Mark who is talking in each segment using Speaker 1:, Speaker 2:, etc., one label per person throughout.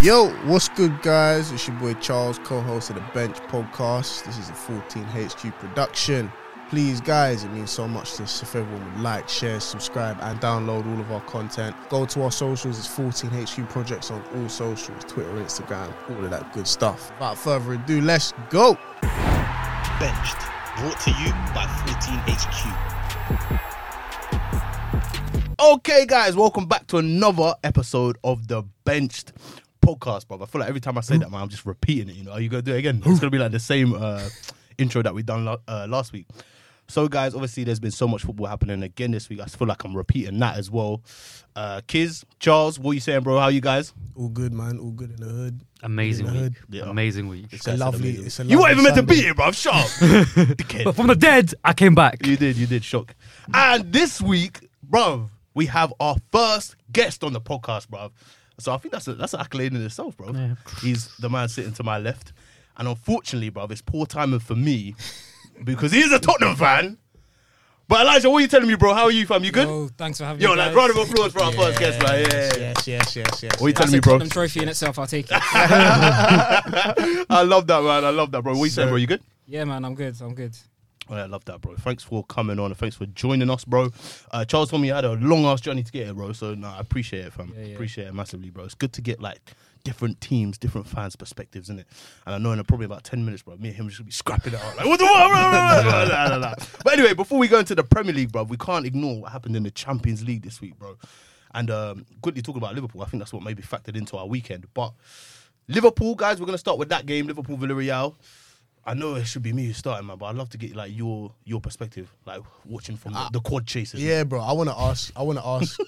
Speaker 1: Yo, what's good, guys? It's your boy Charles, co host of the Bench Podcast. This is a 14HQ production. Please, guys, it means so much to us if everyone would like, share, subscribe, and download all of our content. Go to our socials, it's 14HQ Projects on all socials Twitter, Instagram, all of that good stuff. Without further ado, let's go.
Speaker 2: Benched. Brought to you by 14HQ.
Speaker 1: Okay, guys, welcome back to another episode of the Benched podcast, bro. I feel like every time I say that, man, I'm just repeating it. You know, are you gonna do it again? It's gonna be like the same uh, intro that we done lo- uh, last week. So, guys, obviously, there's been so much football happening again this week. I feel like I'm repeating that as well. Uh, Kiz, Charles, what you saying, bro? How you guys?
Speaker 3: All good, man. All good in the hood.
Speaker 4: Amazing
Speaker 3: In the
Speaker 4: week.
Speaker 3: hood.
Speaker 1: Yeah.
Speaker 4: Amazing week.
Speaker 3: It's a lovely. It's a lovely
Speaker 1: You weren't even meant to
Speaker 3: Sunday.
Speaker 1: beat it, bro. Shut up, dickhead.
Speaker 4: But from the dead, I came back.
Speaker 1: You did, you did shock. And this week, bruv, we have our first guest on the podcast, bruv. So I think that's a, that's an accolade in itself, bruv.
Speaker 4: Yeah.
Speaker 1: He's the man sitting to my left. And unfortunately, bruv, it's poor timing for me because he is a Tottenham fan. But Elijah, what are you telling me, bro? How are you, fam? You good? Yo,
Speaker 5: Yo, thanks for having me.
Speaker 1: like,
Speaker 5: guys.
Speaker 1: round of applause for our first guest, man. Yeah. yeah, yeah.
Speaker 3: Yes, yes, yes, yes.
Speaker 1: What are you
Speaker 3: yes.
Speaker 1: telling me, bro?
Speaker 5: Tottenham trophy in itself, I'll take it.
Speaker 1: I love that, man. I love that, bro. What you saying, bro? You good?
Speaker 5: yeah, man, I'm good. I'm good.
Speaker 1: Well, Oh, I love that, bro. Thanks for coming on and thanks for joining us, bro. Uh, Charles told me you had a long ass journey to get here, bro. So, no, I appreciate it, fam.
Speaker 5: Yeah, yeah.
Speaker 1: Appreciate it massively, bro. It's good to get like different teams, different fans' perspectives, innit? And I know in probably about 10 minutes, bro, me and him should be scrapping it out. Like, what the what? Blah, blah, blah, blah, blah, blah. But anyway, before we go into the Premier League, bro, we can't ignore what happened in the Champions League this week, bro. And um, quickly talking about Liverpool, I think that's what maybe factored into our weekend. But Liverpool, guys, we're going to start with that game, Liverpool Villarreal. I know it should be me who's starting, man, but I'd love to get like your your perspective, like watching from the, the quad chases.
Speaker 3: Yeah, bro. I want to ask. I want to ask.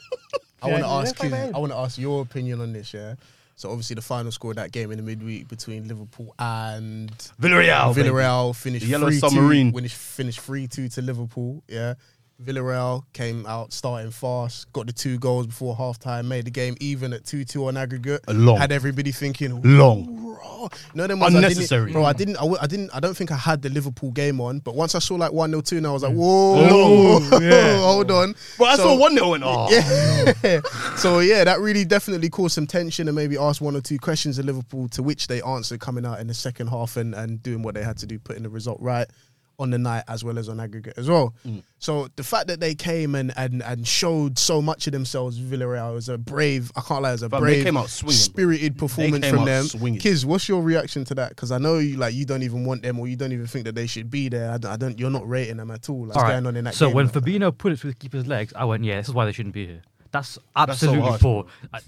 Speaker 3: I want to ask.
Speaker 1: fuck
Speaker 3: Kiz-
Speaker 1: man.
Speaker 3: I want to ask your opinion on this. Yeah. So obviously the final score of that game in the midweek between Liverpool and
Speaker 1: Villarreal, Oh, baby.
Speaker 3: Villarreal finished
Speaker 1: The yellow
Speaker 3: 3-2,
Speaker 1: submarine.
Speaker 3: When finished three two to Liverpool. Yeah. Villarreal came out starting fast, got the two goals before halftime, made the game even at two two on aggregate.
Speaker 1: A long-
Speaker 3: Had everybody thinking
Speaker 1: long.
Speaker 3: Bro, no, them ones I didn't-
Speaker 1: Unnecessary.
Speaker 3: bro, I didn't, I, w- I didn't, I don't think I had the Liverpool game on. But once I saw like one 0 two, and I was like, whoa,
Speaker 1: Mm. Oh, yeah.
Speaker 3: hold on.
Speaker 1: But I
Speaker 3: So-
Speaker 1: saw one nil and oh,
Speaker 3: Yeah. so yeah, that really definitely caused some tension and maybe asked one or two questions of Liverpool, to which they answered coming out in the second half and and doing what they had to do, putting the result right on the night as well as on aggregate as well.
Speaker 1: Mm.
Speaker 3: So the fact that they came and and and showed so much of themselves, Villarreal was a brave. I can't lie, it was a
Speaker 1: Fam, they
Speaker 3: brave,
Speaker 1: came out swinging, bro.
Speaker 3: spirited performance
Speaker 1: came
Speaker 3: from
Speaker 1: out
Speaker 3: them.
Speaker 1: swinging.
Speaker 3: Kiz, what's your reaction to that? Because I know you like you don't even want them or you don't even think that they should be there. I don't. I don't you're not rating them at all. Like,
Speaker 4: All
Speaker 3: what's
Speaker 4: right.
Speaker 3: going on in that
Speaker 4: so
Speaker 3: game,
Speaker 4: when
Speaker 3: man?
Speaker 4: Fabinho put it through the keeper's legs, I went, yeah, this is why they shouldn't be here. That's absolutely
Speaker 1: harsh,
Speaker 4: poor. I,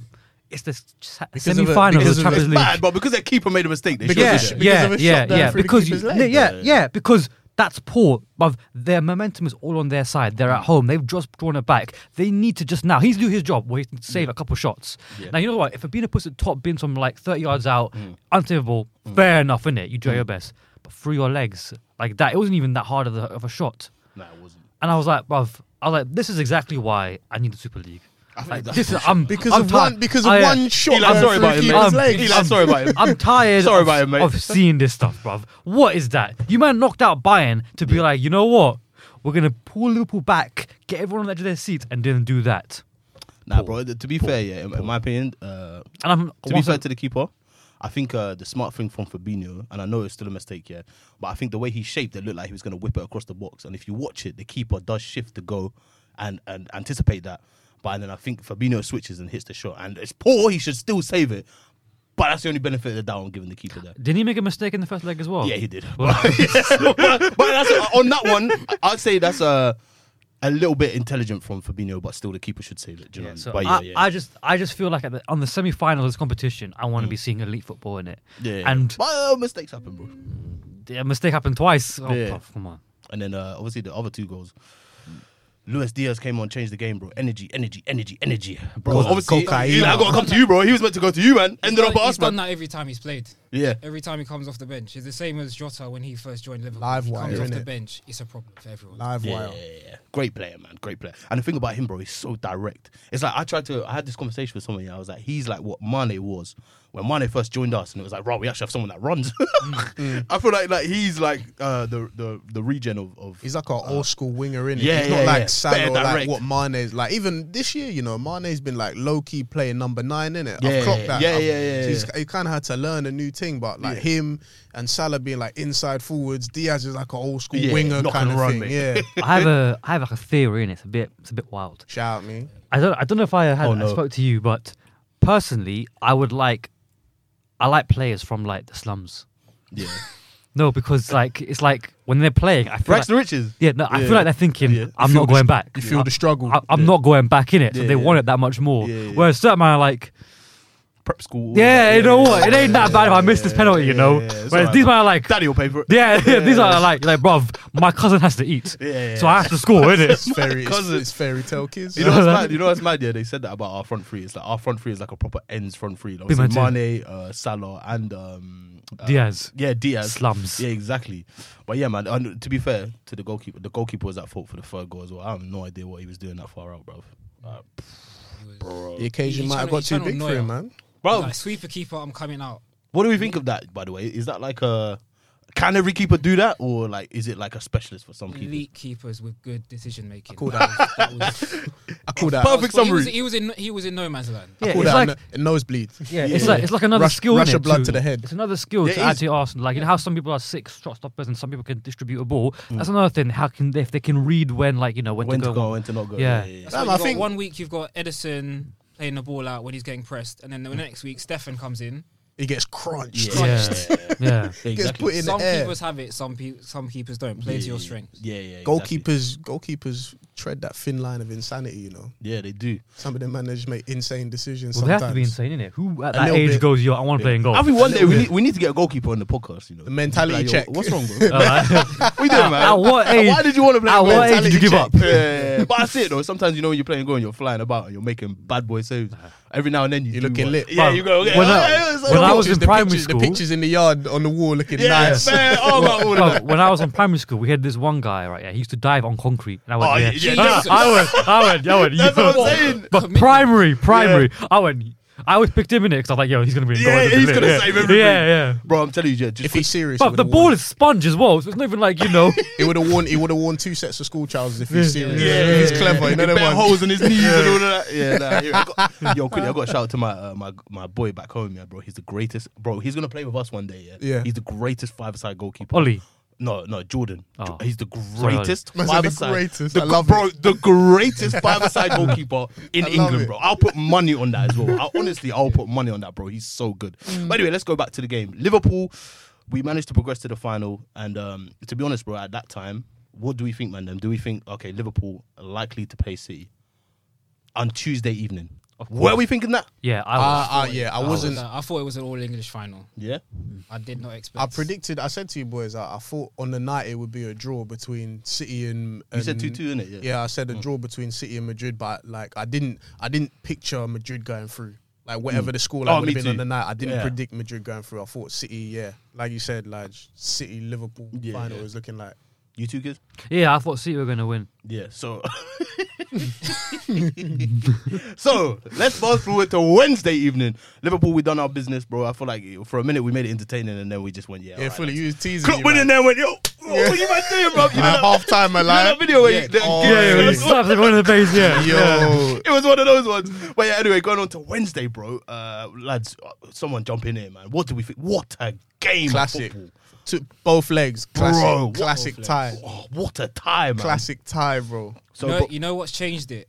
Speaker 4: it's the
Speaker 3: of a-
Speaker 4: semi final of
Speaker 3: because
Speaker 4: the
Speaker 3: of
Speaker 4: Champions
Speaker 3: a
Speaker 4: League.
Speaker 1: bad. But because their keeper made a mistake, they
Speaker 3: Because
Speaker 4: yeah,
Speaker 1: yeah.
Speaker 3: of sh-
Speaker 1: should.
Speaker 3: because
Speaker 4: yeah,
Speaker 3: of a
Speaker 4: yeah,
Speaker 3: shutdown
Speaker 4: yeah,
Speaker 3: through the
Speaker 4: because
Speaker 3: keeper's
Speaker 4: you-
Speaker 3: leg.
Speaker 4: yeah, yeah, because that's poor. But their momentum is all on their side. They're at home. They've just drawn it back. They need to just now. He's do his job. Where he can
Speaker 3: Mm.
Speaker 4: save a couple shots. Now you know what? If Fabinho puts the top bins from like thirty yards out,
Speaker 3: Mm.
Speaker 4: unsavable. Fair enough, innit? You do your best, but through your legs like that, it wasn't even that hard of, the, of a shot.
Speaker 1: Nah, it wasn't.
Speaker 4: And I was like, bruv, I was like, this is exactly why I need the Super League. Like, this is I'm
Speaker 3: Because
Speaker 4: I'm
Speaker 3: of
Speaker 4: tired.
Speaker 3: one, because of
Speaker 4: I, uh,
Speaker 3: one shot.
Speaker 1: Eli,
Speaker 3: going
Speaker 1: sorry
Speaker 3: through
Speaker 1: about it, mate.
Speaker 3: keeper's
Speaker 4: Um,
Speaker 3: legs.
Speaker 1: Eli, sorry about it.
Speaker 4: I'm tired
Speaker 1: Sorry
Speaker 4: of,
Speaker 1: about it, mate.
Speaker 4: of seeing this stuff, bruv. What is that? You man knocked out Bayern to be like, you know what? We're going to pull Liverpool back, get everyone on the edge of their seats, and then do that.
Speaker 1: Nah, bro. th- To be fair, yeah, in, in my opinion, uh,
Speaker 4: And I'm
Speaker 1: to be
Speaker 4: once-
Speaker 1: fair to the keeper, I think uh, the smart thing from Fabinho, and I know it's still a mistake, yeah, but I think the way he shaped it looked like he was going to whip it across the box. And if you watch it, the keeper does shift to go and, and anticipate that. But and then I think Fabinho switches and hits the shot, and it's poor. He should still save it, but that's the only benefit of the doubt I'm giving the keeper there.
Speaker 4: Didn't he make a mistake in the first leg as well?
Speaker 1: Yeah, he did.
Speaker 4: Well,
Speaker 1: but that's uh, on that one. I'd say that's a a little bit intelligent from Fabinho, but still the keeper should save it. Do you know?
Speaker 4: Yeah,
Speaker 1: what I mean?
Speaker 4: so
Speaker 1: but
Speaker 4: I, I just I just feel like at the, on the semi final of this competition, I want to
Speaker 1: Mm.
Speaker 4: be seeing elite football in it. And
Speaker 1: but, uh, mistakes happen, bro.
Speaker 4: the mistake happened twice. Oh,
Speaker 1: Yeah.
Speaker 4: bruv, come on.
Speaker 1: And then uh, obviously the other two goals. Luis Diaz came on, changed the game, bro. Energy, energy, energy, energy, bro.
Speaker 3: Coca-
Speaker 1: obviously,
Speaker 3: cocaine.
Speaker 1: I got to come to you, bro. He was meant to go to you, man. Ended up at
Speaker 5: he's
Speaker 1: us,
Speaker 5: done
Speaker 1: man.
Speaker 5: that every time he's played.
Speaker 1: Yeah.
Speaker 5: Every time he comes off the bench, it's the same as Jota when he first joined Liverpool.
Speaker 3: Live
Speaker 5: he
Speaker 3: wire,
Speaker 5: comes off
Speaker 3: innit?
Speaker 5: the bench, it's a problem for everyone.
Speaker 3: Live
Speaker 1: Yeah,
Speaker 3: wire.
Speaker 1: yeah, yeah, yeah. Great player, man. Great player. And the thing about him, bro, he's so direct. It's like I tried to. I had this conversation with someone. Yeah, I was like, he's like what Mane was when Mane first joined us, and it was like, right, we actually have someone that runs.
Speaker 3: Mm.
Speaker 1: I feel like like he's like uh, the the the regen of of.
Speaker 3: He's like an old school winger, in
Speaker 1: yeah,
Speaker 3: He's
Speaker 1: yeah,
Speaker 3: not like
Speaker 1: yeah.
Speaker 3: Salah
Speaker 1: Better
Speaker 3: or like
Speaker 1: direct.
Speaker 3: what Mane's like. Even this year, you know, Mane's been like low key playing number nine, in it.
Speaker 1: Yeah,
Speaker 3: I've clocked that.
Speaker 1: yeah,
Speaker 3: I've-
Speaker 1: yeah, yeah,
Speaker 3: so he's-
Speaker 1: yeah.
Speaker 3: He kind of had to learn a new thing, but like him and Salah being like inside forwards, Diaz is like an old school
Speaker 1: Yeah,
Speaker 3: winger
Speaker 1: knock
Speaker 3: kind
Speaker 1: and
Speaker 3: of
Speaker 1: run,
Speaker 3: thing.
Speaker 1: mate.
Speaker 3: Yeah,
Speaker 4: I have a I have like a theory in it. It's a bit it's a bit wild.
Speaker 3: shout me.
Speaker 4: I don't I don't know if I had
Speaker 1: Oh,
Speaker 4: I
Speaker 1: no.
Speaker 4: spoke to you, but personally, I would like I like players from like the slums.
Speaker 1: yeah.
Speaker 4: No, because like it's like when they're playing, I feel
Speaker 1: Rex
Speaker 4: like,
Speaker 1: the Riches.
Speaker 4: yeah, no, I
Speaker 1: Yeah.
Speaker 4: feel like they're thinking
Speaker 1: Yeah. You
Speaker 4: I'm
Speaker 3: feel
Speaker 4: not
Speaker 3: the
Speaker 4: going
Speaker 3: str-
Speaker 4: back.
Speaker 3: You feel
Speaker 4: I,
Speaker 3: the struggle.
Speaker 4: I, am not going back in it, so
Speaker 1: Yeah,
Speaker 4: they
Speaker 1: yeah.
Speaker 4: want it that much more.
Speaker 1: Yeah, yeah.
Speaker 4: Whereas certain man are like,
Speaker 1: Prep school.
Speaker 4: yeah, you know what, it ain't that bad if I miss this
Speaker 1: yeah,
Speaker 4: penalty, you
Speaker 1: yeah,
Speaker 4: know.
Speaker 1: yeah, it's
Speaker 4: Whereas
Speaker 1: alright,
Speaker 4: these
Speaker 1: man.
Speaker 4: men are like,
Speaker 1: Daddy will pay for it.
Speaker 4: yeah, yeah, these are like, like, bruv, my cousin has to eat,
Speaker 1: yeah,
Speaker 4: so I have to score,
Speaker 3: It's
Speaker 4: innit?
Speaker 3: fairy, it's,
Speaker 1: cousin.
Speaker 3: it's fairy tale kids.
Speaker 1: You know what's mad? You know what's mad? Yeah, they said that about our front three. It's like our front three is like a proper ends front three. Like,
Speaker 4: Big
Speaker 1: obviously
Speaker 4: man too.
Speaker 1: Mane, uh, Salah, and um, uh,
Speaker 4: Diaz.
Speaker 1: Yeah, Diaz.
Speaker 4: Slums.
Speaker 1: Yeah, exactly. But yeah, man. And to be fair to the goalkeeper, the goalkeeper was at fault for the third goal as well. I have no idea what he was doing that far out, bro.
Speaker 3: the occasion
Speaker 5: He
Speaker 3: might have
Speaker 5: channel-
Speaker 3: got
Speaker 5: he
Speaker 3: too
Speaker 5: channeled
Speaker 3: big for him,
Speaker 5: Neuer.
Speaker 3: man.
Speaker 1: Bro,
Speaker 5: Like, sweeper keeper, I'm coming out.
Speaker 1: what do we think of that? By the way, is that like a can every keeper do that, or like is it like a specialist for some keepers?
Speaker 5: Elite keepers with good decision making.
Speaker 3: call
Speaker 5: that was- that was-
Speaker 3: I call that.
Speaker 1: Perfect
Speaker 5: Well, he was-
Speaker 1: summary.
Speaker 5: He was in he was in no man's land.
Speaker 4: Yeah,
Speaker 3: I call
Speaker 4: it's
Speaker 3: that
Speaker 4: like
Speaker 3: a, a nosebleed.
Speaker 4: Yeah, it's like it's like another
Speaker 3: Rush-
Speaker 4: skill.
Speaker 3: rush
Speaker 4: innit,
Speaker 3: of blood to the head.
Speaker 4: It's another skill
Speaker 1: Yeah,
Speaker 4: to
Speaker 1: it
Speaker 4: add
Speaker 1: is.
Speaker 4: to Arsenal. Like you know how some people are six shot stoppers and some people can distribute a ball. That's another thing. How can they, if they can read when like you know when,
Speaker 1: When
Speaker 4: to go?
Speaker 1: when to not go.
Speaker 4: Yeah.
Speaker 5: That's
Speaker 3: Fam,
Speaker 5: why
Speaker 3: I
Speaker 5: you've got
Speaker 3: think-
Speaker 5: one week you've got Edison playing the ball out when he's getting pressed, and then the next week Stefan comes in.
Speaker 3: He gets crunched.
Speaker 1: Yeah.
Speaker 4: Yeah, yeah.
Speaker 1: Yeah,
Speaker 3: Gets
Speaker 1: exactly.
Speaker 3: put in
Speaker 5: some
Speaker 3: the air.
Speaker 5: keepers have it, some pe- some keepers don't. Play
Speaker 1: Yeah,
Speaker 5: to your
Speaker 1: yeah,
Speaker 5: strengths.
Speaker 1: Yeah, yeah. exactly.
Speaker 3: Goalkeepers, goalkeepers tread that thin line of insanity. You know,
Speaker 1: Yeah, they do.
Speaker 3: some of them managers make insane decisions.
Speaker 4: Well, they
Speaker 3: sometimes
Speaker 4: have to be insane, innit? Who at
Speaker 3: A
Speaker 4: that
Speaker 3: little
Speaker 4: age
Speaker 3: bit.
Speaker 4: goes, yo, I want to play in goal.
Speaker 1: I think one day we need, we need to get a goalkeeper on the podcast. You know,
Speaker 3: The mentality
Speaker 1: yo,
Speaker 3: check.
Speaker 1: What's wrong, bro?
Speaker 4: All right.
Speaker 1: what you doing, man?
Speaker 4: At what age?
Speaker 1: Why did you want to play?
Speaker 4: At
Speaker 1: goal?
Speaker 4: what age did you give up?
Speaker 1: Yeah, yeah, yeah. but I see it though. Sometimes you know when you're playing goal and you're flying about and you're making bad boy saves. Every now and then you
Speaker 3: You're
Speaker 1: do
Speaker 3: looking
Speaker 1: one.
Speaker 3: lit.
Speaker 1: Yeah,
Speaker 4: Bruv,
Speaker 1: you go. Okay.
Speaker 4: when I-
Speaker 1: oh, yeah, it's-
Speaker 4: when
Speaker 1: oh,
Speaker 4: I
Speaker 1: yeah,
Speaker 4: was in
Speaker 3: the
Speaker 4: primary
Speaker 3: pictures,
Speaker 4: school-
Speaker 3: The pictures in the yard on the wall looking nice.
Speaker 1: man, oh, my- all of
Speaker 4: Bro,
Speaker 1: that.
Speaker 4: when I was in primary school, we had this one guy right. Yeah, he used to dive on concrete, and I went,
Speaker 1: Oh,
Speaker 4: yeah,
Speaker 1: yeah,
Speaker 4: Ah,
Speaker 1: yeah.
Speaker 4: I went, I went, I went.
Speaker 1: That's
Speaker 4: yo.
Speaker 1: what I'm saying.
Speaker 4: But primary, primary, I went. I always picked him in it because I was like, yo, he's gonna be in goal.
Speaker 1: Yeah,
Speaker 4: It's
Speaker 1: he's
Speaker 4: lit,
Speaker 1: gonna
Speaker 4: yeah.
Speaker 1: save everything.
Speaker 4: Yeah, yeah.
Speaker 1: Bro, I'm telling you, yeah, just
Speaker 3: If he's serious,
Speaker 4: But the ball is sponge as well, so it's not even like you know.
Speaker 3: he would have worn. He would have worn two sets of school trousers if he's serious.
Speaker 1: Yeah,
Speaker 3: If he's clever. You know
Speaker 1: better
Speaker 3: them ones.
Speaker 1: holes in his knees and all of that. Yeah, nah, yeah, I got- yo, quickly, I got to shout out to my uh, my my boy back home, yeah, bro. He's the greatest, bro. He's gonna play with us one day, yeah.
Speaker 3: Yeah.
Speaker 1: he's the greatest five-side goalkeeper.
Speaker 4: Ollie.
Speaker 1: No, no, Jordan. Jo-
Speaker 4: Oh.
Speaker 1: He's the
Speaker 4: Ollie.
Speaker 1: greatest
Speaker 3: Man said the
Speaker 1: five-a-side.
Speaker 3: greatest.
Speaker 1: The
Speaker 3: I
Speaker 1: gr-
Speaker 3: love
Speaker 1: bro,
Speaker 3: it.
Speaker 1: the greatest five-a-side goalkeeper in
Speaker 3: I love
Speaker 1: England,
Speaker 3: it.
Speaker 1: bro. I'll put money on that as well. I, honestly, I'll put money on that, bro. He's so good.
Speaker 3: Mm.
Speaker 1: But anyway, let's go back to the game. Liverpool, we managed to progress to the final, and um, to be honest, bro, at that time, what do we think, man? Then do we think okay, Liverpool are likely to play City on Tuesday evening? Were we thinking that?
Speaker 4: Yeah, I was.
Speaker 3: Uh, uh, yeah, I wasn't.
Speaker 5: I thought it was an all English final.
Speaker 1: Yeah,
Speaker 5: I did not expect.
Speaker 3: I predicted. I said to you boys. I, I thought on the night it would be a draw between City and.
Speaker 1: you said
Speaker 3: and-
Speaker 1: two-two, innit? Yeah.
Speaker 3: Yeah, I said a draw between City and Madrid, but like I didn't, I didn't picture Madrid going through. Like whatever the score
Speaker 1: Oh,
Speaker 3: line would
Speaker 1: me
Speaker 3: have been
Speaker 1: too.
Speaker 3: on the night, I didn't
Speaker 1: Yeah.
Speaker 3: predict Madrid going through. I thought City, yeah, like you said, like City Liverpool
Speaker 1: Yeah,
Speaker 3: final
Speaker 1: yeah.
Speaker 3: is looking like.
Speaker 1: You two kids?
Speaker 4: yeah, I thought City were gonna win.
Speaker 1: Yeah, so so let's fast forward to Wednesday evening. Liverpool, we done our business, bro. I feel like for a minute we made it entertaining, and then we just went, yeah,
Speaker 3: Yeah,
Speaker 1: alright,
Speaker 3: fully
Speaker 1: let's-
Speaker 3: you was teasing.
Speaker 1: Klopp
Speaker 3: me,
Speaker 1: went in
Speaker 3: man.
Speaker 1: there, and went, yo, what are you man doing, bro?
Speaker 3: Like,
Speaker 1: You know that,
Speaker 3: half time, man.
Speaker 1: you know
Speaker 3: Like,
Speaker 1: that video where
Speaker 3: yeah,
Speaker 1: you, the-
Speaker 3: oh,
Speaker 1: yeah,
Speaker 4: Yeah,
Speaker 1: it
Speaker 4: yeah,
Speaker 1: was-
Speaker 4: slaps everyone in the face. Yeah,
Speaker 3: yo,
Speaker 1: it was one of those ones. But yeah, anyway, going on to Wednesday, bro. Uh, lads, uh, someone jump in here, man. What do we think? What a game! of
Speaker 3: classic.
Speaker 1: football.
Speaker 3: Took both legs, classic,
Speaker 1: Bro, what-
Speaker 3: classic tie,
Speaker 1: Oh, what a time, man.
Speaker 3: classic tie, bro.
Speaker 1: So,
Speaker 5: you, know,
Speaker 1: but-
Speaker 5: you know what's changed it?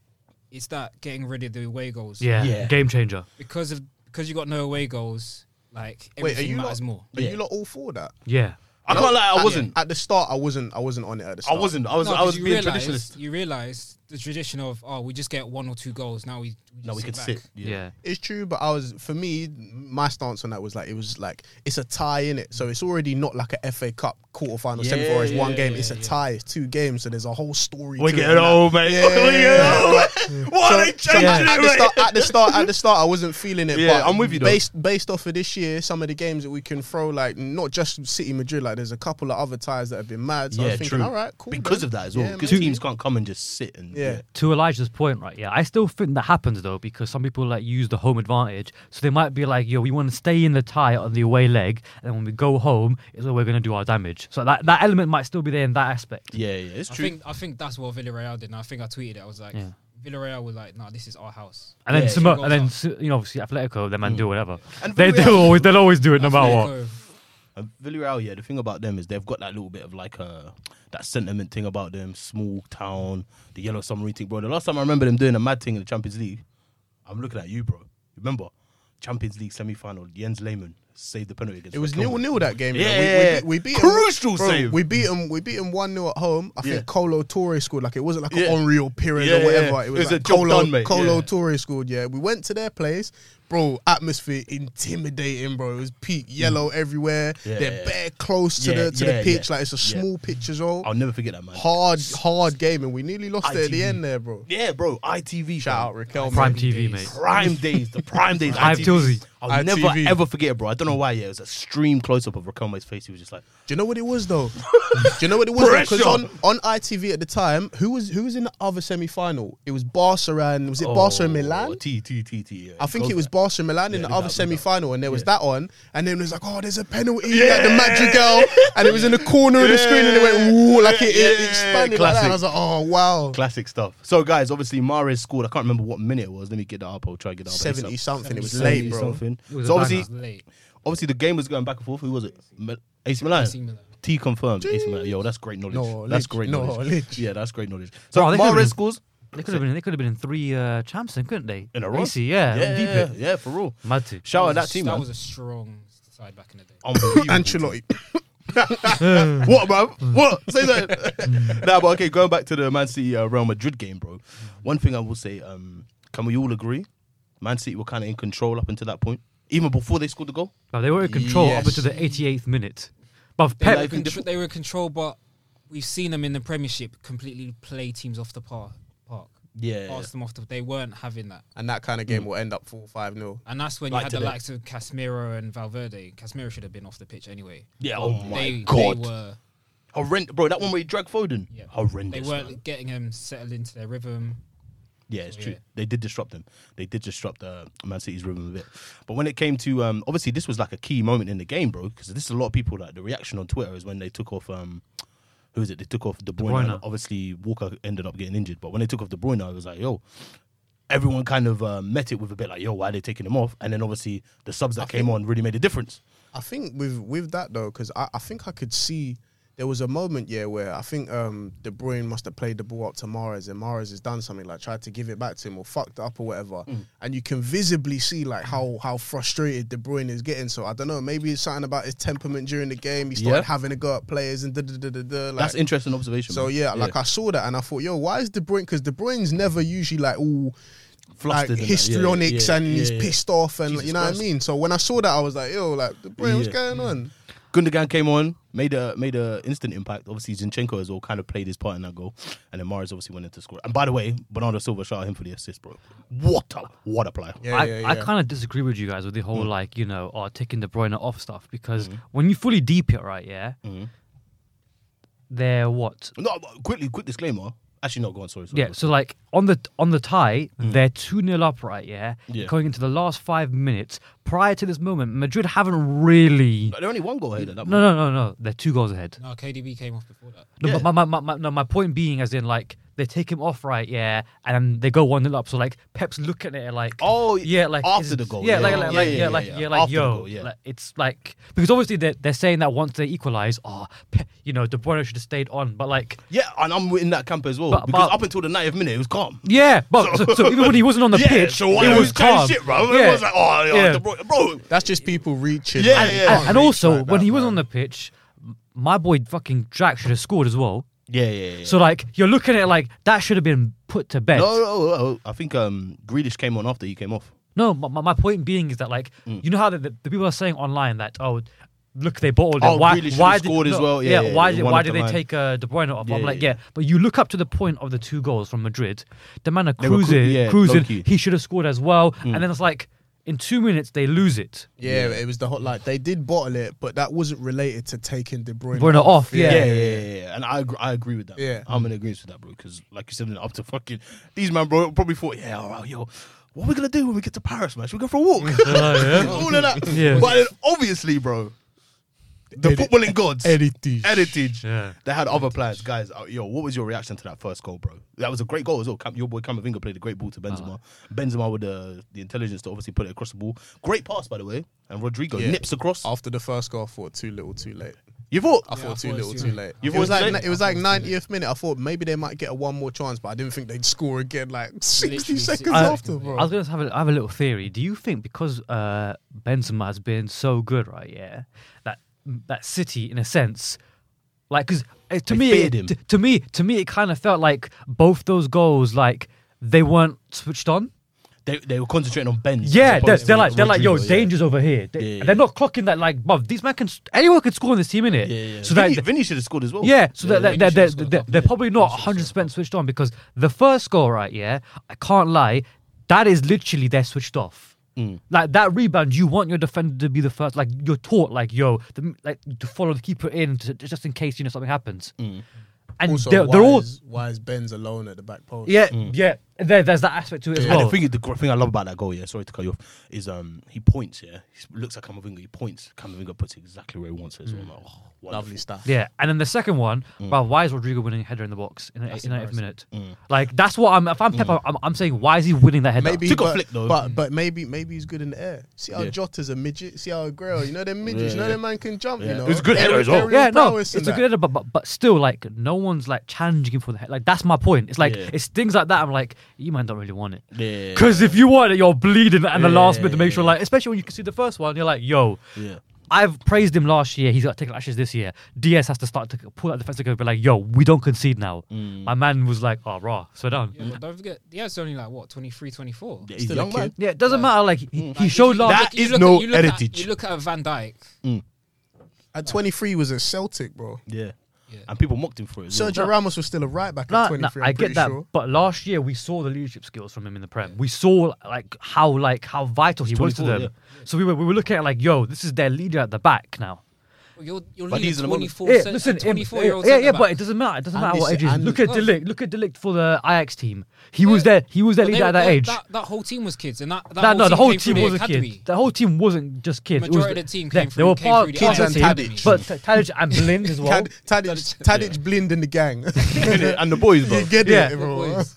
Speaker 5: It's that getting rid of the away goals.
Speaker 4: yeah,
Speaker 1: Yeah.
Speaker 4: game changer.
Speaker 5: Because of because you got no away goals, like
Speaker 3: Wait,
Speaker 5: everything
Speaker 3: are you
Speaker 5: matters
Speaker 3: lot,
Speaker 5: more.
Speaker 3: Are
Speaker 1: Yeah.
Speaker 3: you lot all for that?
Speaker 4: Yeah,
Speaker 1: I can't lie, I
Speaker 3: At-
Speaker 1: wasn't.
Speaker 3: at the start. I wasn't. I wasn't on it at the
Speaker 1: I
Speaker 3: start.
Speaker 1: wasn't. I was.
Speaker 5: No,
Speaker 1: I was
Speaker 5: 'cause you
Speaker 1: being
Speaker 5: realize,
Speaker 1: traditionalist.
Speaker 5: You realize the tradition of oh, we just get one or two goals. Now we, we just
Speaker 1: No, we
Speaker 5: sit
Speaker 1: could
Speaker 5: back.
Speaker 1: sit.
Speaker 4: yeah.
Speaker 3: It's true, but I was for me. m- my stance on that was like it was like it's a tie in it, so it's already not like a FA Cup quarterfinal,
Speaker 1: Yeah,
Speaker 3: semi final. It's
Speaker 1: yeah,
Speaker 3: one
Speaker 1: yeah,
Speaker 3: game.
Speaker 1: yeah,
Speaker 3: it's a
Speaker 1: yeah.
Speaker 3: tie. It's two games, so there's a whole story.
Speaker 1: We're
Speaker 3: to it and
Speaker 1: getting
Speaker 3: that.
Speaker 1: old, mate.
Speaker 3: Yeah, yeah,
Speaker 1: We're getting
Speaker 3: yeah.
Speaker 1: old. Why are they
Speaker 3: So
Speaker 1: changing
Speaker 3: at,
Speaker 1: it,
Speaker 3: the
Speaker 1: mate?
Speaker 3: start, at the start, at the start, I wasn't feeling it.
Speaker 1: Yeah,
Speaker 3: but
Speaker 1: I'm with you though.
Speaker 3: Based based off of this year, some of the games that we can throw, like not just City Madrid, like there's a couple of other ties that have been mad. So I was thinking, all right, cool.
Speaker 1: Because
Speaker 3: then.
Speaker 1: of that as well,
Speaker 3: Yeah,
Speaker 1: because
Speaker 3: man.
Speaker 1: teams can't come and just sit and
Speaker 3: Yeah.
Speaker 4: to Elijah's point, right? Yeah, I still think that happens though because some people like use the home advantage, so they might be like, "Yo, we want to stay in the tie on the away leg, and when we go home, is where we're going to do our damage." So that that element might still be there in that aspect.
Speaker 1: yeah, yeah. It's
Speaker 5: I
Speaker 1: true.
Speaker 5: think I think that's what Villarreal did. And I think I tweeted it. I was like,
Speaker 4: Yeah.
Speaker 5: Villarreal were like, "Nah, this is our house."
Speaker 4: And then
Speaker 1: Yeah,
Speaker 4: Samo-
Speaker 5: two
Speaker 4: and then
Speaker 5: goals
Speaker 4: you know, obviously Atletico, they man do whatever.
Speaker 1: Mm. And
Speaker 4: They
Speaker 1: Villarreal-
Speaker 4: they'll always they'll always do it no matter what.
Speaker 5: Atletico,
Speaker 1: And Uh, Villarreal, yeah, the thing about them is they've got that little bit of like a that sentiment thing about them, small town, the yellow submarine thing, bro. The last time I remember them doing a mad thing in the Champions League, I'm looking at you, bro. Remember, Champions League semi final, Jens Lehmann saved the penalty against.
Speaker 3: It was
Speaker 1: West Brom.
Speaker 3: nil nil that game.
Speaker 1: Yeah,
Speaker 3: you know. We-
Speaker 1: yeah, yeah.
Speaker 3: we, beat- we, beat 'em-
Speaker 1: Crucial
Speaker 3: bro,
Speaker 1: save.
Speaker 3: We beat them. We beat them one 0 at home. I
Speaker 1: Yeah.
Speaker 3: think Colo Torre scored. Like it wasn't like
Speaker 1: Yeah.
Speaker 3: an Henri or Pires
Speaker 1: Yeah, yeah,
Speaker 3: or whatever.
Speaker 1: yeah.
Speaker 3: It was,
Speaker 1: It was a
Speaker 3: like
Speaker 1: job
Speaker 3: Colo,
Speaker 1: done, mate.
Speaker 3: Colo
Speaker 1: Yeah.
Speaker 3: Torre scored. Yeah, we went to their place. Bro, atmosphere intimidating, bro. It was peak yellow everywhere.
Speaker 1: Mm. Yeah,
Speaker 3: They're
Speaker 1: yeah.
Speaker 3: bare close to
Speaker 1: Yeah,
Speaker 3: the to
Speaker 1: yeah,
Speaker 3: the pitch.
Speaker 1: yeah.
Speaker 3: Like it's a
Speaker 1: Yeah. Oh,
Speaker 3: small pitch as well.
Speaker 1: I'll never forget that man.
Speaker 3: Hard, hard game, and we nearly lost it at the
Speaker 1: ITV.
Speaker 3: end there, bro.
Speaker 1: Yeah, bro. ITV.
Speaker 3: Shout out
Speaker 1: bro.
Speaker 3: Raquel.
Speaker 4: Prime
Speaker 3: man.
Speaker 4: TV, mate.
Speaker 1: Prime days, the prime days.
Speaker 4: Live
Speaker 1: ITV.
Speaker 4: Tilsy.
Speaker 1: I'll
Speaker 3: ITV.
Speaker 1: never ever forget it, bro. I don't know why. Yeah, it was a stream close up of Raquel May's face. He was just like,
Speaker 3: Do you know what it was though? Do you know what it was? Because
Speaker 1: Pressure.
Speaker 3: on, on ITV at the time, who was who was in the other semi final? It was Barca and was it Barca and
Speaker 1: oh,
Speaker 3: Milan?
Speaker 1: T T T T. yeah.
Speaker 3: I think
Speaker 1: Close
Speaker 3: it was
Speaker 1: that.
Speaker 3: Barca and Milan in the
Speaker 1: Yeah, we
Speaker 3: other
Speaker 1: got- we
Speaker 3: semi
Speaker 1: got-
Speaker 3: final, and there was
Speaker 1: yeah.
Speaker 3: that on, and then it was like, oh, there's a penalty, like the Madrigal, and it was in the corner of the screen, and it went woo, like it, it
Speaker 1: Yeah.
Speaker 3: expanded like that. And I was like, oh wow,
Speaker 1: Classic stuff. So, guys, obviously, Mares scored. I can't remember what minute it was. Let me get that up. I'll try to get that up.
Speaker 3: seventy something. It was
Speaker 1: 70
Speaker 3: late, bro.
Speaker 1: Something.
Speaker 4: It was
Speaker 1: So
Speaker 4: a
Speaker 5: It's
Speaker 1: obviously,
Speaker 5: late.
Speaker 1: obviously, the game was going back and forth. Who was it? Ma- AC Milan.
Speaker 5: AC Milan.
Speaker 1: T confirmed. AC Milan. Yo, that's great knowledge.
Speaker 3: Knowledge.
Speaker 1: That's great
Speaker 3: Knowledge.
Speaker 1: knowledge. Yeah, that's great knowledge. So
Speaker 4: Bro, they could've
Speaker 1: Mares
Speaker 4: been-
Speaker 1: scores
Speaker 4: They could have been they could have been in three uh, champs, then, couldn't they?
Speaker 1: in a row.
Speaker 4: AC, yeah,
Speaker 1: yeah,
Speaker 4: deep
Speaker 1: yeah,
Speaker 4: it.
Speaker 1: yeah, for real.
Speaker 4: Mad to.
Speaker 1: Shout out oh,
Speaker 5: That
Speaker 1: that
Speaker 5: was a-
Speaker 1: team,
Speaker 5: That
Speaker 1: man.
Speaker 5: was a strong side back in the day.
Speaker 1: Unbelievable.
Speaker 3: Ancelotti.
Speaker 1: what, bro? What? Say that. nah, but okay, going back to the Man City uh, Real Madrid game, bro. One thing I will say, um, can we all agree? Man City were kind of in control up until that point, even before they scored the goal.
Speaker 4: Bro, they were in control up
Speaker 3: Yes.
Speaker 4: until the 88th minute. But
Speaker 5: They,
Speaker 4: Pep,
Speaker 5: were
Speaker 1: like-
Speaker 5: contr- they were in control, but we've seen them in the Premiership completely play teams off the par- park.
Speaker 1: Yeah.
Speaker 5: Pass them off the. They weren't having that,
Speaker 3: and that kind of game will end up four five 0
Speaker 5: and that's when
Speaker 1: Like
Speaker 5: you had
Speaker 1: today.
Speaker 5: the likes of Casemiro and Valverde. Casemiro should have been off the pitch anyway.
Speaker 1: Yeah,
Speaker 5: But
Speaker 1: oh my
Speaker 5: they,
Speaker 1: God.
Speaker 5: They were.
Speaker 1: Horrendous, bro. That one where he dragged Foden.
Speaker 5: Yeah. They
Speaker 1: Horrendous.
Speaker 5: weren't
Speaker 1: man.
Speaker 5: getting them settled into their rhythm.
Speaker 1: Yeah, it's
Speaker 5: So,
Speaker 1: true.
Speaker 5: yeah.
Speaker 1: They did disrupt them. They did disrupt uh, Man City's rhythm a bit. But when it came to, um, obviously, this was like a key moment in the game, bro. Because this is a lot of people like the reaction on Twitter is when they took off. Um, who is it? They took off De Bruyne.
Speaker 4: Bruyne.
Speaker 1: and Obviously, Walker ended up getting injured. But when they took off De Bruyne, I was like, yo. Everyone kind of uh, met it with a bit like, yo, why are they taking him off? And then obviously the subs that came on really made a difference.
Speaker 3: I think with with that though, because I, I think I could see there was a moment yeah where I think um De Bruyne must have played the ball up to Mares and Mares has done something like tried to give it back to him or fucked up or whatever,
Speaker 1: Mm.
Speaker 3: and you can visibly see like how how frustrated De Bruyne is getting. So I don't know, maybe it's something about his temperament during the game. He started
Speaker 1: Yeah.
Speaker 3: having a go at players and da da da da da. Like,
Speaker 1: That's interesting observation.
Speaker 3: so
Speaker 1: man.
Speaker 3: yeah, like I saw that and I thought, yo, why is De Bruyne? Because De Bruyne's never usually like all like
Speaker 1: Flustered and that, yeah,
Speaker 3: histrionics
Speaker 1: yeah,
Speaker 3: and he's
Speaker 1: yeah, yeah.
Speaker 3: pissed off and like,
Speaker 1: Jesus
Speaker 3: you know
Speaker 1: Christ.
Speaker 3: what I mean. So when I saw that, I was like, yo, like De Bruyne, what's
Speaker 1: Yeah, Mm.
Speaker 3: going on?
Speaker 1: Gundogan came on, made a made a instant impact. Obviously, Zinchenko as well kind of played his part in that goal, and then Mares obviously went in to score. And by the way, Bernardo Silva shout out him for the assist, bro. What a what a player!
Speaker 3: Yeah,
Speaker 4: I,
Speaker 3: yeah, yeah.
Speaker 4: I kind of disagree with you guys with the whole like you know oh, taking the Bruyne off stuff because when you fully deep it right yeah they're what
Speaker 1: No, but quickly, quick disclaimer. Actually, no, go on. Sorry, sorry.
Speaker 4: yeah so like on the on the tie they're two 0 up right yeah?
Speaker 1: Yeah.
Speaker 4: going into the last five minutes prior to this moment Madrid haven't really
Speaker 1: they're only one goal ahead. At that
Speaker 4: no no no no they're two goals ahead
Speaker 5: No, KDB came off before that.
Speaker 4: no,
Speaker 1: Yeah.
Speaker 4: but my, my, my, my, no my point being as in like they take him off right yeah and they go one 0 up so like Pep's looking at it like
Speaker 1: Oh,
Speaker 4: yeah, like
Speaker 1: after
Speaker 4: is-
Speaker 1: the goal.
Speaker 4: Yeah, like, like, like, yeah, like, yeah, like,
Speaker 1: After the
Speaker 4: yo,
Speaker 1: goal, yeah.
Speaker 4: like, it's like because obviously they're, they're saying that once they equalize, oh, Pe- you know, De Bruyne should have stayed on, but like,
Speaker 1: yeah, and I'm in that camp as well
Speaker 4: But-
Speaker 1: because
Speaker 4: but-
Speaker 1: up until the 90th minute, it was calm.
Speaker 4: yeah, but so, so even when he wasn't on the
Speaker 1: yeah,
Speaker 4: pitch,
Speaker 1: so why
Speaker 4: it was calm.
Speaker 1: shit, bro. It was like, oh, yeah, the bro, bro.
Speaker 3: That's just people reaching.
Speaker 1: Yeah,
Speaker 3: They
Speaker 1: yeah.
Speaker 3: can't
Speaker 4: and, and
Speaker 3: reach
Speaker 4: also
Speaker 3: like
Speaker 4: when
Speaker 3: that,
Speaker 4: he was
Speaker 3: man.
Speaker 4: on the pitch, m- my boy fucking Jack should have scored as well.
Speaker 1: Yeah, yeah, yeah.
Speaker 4: So like, you're looking at it like that should have been put to bed.
Speaker 1: no, no, no, no, I think um, Grealish came on after he came off.
Speaker 4: No, my, my my point being is that like
Speaker 1: Mm.
Speaker 4: you know how the, the, the people are saying online that oh look they bottled
Speaker 1: Oh,
Speaker 4: it. Why
Speaker 1: Grealish
Speaker 4: why
Speaker 1: should've
Speaker 4: did,
Speaker 1: scored as well. Yeah, yeah,
Speaker 4: why
Speaker 1: yeah,
Speaker 4: did
Speaker 1: one
Speaker 4: why
Speaker 1: of
Speaker 4: did
Speaker 1: the
Speaker 4: they
Speaker 1: line.
Speaker 4: take uh, De Bruyne off? I'm
Speaker 1: Yeah,
Speaker 4: like
Speaker 1: yeah.
Speaker 4: yeah, but you look up to the point of the two goals from Madrid. The man are
Speaker 1: were cru-
Speaker 4: cruising,
Speaker 1: yeah,
Speaker 4: cruising.
Speaker 1: low-key. Mm.
Speaker 4: He should have scored as well. And then it's like in two minutes they lose it.
Speaker 3: Yeah, it was the hot light. They did bottle it, but that wasn't related to taking De Bruyne,
Speaker 4: De Bruyne off, yeah.
Speaker 1: Yeah, yeah, yeah, yeah, yeah. And I, agr- I agree with that.
Speaker 3: Yeah.
Speaker 1: I'm in agreement with that, bro. Because like you said, up to fucking these man, bro, probably thought, yeah, all right, yo, what are we gonna do when we get to Paris, man? Should we go for a walk? all of that.
Speaker 4: Yeah.
Speaker 1: But then obviously, bro, the
Speaker 3: Edit-
Speaker 1: footballing gods,
Speaker 3: Heritage.
Speaker 1: heritage,
Speaker 4: Yeah.
Speaker 1: they had other plans, guys. uh, Yo, what was your reaction to that first goal, bro? That was a great goal as well. Cam- Your boy Camavinga played a great ball to Benzema. Benzema with the the intelligence to obviously put it across the ball. Great pass, by the way. And Rodrigo
Speaker 3: Yeah. Oh.
Speaker 1: nips across.
Speaker 3: After the first goal, I thought too little, too late.
Speaker 1: You thought?
Speaker 3: I thought too
Speaker 5: thought it
Speaker 3: little,
Speaker 5: was
Speaker 3: too
Speaker 5: too
Speaker 3: late.
Speaker 1: You've
Speaker 3: it was
Speaker 1: always
Speaker 3: like
Speaker 1: said-
Speaker 3: it was like 90th minute. I thought maybe they might get a one more chance, but I didn't think they'd score again like 60
Speaker 5: Literally
Speaker 3: seconds
Speaker 5: 60
Speaker 3: after,
Speaker 5: seconds,
Speaker 3: bro.
Speaker 4: I was gonna have a, I have a little theory. Do you think because uh, Benzema has been so good, right? Yeah, that that City, in a sense, like because to
Speaker 1: They
Speaker 4: me,
Speaker 1: feared
Speaker 4: it,
Speaker 1: him.
Speaker 4: t- to me, to me, it kind of felt like both those goals, like they weren't switched on.
Speaker 1: They, they were concentrating on Benz. as
Speaker 4: Yeah, they're,
Speaker 1: opposed
Speaker 4: they're
Speaker 1: to
Speaker 4: like they're like yo,
Speaker 1: Rodrigo, yeah.
Speaker 4: dangers over here. They,
Speaker 1: Yeah, yeah,
Speaker 4: They're not clocking that like, bruv, these men can anyone can score in this team innit?
Speaker 1: Yeah, yeah.
Speaker 4: So
Speaker 1: Vinny,
Speaker 4: that
Speaker 1: Vinny should have scored as well.
Speaker 4: yeah, so they're,
Speaker 5: Vinny
Speaker 4: they're, they're,
Speaker 5: should've scored a
Speaker 4: they're,
Speaker 5: couple,
Speaker 4: they're
Speaker 5: yeah.
Speaker 4: probably not 100% switched on because the first goal, right, yeah, I can't lie, that is literally they're switched off. Like that rebound, you want your defender to be the first. Like you're taught, like yo, the, like to follow the keeper in, to, just in case you know something happens. And
Speaker 3: also,
Speaker 4: they're,
Speaker 3: why,
Speaker 4: they're all,
Speaker 3: is, why is Ben's alone at the back post?
Speaker 4: yeah, yeah. There, there's that aspect to it as
Speaker 1: And the
Speaker 4: well.
Speaker 1: thing, is- the gr- thing I love about that goal, yeah, sorry to cut you off, is um he points, yeah, he looks at Camavinga, he points, Camavinga puts it exactly where he wants it. as well. I'm like, oh, wonderful.
Speaker 3: Mm. lovely stuff.
Speaker 4: Yeah, and then the second one, bro, why is Rodrigo winning a header in the box in the in the 90th minute? Like that's what I'm. If I'm Pep, I'm, I'm saying why is he winning that header?
Speaker 3: Maybe,
Speaker 1: Took a
Speaker 3: but,
Speaker 1: flick, though. Mm.
Speaker 3: but but maybe maybe he's good in the air. See how
Speaker 1: Yeah.
Speaker 3: Jota's a midget. See how Aguero, you know them midgets. You know
Speaker 1: Yeah.
Speaker 3: them man can jump. You
Speaker 1: Yeah.
Speaker 3: know,
Speaker 1: It was a good header
Speaker 3: Aerial-
Speaker 1: as well.
Speaker 3: aerial
Speaker 4: yeah, no,
Speaker 3: prowess
Speaker 4: it's
Speaker 3: and
Speaker 4: a
Speaker 3: that.
Speaker 4: good header, but, but but still, like no one's like challenging him for the head. Like that's my point. It's like
Speaker 1: Yeah.
Speaker 4: it's things like that. I'm like, you man don't really want it.
Speaker 1: Yeah.
Speaker 4: Because if you want it, you're bleeding at the last bit to make sure,
Speaker 1: Yeah.
Speaker 4: like, especially when you can see the first one, you're like, yo,
Speaker 1: Yeah.
Speaker 4: I've praised him last year. He's got to take lashes this year. DS has to start to pull out the defensive and be like, yo, we don't concede now. My man was like, oh, rah, so down.
Speaker 5: Yeah, but don't forget, yeah, it's only like what 23, 24.
Speaker 1: Mm. Yeah,
Speaker 5: Like,
Speaker 1: he's
Speaker 3: Still a
Speaker 1: young, man.
Speaker 3: kid.
Speaker 4: Yeah, it doesn't matter. Like, he, he
Speaker 5: if
Speaker 4: showed
Speaker 5: you
Speaker 4: last.
Speaker 1: That
Speaker 5: you
Speaker 1: is no
Speaker 5: at- you look
Speaker 1: heritage. Mm.
Speaker 5: At, you look at Van Dyke.
Speaker 3: At 23 was at Celtic, bro.
Speaker 1: Yeah.
Speaker 5: Yeah.
Speaker 1: And people mocked him for it. as well.
Speaker 3: Sergio Ramos was still a right back
Speaker 4: No,
Speaker 3: at
Speaker 4: no,
Speaker 3: 23.
Speaker 4: I
Speaker 3: I'm
Speaker 4: get
Speaker 3: pretty
Speaker 4: that.
Speaker 3: sure.
Speaker 4: But last year we saw the leadership skills from him in the Prem. We saw like how like how vital he was to
Speaker 1: 24,
Speaker 4: them.
Speaker 1: yeah.
Speaker 4: So we were we were looking at like, yo, this is their leader at the back now.
Speaker 5: Well, You're, you're
Speaker 1: But
Speaker 5: leading
Speaker 1: these are the moments-
Speaker 5: 24,
Speaker 4: Yeah,
Speaker 5: cent-
Speaker 4: listen, him-
Speaker 5: 24 year old.
Speaker 4: yeah, yeah, but it doesn't matter. It doesn't
Speaker 3: And
Speaker 4: matter what
Speaker 3: this-
Speaker 4: age he is.
Speaker 3: and-
Speaker 4: Look at
Speaker 5: Oh.
Speaker 4: Delict. Look at Delict for the Ajax team. He was
Speaker 5: Yeah.
Speaker 4: there. He was their
Speaker 5: But
Speaker 4: leader
Speaker 5: they
Speaker 4: at
Speaker 5: were-
Speaker 4: that
Speaker 5: they-
Speaker 4: age.
Speaker 5: That, that whole team was kids, and that, that
Speaker 4: No,
Speaker 5: whole
Speaker 4: no, the
Speaker 5: team
Speaker 4: whole
Speaker 5: came through
Speaker 4: team
Speaker 5: the
Speaker 4: was a
Speaker 5: academy.
Speaker 4: kid. The whole team wasn't just kids. It was
Speaker 5: Majority of the team came
Speaker 4: they-
Speaker 5: from-
Speaker 4: they were
Speaker 5: came
Speaker 4: part
Speaker 5: through the
Speaker 4: part of
Speaker 3: Kids
Speaker 4: the
Speaker 3: and
Speaker 4: team,
Speaker 3: Tadic.
Speaker 4: but Tadic and Blind as well.
Speaker 3: Tad- Tadic, Tadic Blind in the gang.
Speaker 1: and, and the boys, bro.
Speaker 3: you get
Speaker 4: Yeah.
Speaker 3: it,
Speaker 5: Good
Speaker 3: bro.
Speaker 5: boys.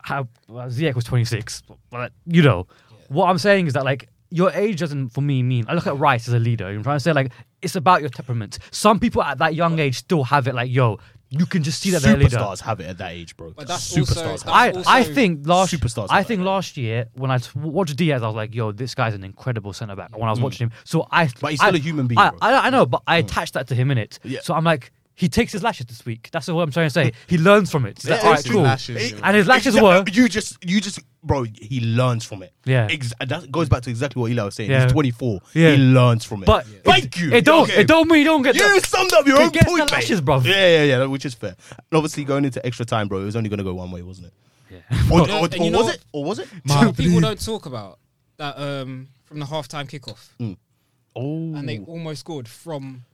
Speaker 4: how well, Ziyech was 26, but you know, what I'm saying is that like your age doesn't for me mean. I look at Rice as a leader. I'm trying to say like it's about your temperament. Some people at that young age still have it. Like yo, you can just see that they're a leader.
Speaker 1: Superstars have it at that age, bro.
Speaker 5: But that's also-
Speaker 1: Superstars have
Speaker 4: I,
Speaker 1: it.
Speaker 4: I
Speaker 5: Also-
Speaker 4: think last
Speaker 1: Superstars
Speaker 4: I
Speaker 1: like
Speaker 4: think
Speaker 1: that.
Speaker 4: last year when I t- watched Diaz, I was like, "Yo, this guy's an incredible centre back." When I was watching him, so I
Speaker 1: Mm. But he's still
Speaker 4: I-
Speaker 1: a human being,
Speaker 4: I,
Speaker 1: bro. Mm.
Speaker 4: I, I know, but I attached that to him in it.
Speaker 1: Yeah.
Speaker 4: So I'm like, he takes his lashes this week. That's what I'm trying to say. he learns from it. He's like,
Speaker 3: Yeah,
Speaker 4: all
Speaker 3: it's
Speaker 4: right,
Speaker 3: true.
Speaker 4: cool.
Speaker 3: Lashes, you know.
Speaker 4: And his lashes
Speaker 1: Exa-
Speaker 4: were
Speaker 1: You just, you just, bro. He learns from it.
Speaker 4: Yeah.
Speaker 1: Ex- that goes back to exactly what Eli was saying.
Speaker 4: Yeah.
Speaker 1: He's 24.
Speaker 4: Yeah.
Speaker 1: He learns from it.
Speaker 4: But
Speaker 1: thank
Speaker 4: it,
Speaker 1: you.
Speaker 4: It don't.
Speaker 1: Okay.
Speaker 4: It don't mean you don't get.
Speaker 1: You
Speaker 4: the,
Speaker 1: summed up your
Speaker 4: He
Speaker 1: own
Speaker 4: gets the
Speaker 1: point,
Speaker 4: lashes,
Speaker 1: mate.
Speaker 4: bruv.
Speaker 1: Yeah, yeah, yeah, which is fair. And obviously, going into extra time, bro, it was only going to go one way, wasn't it? Yeah. Or,
Speaker 5: Yeah,
Speaker 1: or-
Speaker 5: and
Speaker 1: or
Speaker 5: you know-
Speaker 1: was it? Or was it?
Speaker 5: Two people don't talk about that um, from the halftime kickoff,
Speaker 1: Oh,
Speaker 5: and they almost scored from.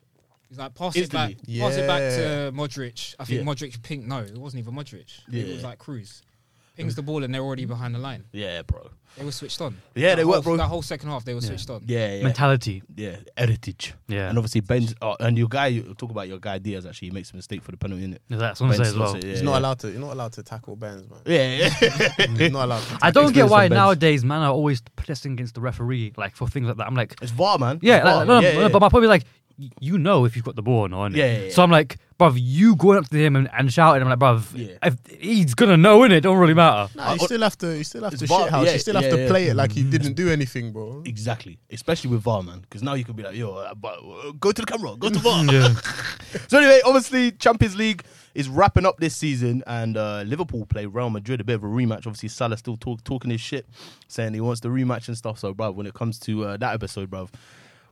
Speaker 5: He's like pass it back,
Speaker 3: Italy.
Speaker 5: pass it back
Speaker 3: Yeah.
Speaker 5: to Modric. I think
Speaker 1: Yeah.
Speaker 5: Modric ping. No, it wasn't even Modric. It
Speaker 1: Yeah.
Speaker 5: was like Cruz. Pings the ball and they're already behind the line.
Speaker 1: yeah, bro.
Speaker 5: They were switched on.
Speaker 1: Yeah,
Speaker 5: That
Speaker 1: they were,
Speaker 5: whole-
Speaker 1: bro.
Speaker 5: That whole second half, they were switched on.
Speaker 1: Yeah, yeah,
Speaker 4: mentality.
Speaker 1: yeah. Heritage.
Speaker 4: Yeah.
Speaker 1: and obviously Ben's uh, and your guy. You talk about your guy Diaz. Actually, he makes a mistake for the penalty, innit?
Speaker 4: Yeah, that's what I'm
Speaker 1: Ben
Speaker 4: saying as well.
Speaker 1: slots it, yeah,
Speaker 3: He's not
Speaker 1: yeah.
Speaker 3: allowed to. You're not allowed to tackle Benz, man.
Speaker 1: Yeah, yeah.
Speaker 3: He's not allowed. To
Speaker 4: I don't get
Speaker 1: Experience
Speaker 4: why
Speaker 1: on bench.
Speaker 4: nowadays man are always protesting against the referee, like for things like that. I'm like,
Speaker 1: it's VAR, man.
Speaker 4: yeah,
Speaker 1: It's VAR.
Speaker 4: like, no, no, no, but my point is like, you know if you've got the ball or not. innit?
Speaker 1: Yeah, yeah, yeah.
Speaker 4: So I'm like, bruv, you going up to him and, and shouting, I'm like, bruv,
Speaker 1: Yeah.
Speaker 4: if, he's gonna know, innit? Don't really matter.
Speaker 3: Nah, you still have to. You still have
Speaker 1: It's
Speaker 3: to
Speaker 1: VAR,
Speaker 3: shit house.
Speaker 1: yeah,
Speaker 3: you still have
Speaker 1: yeah,
Speaker 3: to
Speaker 1: yeah.
Speaker 3: play it like
Speaker 4: Mm.
Speaker 3: you didn't do anything, bro.
Speaker 1: Exactly, especially with VAR, man. Because now you could be like, yo, uh, but uh, go to the camera, go to VAR. so anyway, obviously, Champions League is wrapping up this season, and uh, Liverpool play Real Madrid. A bit of a rematch. Obviously, Salah still talk, talking his shit, saying he wants the rematch and stuff. So, bruv, when it comes to uh, that episode, bruv,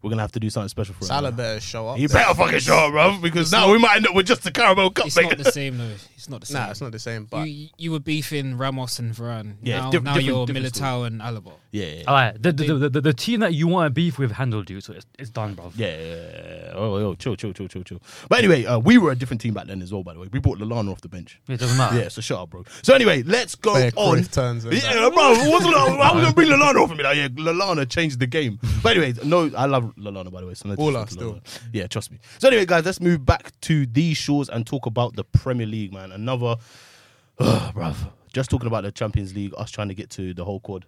Speaker 1: we're gonna have to do something special for
Speaker 3: Salah
Speaker 1: him. man.
Speaker 3: better show up.
Speaker 1: He
Speaker 3: there.
Speaker 1: better fucking show up, bruv, because now we might end up with just the Carabao Cup.
Speaker 5: It's
Speaker 1: mate.
Speaker 5: not the same, though. It's not the same.
Speaker 3: Nah, it's not the same. But
Speaker 5: you, you were beefing Ramos and Varane.
Speaker 1: Yeah,
Speaker 5: now,
Speaker 1: diff-
Speaker 5: now
Speaker 1: different-
Speaker 5: you're
Speaker 1: different
Speaker 5: Militao
Speaker 1: story.
Speaker 5: and Alaba.
Speaker 1: yeah, yeah, yeah.
Speaker 4: All right, the, the, the, the, the team that you want to beef with handled you, so it's, it's done, bruv.
Speaker 1: Yeah, yeah, yeah, yeah. Oh, oh, chill, chill, chill, chill, chill. But anyway, uh, we were a different team back then as well. By the way, we brought Lallana off the bench.
Speaker 4: It doesn't matter.
Speaker 1: Yeah, so shut up, bro. So anyway, let's go
Speaker 3: Bear
Speaker 1: on.
Speaker 3: Cruyff turns and
Speaker 1: yeah, bro, what's Lallana? I was gonna bring Lalana off and be like, yeah, Lalana changed the game. But anyway, no, I love Lalana by the way. So let's
Speaker 3: Baller
Speaker 1: just stick to
Speaker 3: still.
Speaker 1: Lallana. Yeah, trust me. So anyway, guys, let's move back to these shores and talk about the Premier League, man. Another, uh, bruv. Just talking about the Champions League, us trying to get to the whole quad.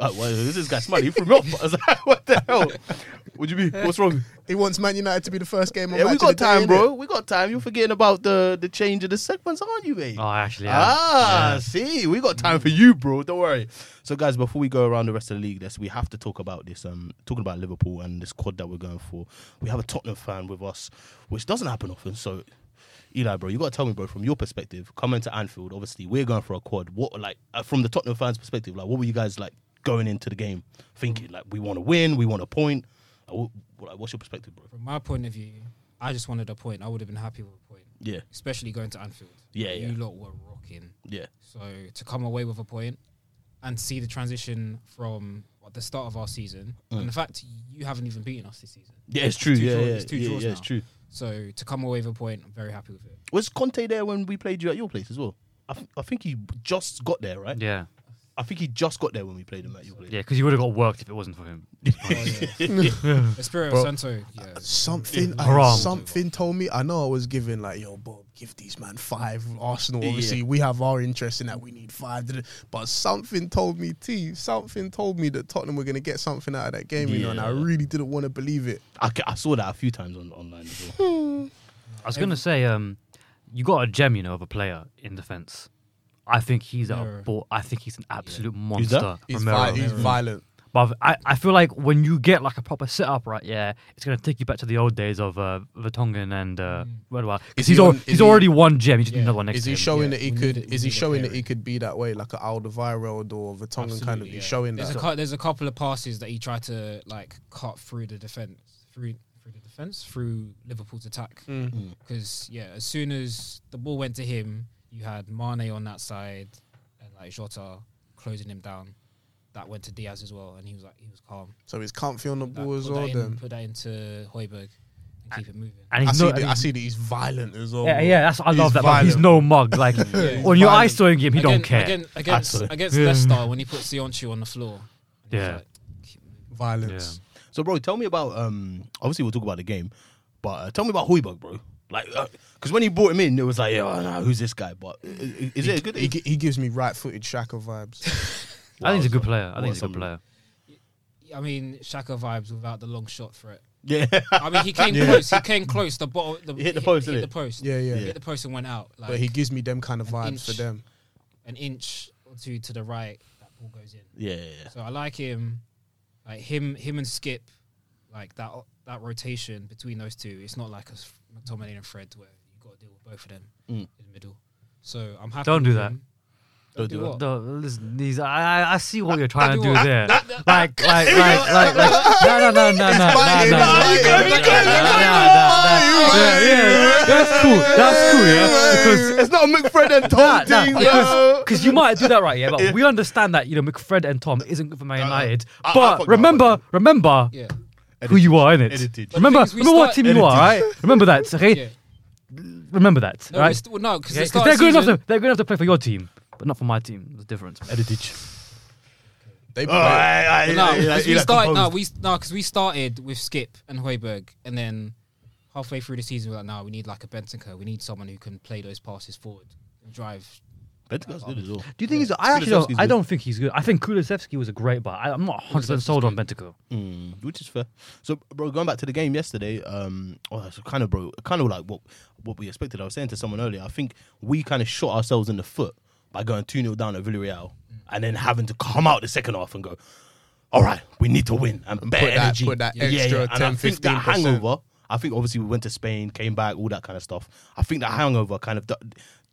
Speaker 1: Uh, well, this is guy smiley. He threw me off. I was like, what the hell? What do you mean? What's wrong?
Speaker 3: he wants Man United to be the first game. on
Speaker 1: Yeah, we
Speaker 3: Match
Speaker 1: got
Speaker 3: of the Day,
Speaker 1: time,
Speaker 3: innit?
Speaker 1: bro. We got time. You're forgetting about the the change of the segments, aren't you, mate?
Speaker 4: Oh, I actually, am.
Speaker 1: Ah, see, we got time for you, bro. Don't worry. So, guys, before we go around the rest of the league, this we have to talk about this. Um, talking about Liverpool and this quad that we're going for. We have a Tottenham fan with us, which doesn't happen often. So, Eli, bro, you got to tell me, bro, from your perspective, coming to Anfield, obviously we're going for a quad. What, like, uh, from the Tottenham fans' perspective, like, what were you guys like going into the game thinking? Like, we want to win, we want a point. Like, wh- like, what's your perspective, bro?
Speaker 5: From my point of view, I just wanted a point. I would have been happy with a point,
Speaker 1: Yeah,
Speaker 5: especially going to Anfield.
Speaker 1: Yeah,
Speaker 5: you
Speaker 1: yeah.
Speaker 5: lot were rocking.
Speaker 1: yeah,
Speaker 5: So to come away with a point and see the transition from what, the start of our season, and the fact you haven't even beaten us this season.
Speaker 1: Mm. yeah. It's true.
Speaker 5: two
Speaker 1: Yeah,
Speaker 5: draw-
Speaker 1: yeah,
Speaker 5: it's two
Speaker 1: yeah,
Speaker 5: draws
Speaker 1: yeah, it's
Speaker 5: now.
Speaker 1: true.
Speaker 5: So to come away with a point, I'm very happy with it.
Speaker 1: Was Conte there when we played you at your place as well? I, th- I think he just got there, right?
Speaker 4: yeah,
Speaker 1: I think he just got there when we played him at your place.
Speaker 4: yeah, because you would have got worked if it wasn't for him.
Speaker 5: Oh, yeah. Espirito Santo, yeah.
Speaker 3: Something,
Speaker 4: Haram.
Speaker 3: something told me. I know I was giving like, yo, Bob, give these man five. Arsenal, obviously, we have our interest in that. We need five. But something told me, T. Something told me that Tottenham were gonna get something out of that game, you know. And I
Speaker 1: Yeah.
Speaker 3: really didn't want to believe it.
Speaker 1: I, ca- I saw that a few times on online as well.
Speaker 4: I was gonna say, um, you got a gem, you know, of a player in defense. I think he's
Speaker 5: Romero.
Speaker 4: a ball. I think he's an absolute
Speaker 1: Who's that?
Speaker 4: monster.
Speaker 3: He's,
Speaker 4: Romero.
Speaker 3: vi- he's violent.
Speaker 4: But I, I feel like when you get like a proper setup, right? Yeah, it's gonna take you back to the old days of uh, Vertonghen and uh, Redwa.
Speaker 3: Is
Speaker 4: Because
Speaker 3: he
Speaker 4: he's al-
Speaker 3: on- is
Speaker 4: he's
Speaker 3: he-
Speaker 4: already one gem. You just need
Speaker 5: Mm. Yeah.
Speaker 4: another one next
Speaker 3: Is
Speaker 4: to
Speaker 3: he
Speaker 4: him.
Speaker 3: showing that he
Speaker 5: we
Speaker 3: could?
Speaker 5: need a- we
Speaker 3: is he
Speaker 5: need a
Speaker 3: showing that
Speaker 5: pairing.
Speaker 3: he could be that way, like an Alderweireld or Vertonghen kind of?
Speaker 5: Absolutely,
Speaker 3: He's
Speaker 5: yeah.
Speaker 3: showing
Speaker 5: There's
Speaker 3: that.
Speaker 5: A cou- there's a couple of passes that he tried to like cut through the defense, through through the defense, through Liverpool's attack.
Speaker 4: Mm.
Speaker 3: Mm.
Speaker 5: Because yeah, as soon as the ball went to him, you had Mane on that side and like Jota closing him down. That went to Diaz as well, and he was like he was calm.
Speaker 3: So he's comfy on the
Speaker 5: That-
Speaker 3: ball as
Speaker 5: put,
Speaker 3: well.
Speaker 5: that in,
Speaker 3: Then
Speaker 5: put that into Hoiberg and keep it moving.
Speaker 4: And
Speaker 3: I
Speaker 4: he's
Speaker 3: see.
Speaker 4: no,
Speaker 3: that, I
Speaker 4: he's-
Speaker 3: see that he's violent as well.
Speaker 4: yeah, yeah, that's I
Speaker 3: He's
Speaker 4: love that. But he's
Speaker 3: violent.
Speaker 4: no mug. Like
Speaker 5: he's
Speaker 4: when you're
Speaker 3: violent.
Speaker 4: ice throwing him, he don't
Speaker 5: Again-
Speaker 4: care.
Speaker 5: again- against
Speaker 1: Absolutely.
Speaker 5: against
Speaker 4: Yeah.
Speaker 5: Leicester when he put Sionchu on the floor. and he was
Speaker 4: Yeah.
Speaker 5: like, keep moving.
Speaker 3: Violence.
Speaker 1: So, bro, tell me about. Um, obviously, we'll talk about the game, but uh, tell me about Hoiberg, bro. Like, because when he brought him in, it was like, oh, nah, who's this guy? But uh, is it a good?
Speaker 3: He, gi- he gives me right-footed Shaka vibes.
Speaker 4: I think he's a good player.
Speaker 1: Wow,
Speaker 4: I think he's a good
Speaker 1: some-
Speaker 4: player.
Speaker 5: I mean, Shaka vibes without the long shot threat.
Speaker 1: yeah,
Speaker 5: I mean, he came close. He came close. The bottom. The,
Speaker 1: He hit the post,
Speaker 5: Hit,
Speaker 1: didn't
Speaker 5: the
Speaker 1: he?
Speaker 5: post.
Speaker 3: Yeah, yeah.
Speaker 5: Hit the post and went out. Like
Speaker 3: but he gives me them kind of
Speaker 5: an
Speaker 3: vibes for
Speaker 5: inch.
Speaker 3: them.
Speaker 5: an inch or two to the right, that ball goes in.
Speaker 1: yeah, yeah, yeah.
Speaker 5: So I like him. Like him, him and Skip, like that that rotation between those two. It's not like a s- McTominay and Fred where you got to deal with both of them
Speaker 1: Mm.
Speaker 5: in the middle. So I'm happy.
Speaker 4: Don't do
Speaker 5: with
Speaker 4: that.
Speaker 5: him.
Speaker 1: Don't do
Speaker 5: what?
Speaker 4: No, listen, these I I- I see what you're trying to do
Speaker 5: what?
Speaker 4: there. Like like like like like no no no no no no
Speaker 3: biting,
Speaker 4: no, no.
Speaker 3: nah, you got- you
Speaker 4: No,
Speaker 3: got- you
Speaker 4: no, no, no. Yeah, yeah, that's cool. That's cool, yeah. Because
Speaker 1: It's not a McFred and Tom
Speaker 4: nah,
Speaker 1: thing,
Speaker 4: because
Speaker 1: bro.
Speaker 4: because you might do that right, yeah. But we understand that you know McFred and Tom isn't good for Man United.
Speaker 1: I- I
Speaker 4: but
Speaker 1: forgot
Speaker 4: remember, remember
Speaker 5: Yeah.
Speaker 4: who you are in
Speaker 1: Edited.
Speaker 4: it. Remember,
Speaker 5: But the thing is, we
Speaker 4: remember what
Speaker 5: start-
Speaker 4: team you are, right? Remember that,
Speaker 5: Yeah.
Speaker 4: okay? Remember that,
Speaker 5: No,
Speaker 4: right?
Speaker 5: it's- well, no, because
Speaker 4: Yeah, 'cause they're good enough to they're good enough to play for your team, but not for my team. There's a difference.
Speaker 1: Edited.
Speaker 3: They
Speaker 1: Oh, aye, aye,
Speaker 5: no,
Speaker 1: Eli-
Speaker 5: because we
Speaker 1: Eli
Speaker 5: started. No,
Speaker 1: composed.
Speaker 5: we no, 'cause we started with Skip and Hoiberg, and then halfway through the season, we were like, no, we need like a Bentancur. We need someone who can play those passes forward and drive
Speaker 1: Bentancur's good as well.
Speaker 4: Do you think he's? I actually don't.
Speaker 1: Kulusevski's
Speaker 4: I
Speaker 1: good.
Speaker 4: don't think he's good. I think Kulusevski was a great buy. I, I'm not 100 percent sold on Bentico.
Speaker 1: Mm, which is fair. So, bro, going back to the game yesterday, um, oh, it's kind of bro, kind of like what what we expected. I was saying to someone earlier, I think we kind of shot ourselves in the foot by going two 0 down at Villarreal and then having to come out the second half and go, all right, we need to win and, bear
Speaker 3: put that-
Speaker 1: energy.
Speaker 3: put that extra
Speaker 1: And I
Speaker 3: 10,
Speaker 1: think
Speaker 3: 15%.
Speaker 1: that hangover. I think obviously we went to Spain, came back, all that kind of stuff. I think that hangover kind of the,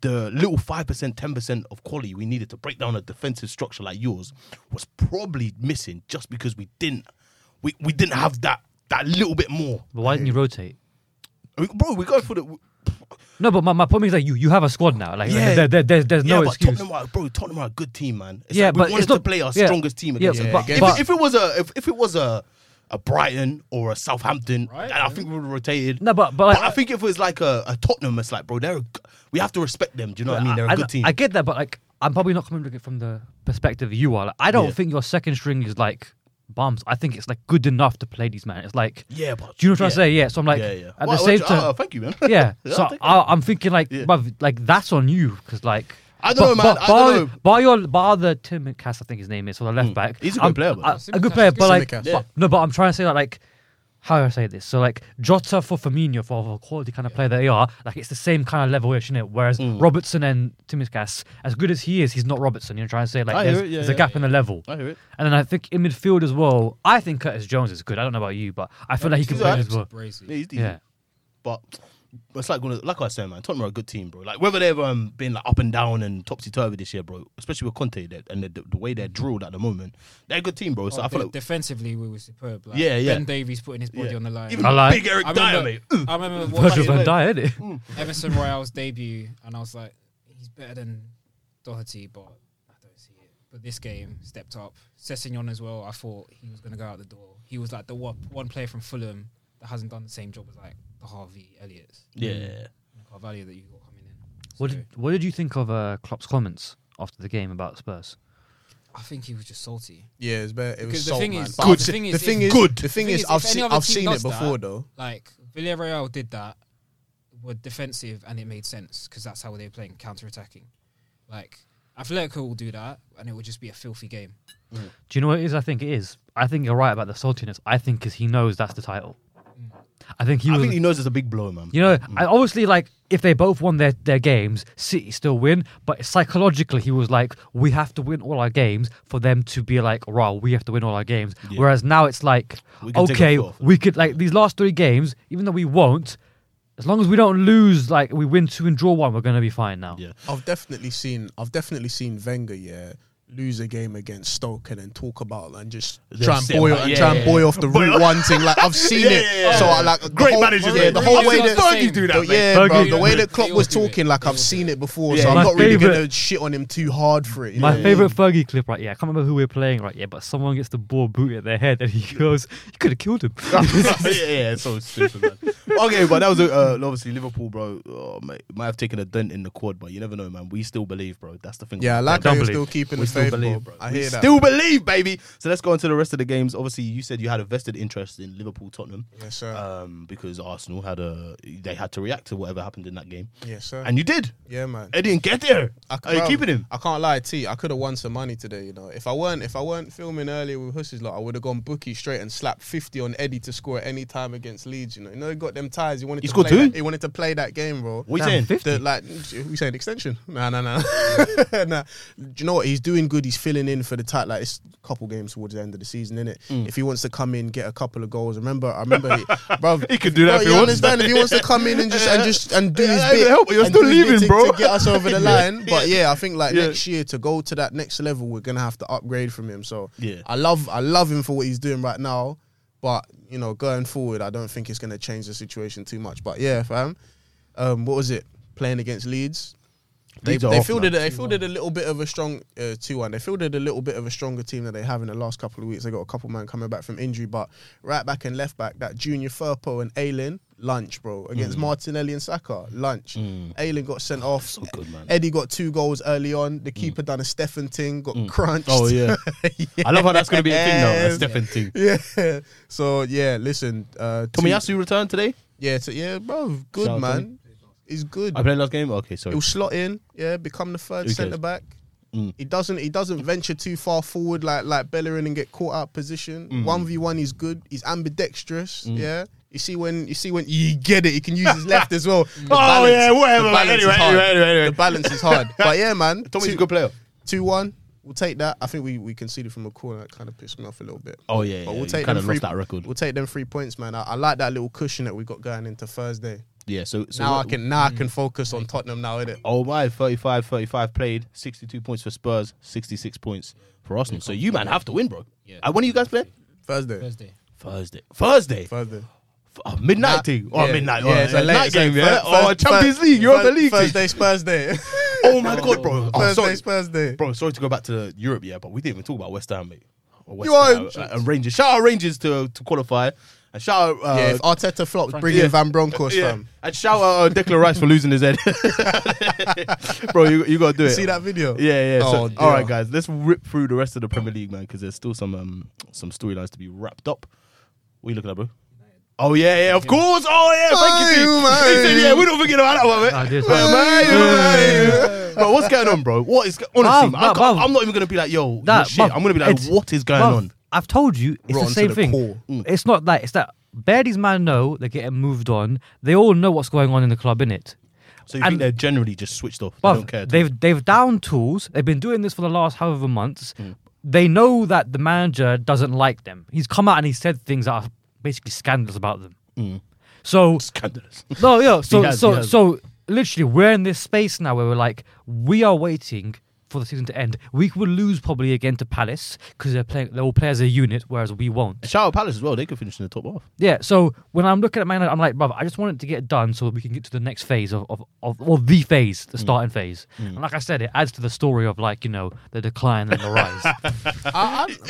Speaker 1: the little five percent, ten percent of quality we needed to break down a defensive structure like yours was probably missing just because we didn't we, we didn't have that that little bit more.
Speaker 4: But why didn't you rotate?
Speaker 1: I mean, bro, we go for the
Speaker 4: No, but my, my point is like you you have a squad now. Like,
Speaker 1: Yeah.
Speaker 4: there, there, there's there's
Speaker 1: yeah,
Speaker 4: no
Speaker 1: but
Speaker 4: excuse.
Speaker 1: Tottenham are bro, Tottenham are a good team, man. It's
Speaker 4: Yeah,
Speaker 1: like we
Speaker 4: but
Speaker 1: wanted
Speaker 4: it's not-
Speaker 1: to play our
Speaker 4: yeah.
Speaker 1: strongest team
Speaker 4: Yeah,
Speaker 1: against. them.
Speaker 4: but-
Speaker 1: if,
Speaker 4: but-
Speaker 1: if it was a if, if it was a a Brighton or a Southampton,
Speaker 5: Right,
Speaker 1: then I
Speaker 5: yeah.
Speaker 1: think we would have rotated.
Speaker 4: No, but- but-
Speaker 1: but I think if it was like a, a Tottenham, it's like bro, they're a, g- we have to respect them. Do you know what I mean? They're a
Speaker 4: I,
Speaker 1: good team.
Speaker 4: I get that, but like I'm probably not coming at it from the perspective you are. Like, I don't
Speaker 1: Yeah.
Speaker 4: think your second string is like bums. I think it's like good enough to play these man. It's like
Speaker 1: yeah, but
Speaker 4: do you know what I'm trying to say? Yeah. So I'm like
Speaker 1: yeah, yeah.
Speaker 4: at
Speaker 1: Well,
Speaker 4: the
Speaker 1: well,
Speaker 4: same
Speaker 1: uh,
Speaker 4: time.
Speaker 1: thank you, man.
Speaker 4: yeah, so
Speaker 1: thank you.
Speaker 4: I, I'm thinking like,
Speaker 1: Yeah.
Speaker 4: bruv, like that's on you because like
Speaker 1: I don't know, man. I
Speaker 4: bar,
Speaker 1: don't know. Hmm.
Speaker 4: bar your bar the Tim Cass, I think his name is, or the left back.
Speaker 1: He's a good
Speaker 4: I'm-
Speaker 1: player, but-
Speaker 4: I- a good
Speaker 5: Simicast.
Speaker 4: player, but like,
Speaker 3: Simicast.
Speaker 1: Yeah.
Speaker 4: but- no, but I'm trying to say that like, how do I say this? So like, Jota for Firmino for the quality kind of player they are, like it's the same kind of level, isn't it? Whereas
Speaker 1: Hmm.
Speaker 4: Robertson and Timicas, as good as he is, he's not Robertson. You know, what I'm trying to say like,
Speaker 1: I
Speaker 4: there's,
Speaker 1: hear it, yeah,
Speaker 4: there's a
Speaker 1: yeah.
Speaker 4: gap in the level.
Speaker 1: I hear it.
Speaker 4: And then I think in midfield as well, I think Curtis Jones is good. I don't know about you, but I feel like he can
Speaker 1: he's
Speaker 4: play
Speaker 1: alright.
Speaker 4: as well.
Speaker 5: Brazy.
Speaker 1: Yeah, he's decent.
Speaker 4: Yeah.
Speaker 1: But it's like gonna, like I said, man. Tottenham are a good team, bro. Like whether they've um, been like up and down and topsy turvy this year, bro. Especially with Conte they- and the, the way they're drilled at the moment, they're a good team, bro. So
Speaker 5: Oh,
Speaker 1: I feel
Speaker 5: de-
Speaker 1: like
Speaker 5: defensively we were superb. Like,
Speaker 1: Yeah, yeah.
Speaker 5: Ben Davies putting his body
Speaker 1: Yeah.
Speaker 5: on the line.
Speaker 1: even
Speaker 4: I like-
Speaker 1: big Eric
Speaker 5: I
Speaker 1: Dyer,
Speaker 5: remember,
Speaker 1: mate. Ooh.
Speaker 5: I remember
Speaker 4: Virgil
Speaker 5: watching
Speaker 4: van Dijk, innit?
Speaker 5: Emerson Royale's debut, and I was like, he's better than Doherty, but I don't see it. But this game stepped up. Sessignon as well. I thought he was going to go out the door. He was like the one, one player from Fulham that hasn't done the same job as like the Harvey Elliott's,
Speaker 1: Yeah,
Speaker 5: and Carvalho that you got coming in.
Speaker 4: What
Speaker 5: So,
Speaker 4: did What did you think of uh, Klopp's comments after the game about Spurs?
Speaker 5: I think he was just salty.
Speaker 3: Yeah, it's better. It was
Speaker 5: Because the
Speaker 3: salt,
Speaker 5: thing
Speaker 3: man.
Speaker 5: is-
Speaker 3: But
Speaker 5: good.
Speaker 3: The thing is,
Speaker 5: if-
Speaker 1: good.
Speaker 3: The thing
Speaker 5: thing
Speaker 3: is,
Speaker 5: is,
Speaker 3: I've
Speaker 5: if any
Speaker 3: seen,
Speaker 5: other
Speaker 3: I've
Speaker 5: team
Speaker 3: seen it
Speaker 5: does that,
Speaker 3: before though.
Speaker 5: Like Villarreal did that, were defensive, and it made sense because that's how they were playing, counter attacking. Like Atletico will do that, and it would just be a filthy game.
Speaker 4: Do you know what it is? I think it is. I think you're right about the saltiness. I think because he knows that's the title. I think he
Speaker 1: I
Speaker 4: was.
Speaker 1: think he Mm. knows it's a big blow, man.
Speaker 4: you know, I obviously like if they both won their, their games, City still win. But psychologically, he was like, we have to win all our games for them to be like, rah, we have to win all our games.
Speaker 1: Yeah.
Speaker 4: Whereas now it's like,
Speaker 1: We can take a
Speaker 4: okay,
Speaker 1: fourth.
Speaker 4: we could like these last three games, even though we won't, as long as we don't lose, like we win two and draw one, we're gonna be fine now.
Speaker 1: Yeah.
Speaker 3: I've definitely seen I've definitely seen Wenger yeah lose a game against Stoke and then talk about and just
Speaker 1: They're
Speaker 3: try and
Speaker 1: upset
Speaker 3: boil
Speaker 1: about-
Speaker 3: and
Speaker 1: yeah,
Speaker 3: try and
Speaker 1: yeah,
Speaker 3: boil off the
Speaker 1: Boil
Speaker 3: root
Speaker 1: off.
Speaker 3: one thing like I've seen
Speaker 1: Yeah,
Speaker 3: it
Speaker 1: yeah, yeah,
Speaker 3: so
Speaker 1: yeah.
Speaker 3: I like the
Speaker 1: Great
Speaker 3: whole-
Speaker 1: managers,
Speaker 3: yeah
Speaker 1: yeah,
Speaker 3: the
Speaker 1: they
Speaker 3: whole
Speaker 1: always
Speaker 3: way
Speaker 1: do
Speaker 3: that
Speaker 1: that. Fergie do that,
Speaker 3: the-
Speaker 1: mate.
Speaker 3: yeah
Speaker 4: Fergie
Speaker 3: bro
Speaker 4: do
Speaker 3: the
Speaker 4: that.
Speaker 3: way that
Speaker 5: They
Speaker 3: Klopp
Speaker 5: all
Speaker 3: was
Speaker 5: do it.
Speaker 3: talking like I've seen it before
Speaker 1: Yeah,
Speaker 3: so I'm
Speaker 4: my
Speaker 3: not really
Speaker 4: favourite-
Speaker 3: gonna shit on him too hard for it you know
Speaker 4: My
Speaker 3: what I mean?
Speaker 4: favorite Fergie clip, right? Yeah, I can't remember who we were playing, right? Yeah, but someone gets the ball booted at their head, and he goes, "You could have killed him."
Speaker 1: yeah, yeah, it's so stupid, man. Okay, but that was a, uh, obviously Liverpool, bro. Oh, mate, might have taken a dent in the quad, but you never know, man. We still believe, bro. That's the thing.
Speaker 3: yeah I like
Speaker 4: Don't
Speaker 3: how you're
Speaker 4: believe.
Speaker 3: still keeping
Speaker 1: We
Speaker 3: the
Speaker 1: still
Speaker 3: faith
Speaker 1: believe,
Speaker 3: bro.
Speaker 1: bro.
Speaker 3: I
Speaker 1: we
Speaker 3: hear that
Speaker 1: still believe, baby. So let's go on to the rest of the games. Obviously, you said you had a vested interest in Liverpool, Tottenham,
Speaker 3: yes sir
Speaker 1: um, because Arsenal had a they had to react to whatever happened in that game,
Speaker 3: yes sir
Speaker 1: and you did.
Speaker 3: yeah man
Speaker 1: Eddie didn't get there. Are you
Speaker 3: bro,
Speaker 1: keeping him?
Speaker 3: I can't lie, T. I could have won some money today. You know, if I weren't if I weren't filming earlier with Hussies, like I would have gone bookie straight and slapped fifty on Eddie to score at any time against Leeds. You know, you know he got them ties. He wanted
Speaker 1: He
Speaker 3: to
Speaker 1: scored
Speaker 3: play
Speaker 1: two?
Speaker 3: That, he wanted to play that game, bro.
Speaker 1: What
Speaker 4: Damn,
Speaker 1: you saying?
Speaker 4: fifth-
Speaker 3: The, like we saying extension? Nah, nah, nah, nah. Do you know what? He's doing good. He's filling in for the tight. Like it's a couple games towards the end of the season, innit?
Speaker 1: Mm.
Speaker 3: it? If he wants to come in, get a couple of goals. Remember, I remember, he, bro.
Speaker 1: He could do
Speaker 3: Bro,
Speaker 1: that if he
Speaker 3: you
Speaker 1: wants.
Speaker 3: understand? If he wants to come in and just and just and do
Speaker 1: Yeah,
Speaker 3: his
Speaker 1: I
Speaker 3: bit,
Speaker 1: can help, but you're
Speaker 3: and
Speaker 1: still
Speaker 3: do his bit
Speaker 1: leaving,
Speaker 3: to-
Speaker 1: bro.
Speaker 3: to get us over the line. But yeah, I think like
Speaker 1: Yeah.
Speaker 3: next year to go to that next level, we're gonna have to upgrade from him. So
Speaker 1: Yeah.
Speaker 3: I love I love him for what he's doing right now. But you know, going forward, I don't think it's gonna change the situation too much. But yeah, fam. Um, what was it? Playing against Leeds, they,
Speaker 1: Leeds are
Speaker 3: they
Speaker 1: off,
Speaker 3: fielded
Speaker 1: man.
Speaker 3: a- they fielded a little bit of a strong uh, two one. They fielded a little bit of a stronger team that they have in the last couple of weeks. They got a couple man coming back from injury, but right back and left back that junior Furpo and Aylin lunch, bro,
Speaker 1: Mm.
Speaker 3: against Martinelli and Saka lunch. Aylin got sent off. So
Speaker 1: good, man.
Speaker 3: Eddie got two goals early on. The keeper done a Stefan thing, got crunched.
Speaker 1: Oh yeah. I love how that's going to be a thing now.
Speaker 3: Yes.
Speaker 1: That's different thing.
Speaker 3: yeah. So yeah, listen. Uh, two-
Speaker 1: Tomiyasu returned today.
Speaker 3: yeah, so, yeah, bro,
Speaker 1: Shout out
Speaker 3: good
Speaker 1: to
Speaker 3: man. is good.
Speaker 1: I played last game. Okay, sorry.
Speaker 3: He'll slot in, yeah, become the third
Speaker 1: Who cares?
Speaker 3: centre back.
Speaker 1: Mm.
Speaker 3: He doesn't he doesn't venture too far forward like like Bellerin and get caught out of
Speaker 1: Mm.
Speaker 3: position. One v one is good. He's ambidextrous. Yeah. You see when you see when you get it, he can use his left as well. The balance- the
Speaker 1: Oh, man.
Speaker 3: balance is hard. The balance is hard. But yeah, man.
Speaker 1: Tommy's a
Speaker 3: two-
Speaker 1: good player.
Speaker 3: Two one. We'll take that. I think we, we conceded from a corner. That kind of pissed me off a little bit.
Speaker 1: Oh yeah,
Speaker 3: But
Speaker 1: yeah,
Speaker 3: we'll
Speaker 1: you
Speaker 3: take
Speaker 1: kinda
Speaker 3: them three-
Speaker 1: lost that record.
Speaker 3: We'll take them three points, man. I, I like that little cushion that we got going into Thursday.
Speaker 1: Yeah, so, so
Speaker 3: now
Speaker 1: what- mm.
Speaker 3: I can now I can focus on Tottenham now, innit?
Speaker 1: Oh my, 35 35 played, 62 points for Spurs, 66 points for Arsenal. So you man have to win, bro.
Speaker 5: Yeah.
Speaker 1: And when are you guys playing?
Speaker 3: Thursday.
Speaker 5: Thursday.
Speaker 1: Thursday. Thursday.
Speaker 3: Thursday.
Speaker 1: Oh, midnight
Speaker 3: Nah,
Speaker 1: thing. Oh,
Speaker 3: yeah,
Speaker 1: midnight.
Speaker 3: yeah,
Speaker 1: oh,
Speaker 3: it's a late-
Speaker 1: night
Speaker 3: it's a
Speaker 1: game,
Speaker 3: fir-
Speaker 1: yeah. Oh,
Speaker 3: fir-
Speaker 1: Champions
Speaker 3: fir-
Speaker 1: League, Europa
Speaker 3: fir-
Speaker 1: League. thing.
Speaker 3: Thursday, Spurs Day.
Speaker 1: Oh my god, bro. Oh,
Speaker 3: Thursday,
Speaker 1: sorry.
Speaker 3: Spurs Day.
Speaker 1: Bro, sorry to go back to Europe, yeah, but we didn't even talk about West Ham, mate. Or West
Speaker 3: You are-
Speaker 1: Ham, uh, and Rangers. Shout out Rangers to, to qualify. And shout out uh,
Speaker 3: yeah, if Arteta flops, bring
Speaker 1: yeah.
Speaker 3: in Van Bronckhorst,
Speaker 1: yeah.
Speaker 3: fam.
Speaker 1: And shout out uh, Declan Rice for losing his head. bro, you, you gotta do it.
Speaker 3: See that video?
Speaker 1: Yeah, yeah. so-
Speaker 3: Oh, dear.
Speaker 1: all right, guys, let's rip through the rest of the Premier League, man, because there's still some um, some storylines to be wrapped up. What are you looking at, bro? Oh yeah, yeah, of course. Oh yeah, thank you.
Speaker 3: Aye,
Speaker 1: Pete. He said,
Speaker 3: mate.
Speaker 1: yeah, we don't forget about that one, mate.
Speaker 4: I did.
Speaker 1: Aye, aye. Bro, what's going on, bro? What is go- honestly?
Speaker 4: Bruv,
Speaker 1: man, I
Speaker 4: bruv,
Speaker 1: can't,
Speaker 4: bruv.
Speaker 1: I'm not even gonna be like, yo,
Speaker 4: That-
Speaker 1: you're shit.
Speaker 4: bruv,
Speaker 1: I'm gonna be like,
Speaker 4: it's-
Speaker 1: what is going
Speaker 4: Bruv,
Speaker 1: on?
Speaker 4: I've told you, it's
Speaker 3: Rotten
Speaker 4: the
Speaker 3: to
Speaker 4: same
Speaker 3: the
Speaker 4: thing.
Speaker 3: core. Mm.
Speaker 4: It's not that. It's that bear these man know they're getting moved on. They all know what's going on in the club, innit?
Speaker 1: So you think
Speaker 4: and-
Speaker 1: they're generally just switched off? They
Speaker 4: But
Speaker 1: don't care. at all.
Speaker 4: they've they've down tools. They've been doing this for the last however months.
Speaker 3: Mm.
Speaker 4: They know that the manager doesn't like them. He's come out and he said things that are basically scandalous about them.
Speaker 3: Mm.
Speaker 4: So
Speaker 1: Scandalous.
Speaker 4: no, yeah. So
Speaker 1: has,
Speaker 4: so
Speaker 1: he has.
Speaker 4: so literally, we're in this space now where we're like, we are waiting for the season to end. We will lose probably again to Palace because they're playing. They will play as a unit, whereas we won't.
Speaker 1: Shout out Palace as well. They could finish in the top half.
Speaker 4: Yeah. So when I'm looking at Man United, I'm like, brother, I just want it to get done so we can get to the next phase of of, of or the phase,
Speaker 1: Mm.
Speaker 4: the starting phase. And like I said, it adds to the story of like you know the decline and the rise.
Speaker 3: I,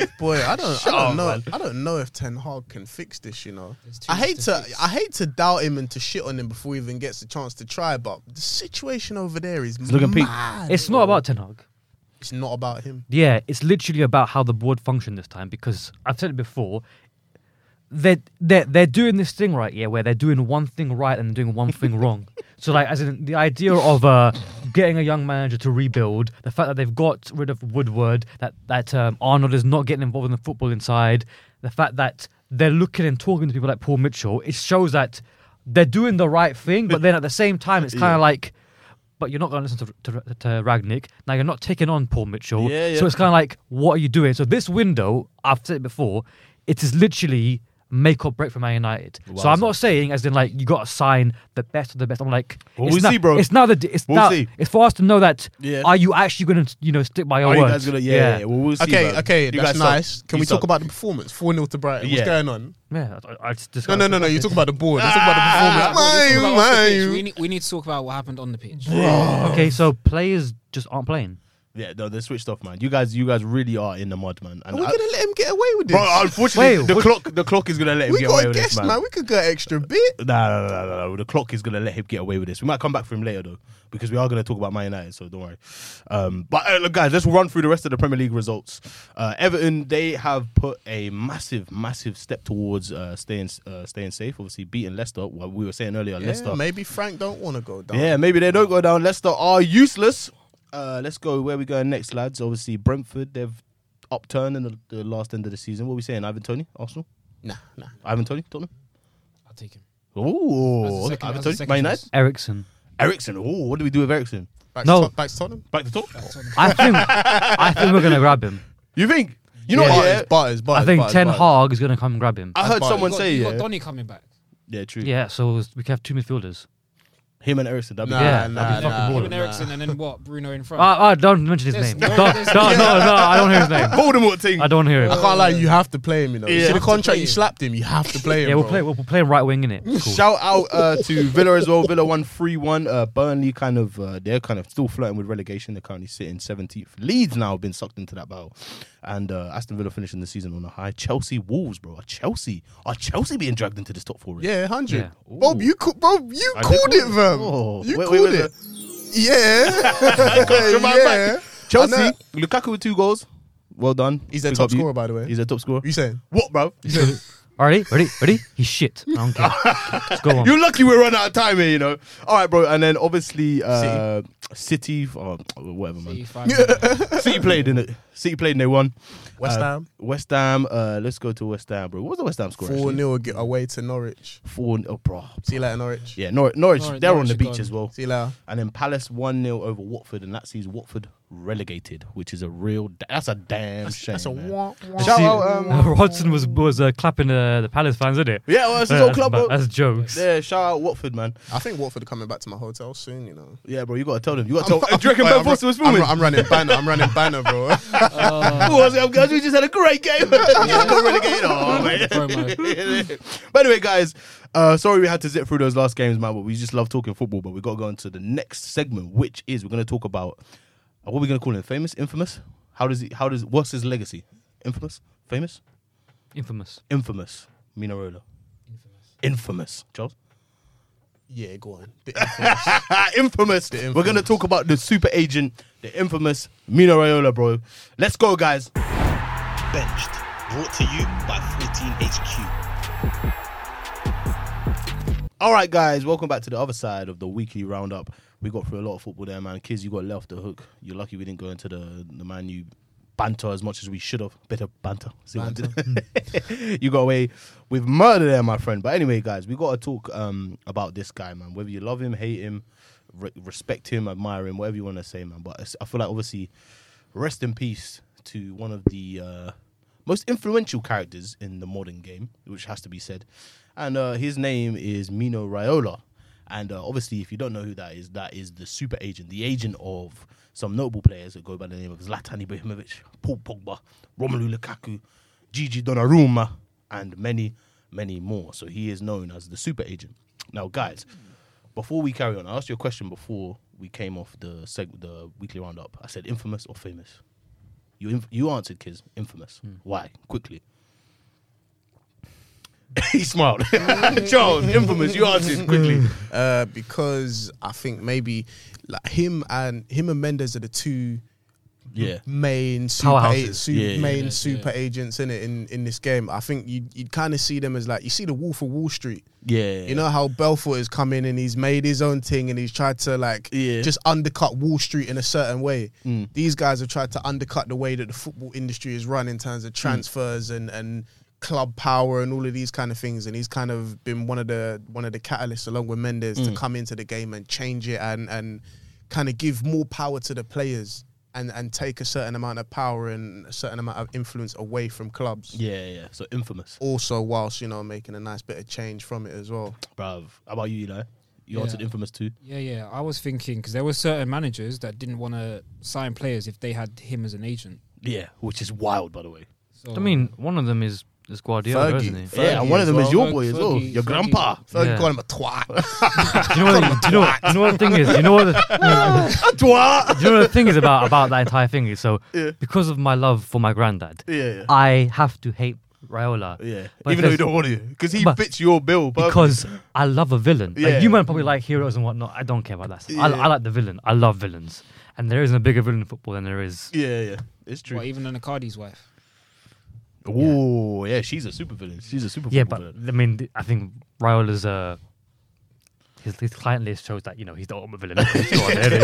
Speaker 3: I, boy, I don't, I
Speaker 1: up,
Speaker 3: don't know.
Speaker 1: man.
Speaker 3: I don't know if Ten Hag can fix this. You know,
Speaker 5: There's too
Speaker 3: I
Speaker 5: much
Speaker 3: hate
Speaker 5: to
Speaker 3: to, I hate to doubt him and to shit on him before he even gets the chance to try. But the situation over there is
Speaker 1: looking peak.
Speaker 3: mad.
Speaker 4: it's not about Ten Hag.
Speaker 3: It's not about him.
Speaker 4: Yeah, it's literally about how the board function this time because I've said it before. They're, they're, they're doing this thing right here where they're doing one thing right and doing one thing wrong. So, like, as in the idea of uh, getting a young manager to rebuild, the fact that they've got rid of Woodward, that, that um, Arnold is not getting involved in the football inside, the fact that they're looking and talking to people like Paul Mitchell, it shows that they're doing the right thing, but then at the same time, it's kind of like, but you're not going to listen to, to, to Ragnick. Now you're not taking on Paul Mitchell.
Speaker 1: Yeah, yeah.
Speaker 4: So it's kind of like, what are you doing? So this window, I've said it before, it is literally make or break for Man United. So I'm not saying as in like you got to sign the best of the best. I'm like,
Speaker 1: Well,
Speaker 4: it's
Speaker 1: we'll
Speaker 4: not,
Speaker 1: see, bro.
Speaker 4: It's now the it's
Speaker 1: We'll
Speaker 4: now,
Speaker 1: see.
Speaker 4: it's for us to know that
Speaker 1: Yeah.
Speaker 4: are you actually going to you know stick by your
Speaker 1: Are
Speaker 4: word?
Speaker 1: Oh, you guys gonna? Yeah, yeah. yeah, Well, we'll see,
Speaker 3: Okay,
Speaker 1: man.
Speaker 3: okay,
Speaker 1: You
Speaker 3: that's
Speaker 1: guys suck.
Speaker 3: nice. Can
Speaker 1: You
Speaker 3: we
Speaker 1: suck.
Speaker 3: talk about the performance? Four 0 to Brighton.
Speaker 1: Yeah.
Speaker 3: What's going on? Ah,
Speaker 4: Yeah, I, I just
Speaker 3: No,
Speaker 4: discussed
Speaker 3: no,
Speaker 4: it.
Speaker 3: no, no. You talk about the board. Let's talk about the
Speaker 5: Let's talk
Speaker 3: performance.
Speaker 5: about
Speaker 3: My,
Speaker 5: off the
Speaker 3: my.
Speaker 5: pitch. We need, we need to talk about what happened on the pitch.
Speaker 4: Okay, so players just aren't playing.
Speaker 1: Yeah, no, they're switched off, man. You guys, you guys really are in the mud, man. And
Speaker 3: Are we
Speaker 1: I-
Speaker 3: gonna let him get away with this?
Speaker 1: bro, unfortunately,
Speaker 4: Wait,
Speaker 1: the
Speaker 4: what-
Speaker 1: clock, the clock is gonna let him
Speaker 3: we
Speaker 1: get away
Speaker 3: got a
Speaker 1: with
Speaker 3: guest,
Speaker 1: this,
Speaker 3: man.
Speaker 1: man.
Speaker 3: We could go extra bit.
Speaker 1: Nah, nah, nah, nah, nah. The clock is gonna let him get away with this. We might come back for him later though, because we are gonna talk about Man United, so don't worry. Um, but uh, look, guys, let's run through the rest of the Premier League results. Uh, Everton they have put a massive, massive step towards uh, staying, uh, staying safe. Obviously, beating Leicester. What we were saying earlier, Leicester.
Speaker 3: Yeah, maybe Frank don't want to go down.
Speaker 1: Yeah, maybe they don't go down. Leicester are useless. Uh, let's go where we going next, lads. Obviously, Brentford they've upturned in the, the last end of the season. What are we saying, Ivan Tony, Arsenal?
Speaker 3: Nah, nah.
Speaker 1: Ivan Tony, Tottenham.
Speaker 5: I'll take him. That was
Speaker 1: Oh,
Speaker 5: the second-
Speaker 1: Ivan
Speaker 5: that was the
Speaker 1: Tony,
Speaker 5: second
Speaker 1: Man
Speaker 5: choice.
Speaker 1: United.
Speaker 4: Ericsson.
Speaker 1: Ericsson. Oh, what do we do with Ericsson?
Speaker 3: Back
Speaker 4: No.
Speaker 3: To, back to Tottenham.
Speaker 1: Back to top.
Speaker 5: That's on the-
Speaker 4: I think I think we're going to grab him.
Speaker 1: You think? You know
Speaker 3: yeah,
Speaker 1: what?
Speaker 3: Butters,
Speaker 1: Yeah.
Speaker 3: Butters, Butters,
Speaker 4: I think
Speaker 3: Butters,
Speaker 4: Ten
Speaker 3: Butters.
Speaker 4: Hag is going to come and grab him.
Speaker 1: I heard
Speaker 3: Butters.
Speaker 1: someone
Speaker 5: You got-
Speaker 1: say
Speaker 5: you
Speaker 1: yeah.
Speaker 5: got Donny coming back.
Speaker 1: Yeah, true.
Speaker 4: Yeah, so we can have two midfielders.
Speaker 1: Him and Ericsson. That'd be
Speaker 3: Nah,
Speaker 1: good.
Speaker 4: Yeah,
Speaker 3: nah,
Speaker 4: that'd be
Speaker 3: nah,
Speaker 4: fucking
Speaker 5: Him
Speaker 4: boring.
Speaker 5: and Ericsson, and then what? Bruno in front.
Speaker 4: Ah, ah, don't mention his
Speaker 5: There's
Speaker 4: name.
Speaker 5: no-
Speaker 4: Don't,
Speaker 5: there's-
Speaker 4: don't, no, no, I don't hear his name.
Speaker 1: Voldemort thing.
Speaker 4: I don't hear
Speaker 3: I
Speaker 4: him.
Speaker 3: can't lie, you have to play him, you know.
Speaker 1: Yeah.
Speaker 3: You
Speaker 1: You
Speaker 3: see the
Speaker 1: have
Speaker 5: to
Speaker 3: contract,
Speaker 5: play
Speaker 3: you
Speaker 5: him.
Speaker 3: slapped him, you have to play him.
Speaker 4: Yeah, we'll
Speaker 3: bro.
Speaker 4: play. We'll play him right wing in it.
Speaker 1: Shout out uh, to Villa as well. Villa won three one. Uh, Burnley kind of uh, they're kind of still flirting with relegation. They're currently sitting seventeenth. Leeds now have been sucked into that battle, and uh, Aston Villa finishing the season on a high. Chelsea Wolves, bro. Are Chelsea are Chelsea being dragged into this top four? race?
Speaker 3: Yeah, hundred.
Speaker 4: Yeah.
Speaker 3: Bob, you called, bro, you
Speaker 1: I
Speaker 3: called
Speaker 1: did call
Speaker 3: it,
Speaker 1: it.
Speaker 3: fam.
Speaker 1: Oh.
Speaker 3: You
Speaker 1: Wait, wait,
Speaker 3: called
Speaker 1: wait,
Speaker 3: it. Yeah,
Speaker 1: Come on,
Speaker 3: yeah.
Speaker 1: back. Chelsea.
Speaker 3: I know.
Speaker 1: Lukaku with two goals. Well done.
Speaker 3: He's their
Speaker 1: Big
Speaker 3: top
Speaker 1: up you.
Speaker 3: scorer, by the way.
Speaker 1: He's their top scorer.
Speaker 3: You saying?
Speaker 1: What, bro?
Speaker 4: Ready? Ready? Ready? He's shit. I don't care. Let's go on.
Speaker 1: You're lucky we're running out of time here, you know. All right, bro. And then obviously, uh, City, or whatever, man.
Speaker 5: See, five minutes.
Speaker 1: City played in it. City played and they won.
Speaker 3: West
Speaker 1: Uh,
Speaker 3: Ham
Speaker 1: West Ham. Uh, let's go to West Ham, bro. What was the West Ham score?
Speaker 3: four
Speaker 1: actually?
Speaker 3: 0 away to Norwich.
Speaker 1: Four. Oh, bro.
Speaker 3: See you later, Norwich.
Speaker 1: Yeah, Nor- Norwich.
Speaker 5: Norwich-
Speaker 1: they're on
Speaker 5: Norwich
Speaker 1: the
Speaker 5: are
Speaker 1: beach
Speaker 5: gone.
Speaker 1: as well.
Speaker 3: See you later.
Speaker 1: And then Palace one 0 over Watford, and that sees Watford relegated, which is a real. Da- that's a damn shame.
Speaker 3: That's a
Speaker 1: man.
Speaker 3: wah, wah.
Speaker 1: Shout out, um,
Speaker 4: Rodson was was uh, clapping uh, the Palace fans, isn't it?
Speaker 1: yeah, well, it's his
Speaker 4: Uh,
Speaker 1: old
Speaker 4: that's,
Speaker 1: club,
Speaker 4: ba-
Speaker 1: bro.
Speaker 4: that's jokes.
Speaker 1: Yeah, shout out Watford, man.
Speaker 3: I think Watford are coming back to my hotel soon. You know.
Speaker 1: Yeah, bro, you gotta tell them. You gotta tell.
Speaker 3: I'm-
Speaker 1: do you reckon
Speaker 3: Wait,
Speaker 1: Ben
Speaker 3: I'm-
Speaker 1: Foster was
Speaker 3: I'm-
Speaker 1: filming?
Speaker 3: I'm, running banner. I'm running banner, bro.
Speaker 1: Oh, what's up, guys? We just had a great game. Oh, Just got relegated. Aw, man. but anyway, guys, uh, sorry we had to zip through those last games, man. But we just love talking football. But we got to go into the next segment, which is we're going to talk about uh, what we're going to call him, famous, infamous. How does he? How does? What's his legacy? Infamous, famous,
Speaker 4: Infamous.
Speaker 1: infamous. Minarola, infamous. Charles,
Speaker 3: yeah, go on.
Speaker 1: infamous.
Speaker 3: The
Speaker 1: We're going to
Speaker 3: infamous.
Speaker 1: talk about the super agent, the infamous Minarola, bro. Let's go, guys.
Speaker 2: Benched. Brought to you by 13HQ.
Speaker 1: All right, guys, welcome back to the other side of the weekly roundup. We got through a lot of football there, man. Kids, you got left the hook. You're lucky we didn't go into the the man you banter as much as we should have. Bit of banter. See what I did? you got away with murder there, my friend. But anyway, guys, we got to talk um, about this guy, man. Whether you love him, hate him, re- respect him, admire him, whatever you want to say, man. But it's- I feel like obviously, rest in peace to one of the uh, most influential characters in the modern game, which has to be said. And uh, his name is Mino Raiola. And uh, obviously, if you don't know who that is, that is the super agent, the agent of some notable players that go by the name of Zlatan Ibrahimovic, Paul Pogba, Romelu Lukaku, Gigi Donnarumma, and many, many more. So he is known as the super agent. Now, guys, before we carry on, I asked you a question before we came off the seg- the weekly roundup. I said infamous or famous. You inf- you answered, kids, infamous. Why? Quickly. he smiled. Charles, infamous. You answered quickly.
Speaker 3: uh, because I think maybe like him and him and Mendes are the two
Speaker 1: Yeah.
Speaker 3: main super,
Speaker 4: Powerhouses.
Speaker 3: a- super
Speaker 1: Yeah, yeah,
Speaker 3: main
Speaker 5: yeah.
Speaker 3: super agents in it in, in this game. I think you you'd kind of see them as like you see the Wolf of Wall Street.
Speaker 1: Yeah.
Speaker 3: You know how Belfort has come in and he's made his own thing and he's tried to like
Speaker 1: Yeah. Mm.
Speaker 3: just undercut Wall Street in a certain way. These guys have tried to undercut the way that the football industry is run in terms of
Speaker 1: Mm.
Speaker 3: transfers and and club power and all of these kind of things. And he's kind of been one of the one of the catalysts along with Mendes
Speaker 1: Mm.
Speaker 3: to come into the game and change it and and kind of give more power to the players and and take a certain amount of power and a certain amount of influence away from clubs.
Speaker 1: Yeah, yeah. So infamous.
Speaker 3: Also, whilst you know making a nice bit of change from it as well.
Speaker 1: Bruv. How about you, Eli? You
Speaker 5: Yeah.
Speaker 1: answered infamous too.
Speaker 5: Yeah, yeah. I was thinking because there were certain managers that didn't want to sign players if they had him as an agent.
Speaker 1: Yeah, which is wild, by the way.
Speaker 5: So,
Speaker 4: I mean, one of them is is Guardiola,
Speaker 3: Fergie.
Speaker 4: isn't he?
Speaker 3: Fergie
Speaker 1: yeah, and one of
Speaker 3: as
Speaker 1: them is
Speaker 3: well.
Speaker 1: your
Speaker 5: Ferg-
Speaker 1: boy as well.
Speaker 5: Fergie-
Speaker 1: Your
Speaker 5: Fergie.
Speaker 1: grandpa.
Speaker 3: So
Speaker 4: Yeah.
Speaker 3: you call him a twat.
Speaker 4: Do you know what? Do you know what? Do you know what the thing is? Do you know what? The,
Speaker 1: Dwa.
Speaker 4: do you know what the thing is about about that entire thing is? So because of my love for my granddad,
Speaker 1: Yeah, yeah.
Speaker 4: I have to hate Raiola.
Speaker 1: Yeah.
Speaker 4: Ah. But
Speaker 1: Even though you
Speaker 4: there's-
Speaker 1: don't want to. Because he
Speaker 4: but-
Speaker 1: fits your bill, but
Speaker 4: because I love a villain.
Speaker 1: Yeah.
Speaker 4: Like, you might probably like heroes and whatnot. I don't care about that. stuff. I, I like the villain. I love villains, and there isn't a bigger villain in football than there is.
Speaker 1: Yeah, yeah. It's true.
Speaker 5: what, even an Icardi's wife.
Speaker 1: Oh yeah, she's a super villain. She's a super
Speaker 4: Yeah,
Speaker 1: football
Speaker 4: but
Speaker 1: villain.
Speaker 4: I mean, th- I think Raiola's uh, his his client list shows that you know he's the ultimate villain.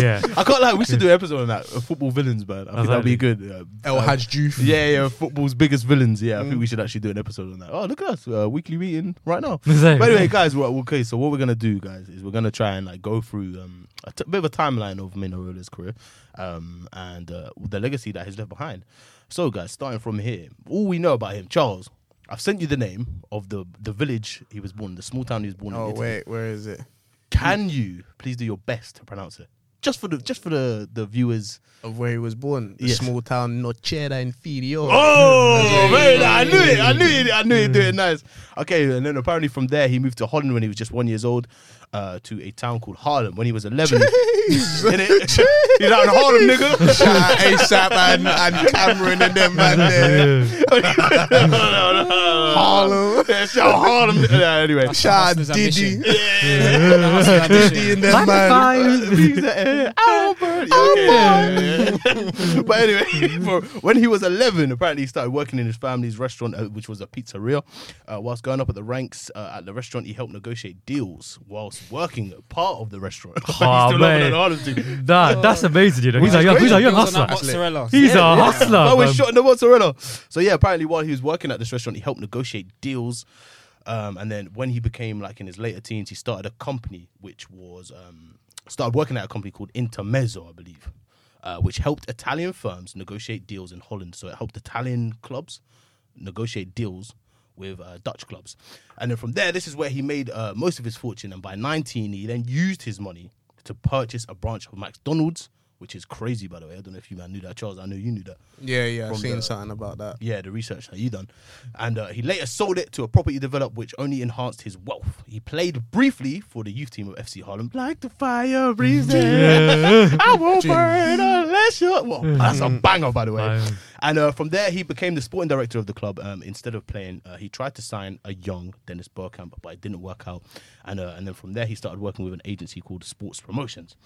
Speaker 4: yeah,
Speaker 1: I can't lie. We should do an episode on that. uh, Football villains, man. I think that'd be good. Uh,
Speaker 3: El
Speaker 1: uh,
Speaker 3: Haj Juf.
Speaker 1: yeah, yeah. Football's biggest villains. Yeah, I
Speaker 3: Mm.
Speaker 1: think we should actually do an episode on that. Oh, look at us. Uh, weekly meeting right now.
Speaker 4: Exactly.
Speaker 1: By the way, guys. Well, okay. So what we're gonna do, guys, is we're gonna try and like go through um, a t- bit of a timeline of Minarola's career, um, and uh, the legacy that he's left behind. So, guys, starting from here, all we know about him, Charles. I've sent you the name of the the village he was born, the small town he was born in.
Speaker 3: Oh
Speaker 1: Italy.
Speaker 3: wait, where is it?
Speaker 1: Can you please do your best to pronounce it? Just for the just for the, the viewers.
Speaker 3: Of where he was born, the
Speaker 1: Yes.
Speaker 3: small town Nocera Inferior.
Speaker 1: Oh, very nice. I knew it. I knew it. I knew it. Doing nice. Okay, and then apparently from there he moved to Holland when he was just one years old, uh, to a town called Harlem when he was eleven. Innit? He's out in Harlem, nigga.
Speaker 3: Shout out ASAP and, and Cameron and them man there.
Speaker 4: yeah.
Speaker 3: Harlem.
Speaker 1: Yeah, Shout Harlem. Yeah, anyway.
Speaker 3: Shout out
Speaker 5: Hustler's
Speaker 3: Diddy.
Speaker 5: ambition. That's his ambition.
Speaker 3: Diddy and them man.
Speaker 4: Magnified.
Speaker 1: yeah, Uh, Albert. Yeah, okay, yeah, yeah, yeah. but anyway,
Speaker 4: Mm.
Speaker 1: for, when he was 11, apparently he started working in his family's restaurant, uh, which was a pizzeria. Uh, whilst going up at the ranks uh, at the restaurant, he helped negotiate deals whilst working at part of the restaurant. He's still
Speaker 4: Oh,
Speaker 1: loving
Speaker 4: mate.
Speaker 1: that honesty.
Speaker 4: That, that's amazing, you know. He's a young,
Speaker 1: great.
Speaker 4: he's a young
Speaker 5: He was on
Speaker 4: hustler.
Speaker 5: that mozzarella.
Speaker 4: He's
Speaker 1: Yeah,
Speaker 4: a
Speaker 1: yeah.
Speaker 4: hustler.
Speaker 1: I was
Speaker 4: man.
Speaker 1: shot in the mozzarella. So yeah, apparently while he was working at this restaurant, he helped negotiate deals. Um, and then when he became like in his later teens, he started a company which was um, started working at a company called Intermezzo, I believe, uh, which helped Italian firms negotiate deals in Holland. So it helped Italian clubs negotiate deals with uh, Dutch clubs. And then from there, this is where he made uh, most of his fortune. And by 19, he then used his money to purchase a branch of McDonald's, which is crazy, by the way. I don't know if you man knew that, Charles. I know you knew that.
Speaker 3: Yeah, yeah, I've
Speaker 1: From
Speaker 3: seen
Speaker 1: the-
Speaker 3: something about that.
Speaker 1: Yeah, the research that you done. And uh, he later sold it to a property developer, which only enhanced his wealth. He played briefly for the youth team of FC Harlem. Like the fire breathes in. I won't burn unless you're. Well, that's a banger, by the way.
Speaker 4: Banger.
Speaker 1: And uh, from there, he became the sporting director of the club. Um, instead of playing, uh, he tried to sign a young Dennis Burkamp, but it didn't work out. And, uh, and then from there, he started working with an agency called Sports Promotions.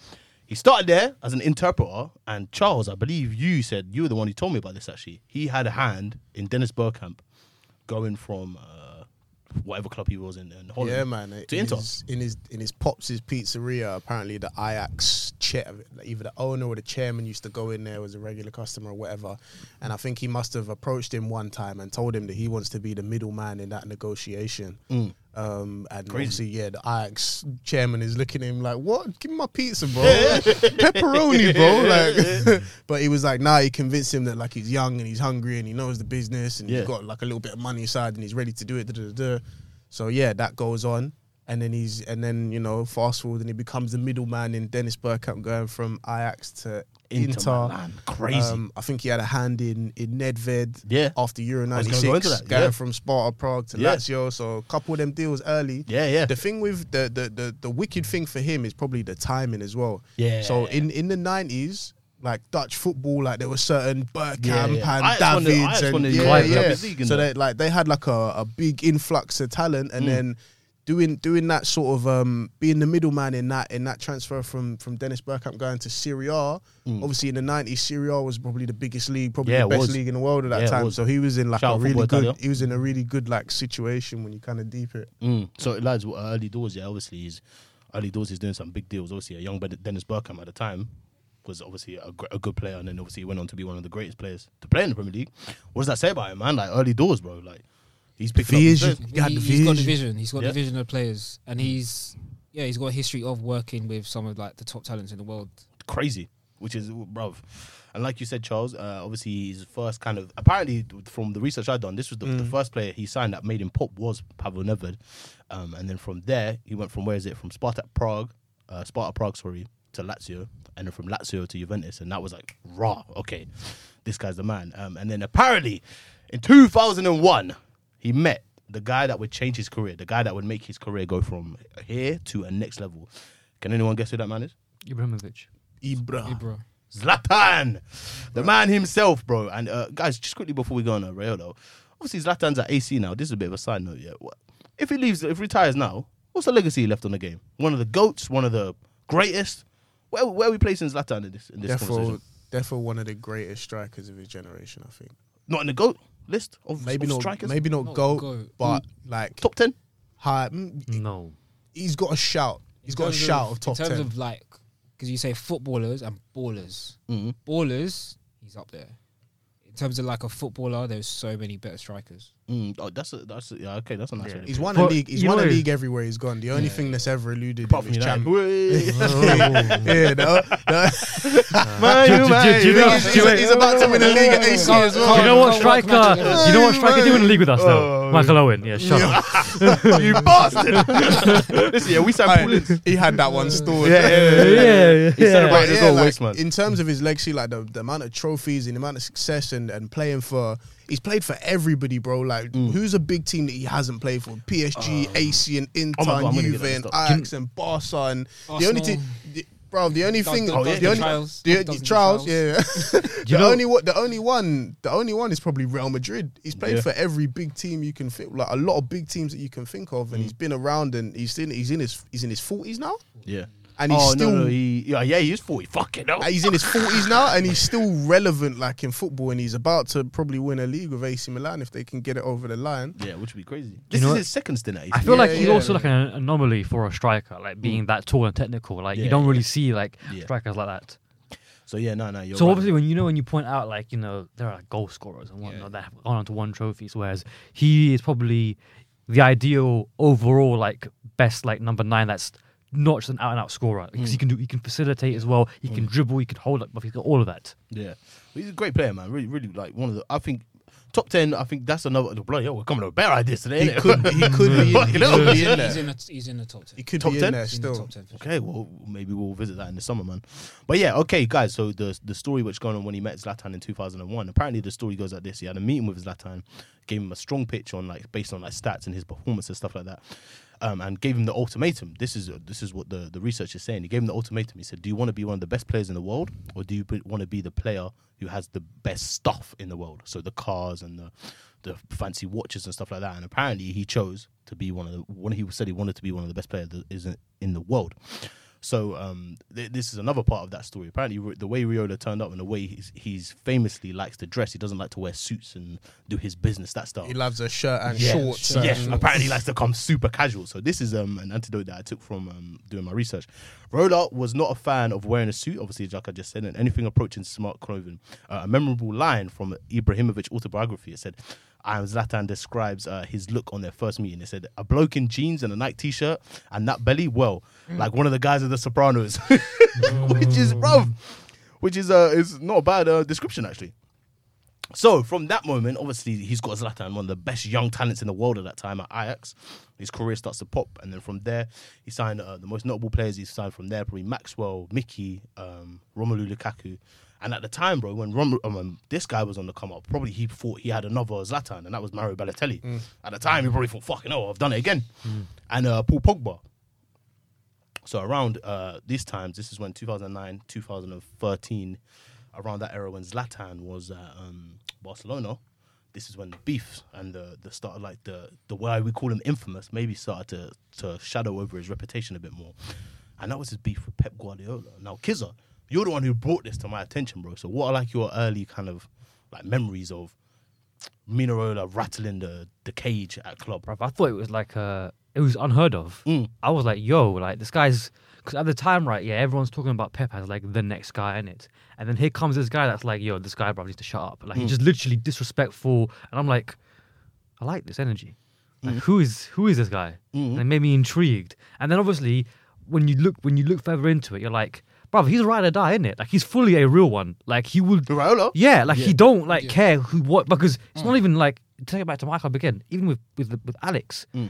Speaker 1: He started there as an interpreter, and Charles, I believe you said you were the one who told me about this. Actually, he had a hand in Dennis Burkamp going from uh, whatever club he was in, in Holland
Speaker 3: Yeah, man. it-
Speaker 1: to
Speaker 3: in,
Speaker 1: Inter.
Speaker 3: his, in his in his pops' pizzeria, apparently the Ajax chair, either the owner or the chairman used to go in there as a regular customer or whatever. And I think he must have approached him one time and told him that he wants to be the middleman in that negotiation. Um, and obviously, yeah, the Ajax chairman is looking at him like, "What? Give me my pizza, bro. Pepperoni, bro." Like, but he was like, "Nah." He convinced him that like he's young and he's hungry and he knows the business and
Speaker 1: Yeah.
Speaker 3: he's got like a little bit of money aside and he's ready to do it. duh, duh, duh, duh. So yeah, that goes on, and then he's and then you know fast forward and he becomes the middleman in Dennis Burkamp going from Ajax to
Speaker 1: Inter
Speaker 3: Inter. Um,
Speaker 1: Milan. Crazy.
Speaker 3: I think he had a hand in in Nedved.
Speaker 1: Yeah.
Speaker 3: After Euro
Speaker 1: was gonna go into
Speaker 3: '96,
Speaker 1: that,
Speaker 3: going
Speaker 1: yeah.
Speaker 3: from Sparta Prague to
Speaker 1: Yeah.
Speaker 3: Lazio. So a couple of them deals early.
Speaker 1: Yeah, yeah.
Speaker 3: The thing with the the, the the wicked thing for him is probably the timing as well.
Speaker 1: Yeah.
Speaker 3: So in in the nineties. Like Dutch football, like there were certain Burkamp
Speaker 1: yeah.
Speaker 3: and
Speaker 1: Ajax won the- Ajax
Speaker 3: Davids
Speaker 1: won
Speaker 3: and
Speaker 1: the
Speaker 3: yeah,
Speaker 1: Champions
Speaker 3: yeah.
Speaker 1: League and
Speaker 3: So
Speaker 1: that.
Speaker 3: they like they had like a, a big influx of talent,
Speaker 1: Mm.
Speaker 3: and then doing doing that sort of um being the middleman in that in that transfer from from Dennis Burkamp going to Serie A. Obviously in the nineties, Serie A was probably the biggest league, probably
Speaker 1: Mm. Yeah,
Speaker 3: the
Speaker 1: it
Speaker 3: best
Speaker 1: was.
Speaker 3: league in the world at that
Speaker 1: Yeah, it
Speaker 3: time.
Speaker 1: was.
Speaker 3: So he was in like
Speaker 1: Shout out
Speaker 3: a really
Speaker 1: Football
Speaker 3: good
Speaker 1: Italia.
Speaker 3: he was in a really good like situation when you kind of deep it.
Speaker 1: Mm. So lads, well, early doors, yeah, obviously he's early doors. He's doing some big deals. Obviously, a young Ben- Dennis Burkham at the time was obviously a, gr- a good player, and then obviously he went on to be one of the greatest players to play in the Premier League. What does that say about him, man? Like early doors, bro. Like he's picking up. his
Speaker 3: Vision.
Speaker 1: players.
Speaker 3: He had the
Speaker 5: has got the
Speaker 3: vision.
Speaker 5: vision. He's got
Speaker 1: Yeah.
Speaker 5: the vision of players, and he's yeah, he's got a history of working with some of like the top talents in the world.
Speaker 1: crazy, which is bruv. And like you said, Charles, uh, obviously his first kind of apparently from the research I've done, this was the, the first player he signed that made him pop was Pavel Nedved, um, and then from there he went from where is it from Spartak Prague, uh, Sparta Prague, sorry, to Lazio, and then from Lazio to Juventus, and that was like raw. Okay, this guy's the man. Um, and then apparently in 2001 he met the guy that would change his career, the guy that would make his career go from here to a next level. Can anyone guess who that man is?
Speaker 4: Ibrahimovic.
Speaker 1: Ah.
Speaker 3: Ibra.
Speaker 5: Bro,
Speaker 1: Zlatan, the man himself, bro. And uh, guys, just quickly before we go on uh, Rayo, though, obviously Zlatan's at AC now. This is a bit of a side note, yeah. What, if he leaves, if he retires now, what's the legacy left on the game? One of the goats, one of the greatest. Where, where are we placing Zlatan in this in this
Speaker 3: Therefore
Speaker 1: conversation?
Speaker 3: therefore one of the greatest strikers of his generation, I think.
Speaker 1: Not in the goat list of,
Speaker 3: Maybe
Speaker 1: of
Speaker 3: not
Speaker 1: strikers.
Speaker 3: maybe not
Speaker 5: Not
Speaker 3: GOAT,
Speaker 5: goat. Mm.
Speaker 3: but like
Speaker 1: top ten.
Speaker 3: high mm,
Speaker 4: No.
Speaker 3: he's got a shout. He's
Speaker 5: In
Speaker 3: got a
Speaker 5: terms
Speaker 3: shout of top
Speaker 5: in terms
Speaker 3: ten.
Speaker 5: of like because you say footballers and ballers,
Speaker 1: Mm-hmm,
Speaker 5: ballers. He's up there. In terms of like a footballer, there's so many better strikers.
Speaker 1: Mm, oh, that's a, that's a, yeah, okay. That's a nice. one.
Speaker 3: He's won
Speaker 4: But
Speaker 3: a league. He's
Speaker 4: you
Speaker 3: won a
Speaker 4: know-
Speaker 3: league everywhere he's gone. The only thing that's ever eluded him
Speaker 1: Apart from
Speaker 3: is
Speaker 1: United.
Speaker 3: champions. yeah, no, no.
Speaker 1: Man,
Speaker 4: Do-
Speaker 1: you
Speaker 4: do-
Speaker 1: man,
Speaker 4: do you
Speaker 1: you
Speaker 4: know-
Speaker 1: man.
Speaker 3: he's, he's about to win a league at AC as well.
Speaker 4: Do you know what
Speaker 5: Can't work
Speaker 4: striker?
Speaker 5: magic, Oh, yeah.
Speaker 4: Do you know what striker doing in the league with us though? Michael Owen. Yeah, shut up.
Speaker 1: you bastard. Listen, yeah, we signed Paul Ince.
Speaker 3: Aye, he had that one stored.
Speaker 4: Yeah, yeah,
Speaker 1: He celebrated
Speaker 3: But
Speaker 1: his
Speaker 3: yeah,
Speaker 1: goal,
Speaker 3: like,
Speaker 1: waste man.
Speaker 3: in terms of his legacy, like the, the amount of trophies and the amount of success and, and playing for, he's played for everybody, bro. Like, who's a big team that he hasn't played for? PSG, AC, and Inter,
Speaker 1: Mm. Oh my God, I'm
Speaker 3: and
Speaker 1: gonna get
Speaker 3: Juve,
Speaker 1: that
Speaker 3: and
Speaker 1: stuff.
Speaker 3: Ajax, and Barca, and the only
Speaker 5: Arsenal.
Speaker 3: team, the- bro. The only
Speaker 5: Does-
Speaker 3: thing,
Speaker 5: does-
Speaker 1: yeah.
Speaker 3: the
Speaker 5: does the
Speaker 3: only
Speaker 5: trials.
Speaker 3: the,
Speaker 5: Does
Speaker 3: the
Speaker 5: the
Speaker 3: trials,
Speaker 5: trials.
Speaker 3: yeah. the
Speaker 4: know-
Speaker 3: only what, the only one, the only one is probably Real Madrid. He's played
Speaker 1: Yeah.
Speaker 3: for every big team you can think, like a
Speaker 1: Mm.
Speaker 3: lot of big teams that you can think of, and he's been around, and he's in, he's in his, he's in his forties now.
Speaker 1: Yeah.
Speaker 3: and he's
Speaker 1: oh,
Speaker 3: still
Speaker 1: no, no, he, yeah, yeah, he's 40. Fucking hell.
Speaker 3: Uh, he's in his forties now, and he's still relevant like in football, and he's about to probably win a league with AC Milan if they can get it over the line.
Speaker 1: Yeah, which would be crazy. This
Speaker 4: know
Speaker 1: is
Speaker 4: what?
Speaker 1: his second stint at AC.
Speaker 4: I feel
Speaker 3: Yeah,
Speaker 4: like he's
Speaker 3: yeah.
Speaker 4: also like an anomaly for a striker, like being that tall and technical. Like
Speaker 1: Mm. Yeah,
Speaker 4: you don't
Speaker 1: yeah.
Speaker 4: really see like
Speaker 1: Yeah.
Speaker 4: strikers like that.
Speaker 1: So, yeah, no, no. You're
Speaker 4: so
Speaker 1: right.
Speaker 4: obviously, when you know when you point out like you know there are goal scorers and whatnot that have gone on to one trophies, whereas he is probably the ideal overall like best like number nine. That's not just an out and out scorer because
Speaker 1: Mm.
Speaker 4: he can do he can facilitate as well. He can dribble. He can hold up. But he's got all of that.
Speaker 1: Yeah, But he's a great player, man. Really, really like one of the. I think top ten. I think that's another. Bloody hell, we're coming up with better ideas today.
Speaker 3: He
Speaker 1: innit?
Speaker 3: could, he could be, in, he
Speaker 1: Fucking hell.
Speaker 3: could be in
Speaker 5: He's
Speaker 3: there.
Speaker 5: in, the, he's in the top 10.
Speaker 3: He could
Speaker 1: Top
Speaker 3: be
Speaker 1: 10?
Speaker 3: in there
Speaker 5: He's in the
Speaker 3: still.
Speaker 5: top 10. for sure.
Speaker 1: Okay, well, maybe we'll visit that in the summer, man. But yeah, okay, guys. So the the story which going on when he met Zlatan in 2001. Apparently, the story goes like this: he had a meeting with Zlatan, gave him a strong pitch on like based on like stats and his performance and stuff like that, um, and gave him the ultimatum. This is uh, this is what the the research is saying. He gave him the ultimatum. He said, "Do you want to be one of the best players in the world, or do you want to be the player who has the best stuff in the world? So the cars and the the fancy watches and stuff like that. And apparently, he chose to be one of the one. He said he wanted to be one of the best players that isn't in the world. So um, th- this is another part of that story. Apparently, Ri- the way Riola turned up and the way he's, he's famously likes to dress, he doesn't like to wear suits and do his business that style.
Speaker 3: He loves a shirt and
Speaker 1: Yeah.
Speaker 3: shorts.
Speaker 1: Yeah,
Speaker 3: and-
Speaker 1: apparently he likes to come super casual. So this is um, an antidote that I took from um, doing my research. Roller was not a fan of wearing a suit, obviously, like I just said, and anything approaching smart clothing. Uh, a memorable line from Ibrahimovic autobiography it said, I am Zlatan describes uh, his look on their first meeting. It said, a bloke in jeans and a Nike t-shirt and that belly, well, like one of the guys of The Sopranos. Which is, bruv, which is, uh, is not a bad uh, description, actually. So from that moment, obviously he's got Zlatan, one of the best young talents in the world at that time at Ajax. His career starts to pop, and then from there, he signed uh, the most notable players. He signed from there probably Maxwell, Mickey, um, Romelu Lukaku, and at the time, bro, when Rom- um, um, this guy was on the come up, probably he thought he had another Zlatan, and that was Mario Balotelli. At the time, he probably thought, "Fucking oh, I've done it again," and uh, Paul Pogba. So around uh, these times, this is when 2009, 2013, around that era when Zlatan was at um, Barcelona, this is when the beef and the the start of like the the way we call him infamous maybe started to to shadow over his reputation a bit more, and that was his beef with Pep Guardiola. Now Kizza, you're the one who brought this to my attention, bro. So what are like your early kind of like memories of Minarola rattling the the cage at club?
Speaker 4: bruv. I thought it was like uh it was unheard of. I was like, yo, like this guy's because at the time, right? Yeah, everyone's talking about Pep as like the next guy in it, and then here comes this guy that's like, yo, this guy bruv needs to shut up. Like he's just literally disrespectful, and I'm like, I like this energy. Like who is who is this guy? And it made me intrigued. And then obviously, when you look when you look further into it, you're like. Brother, he's a ride or die, isn't it? Like he's fully a real one. Like he will
Speaker 1: Raiola?
Speaker 4: yeah, like he don't like
Speaker 5: Yeah.
Speaker 4: care who what because it's
Speaker 1: Mm.
Speaker 4: not even like take it back to my club again. Even with with with Alex, d-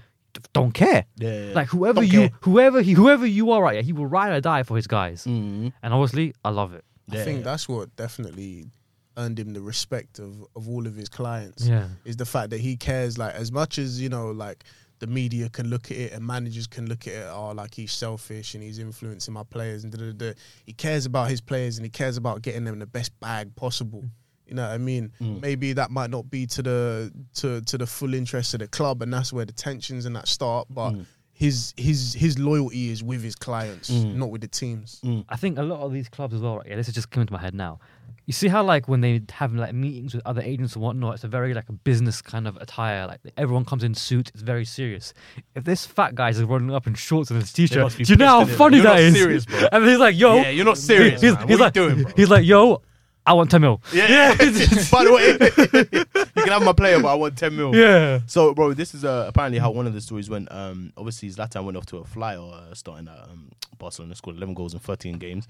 Speaker 4: don't care.
Speaker 1: Mm. Yeah, yeah, yeah.
Speaker 4: Like whoever
Speaker 1: Don't
Speaker 4: you
Speaker 1: care.
Speaker 4: whoever he whoever you are, right? Yeah, he will ride or die for his guys.
Speaker 1: Mm.
Speaker 4: And honestly, I love it.
Speaker 3: I
Speaker 1: Yeah,
Speaker 3: think
Speaker 1: yeah.
Speaker 3: that's what definitely earned him the respect of, of all of his clients.
Speaker 4: Yeah.
Speaker 3: Is the fact that he cares like as much as, you know, like the media can look at it and managers can look at it, oh like he's selfish and he's influencing my players and da da da. He cares about his players and he cares about getting them the best bag possible.
Speaker 1: Mm.
Speaker 3: You know what I mean? Maybe that might not be to the to to the full interest of the club and that's where the tensions and that start, but his his his loyalty is with his clients, not with the teams.
Speaker 1: Mm.
Speaker 4: I think a lot of these clubs as well. Right? Yeah, this is just coming to my head now. You see how like when they have like meetings with other agents and whatnot, it's a very like a business kind of attire. Like everyone comes in suits. It's very serious. If this fat guy's running up in shorts and his t-shirt,
Speaker 1: must be
Speaker 4: do you know
Speaker 1: pissed, innit?
Speaker 4: how funny
Speaker 1: You're
Speaker 4: that
Speaker 1: not
Speaker 4: is?
Speaker 1: serious, bro.
Speaker 4: And he's like, "Yo,
Speaker 1: Yeah, you're not serious.
Speaker 4: He's,
Speaker 1: man. What
Speaker 4: he's
Speaker 1: you
Speaker 4: like,
Speaker 1: doing, bro?
Speaker 4: he's like, yo, I want 10 mil.
Speaker 1: Yeah. By the way, you can have my player, but I want 10 mil.
Speaker 4: Yeah.
Speaker 1: So, bro, this is uh, apparently how one of the stories went. Um, obviously, Zlatan went off to a flyer uh, starting at um, Barcelona, scored 11 goals in 13 games.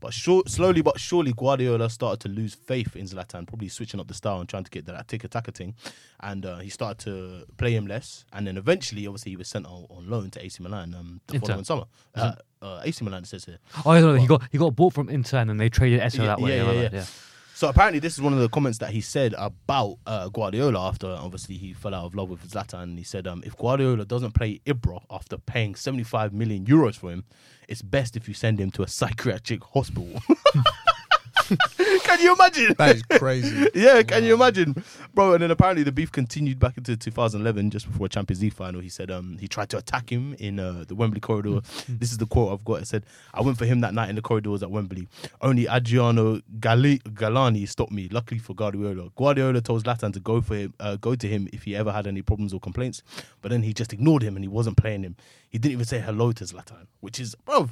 Speaker 1: But short, slowly but surely, Guardiola started to lose faith in Zlatan, probably switching up the style and trying to get that tick attacker thing. And uh, he started to play him less. And then eventually, obviously, he was sent on, on loan to AC Milan um, the
Speaker 4: Inter.
Speaker 1: following summer. Uh, uh, AC Milan, it says here.
Speaker 4: Oh, no, he got he got bought from Inter and then they traded Eto that way. like that,
Speaker 1: So apparently, this is one of the comments that he said about uh, Guardiola after obviously he fell out of love with Zlatan. And he said, um, "If Guardiola doesn't play Ibra after paying 75 million euros for him, it's best if you send him to a psychiatric hospital." Can you imagine?
Speaker 3: That is crazy.
Speaker 1: Yeah, can you imagine, bro? And then apparently the beef continued back into 2011, just before Champions League final. He said um he tried to attack him in uh, the Wembley corridor. this is the quote I've got. It said, "I went for him that night in the corridors at Wembley. Only Adriano Gali- Galani stopped me. Luckily for Guardiola, Guardiola told Zlatan to go for him, uh, go to him if he ever had any problems or complaints. But then he just ignored him and he wasn't playing him. He didn't even say hello to Zlatan, which is bro."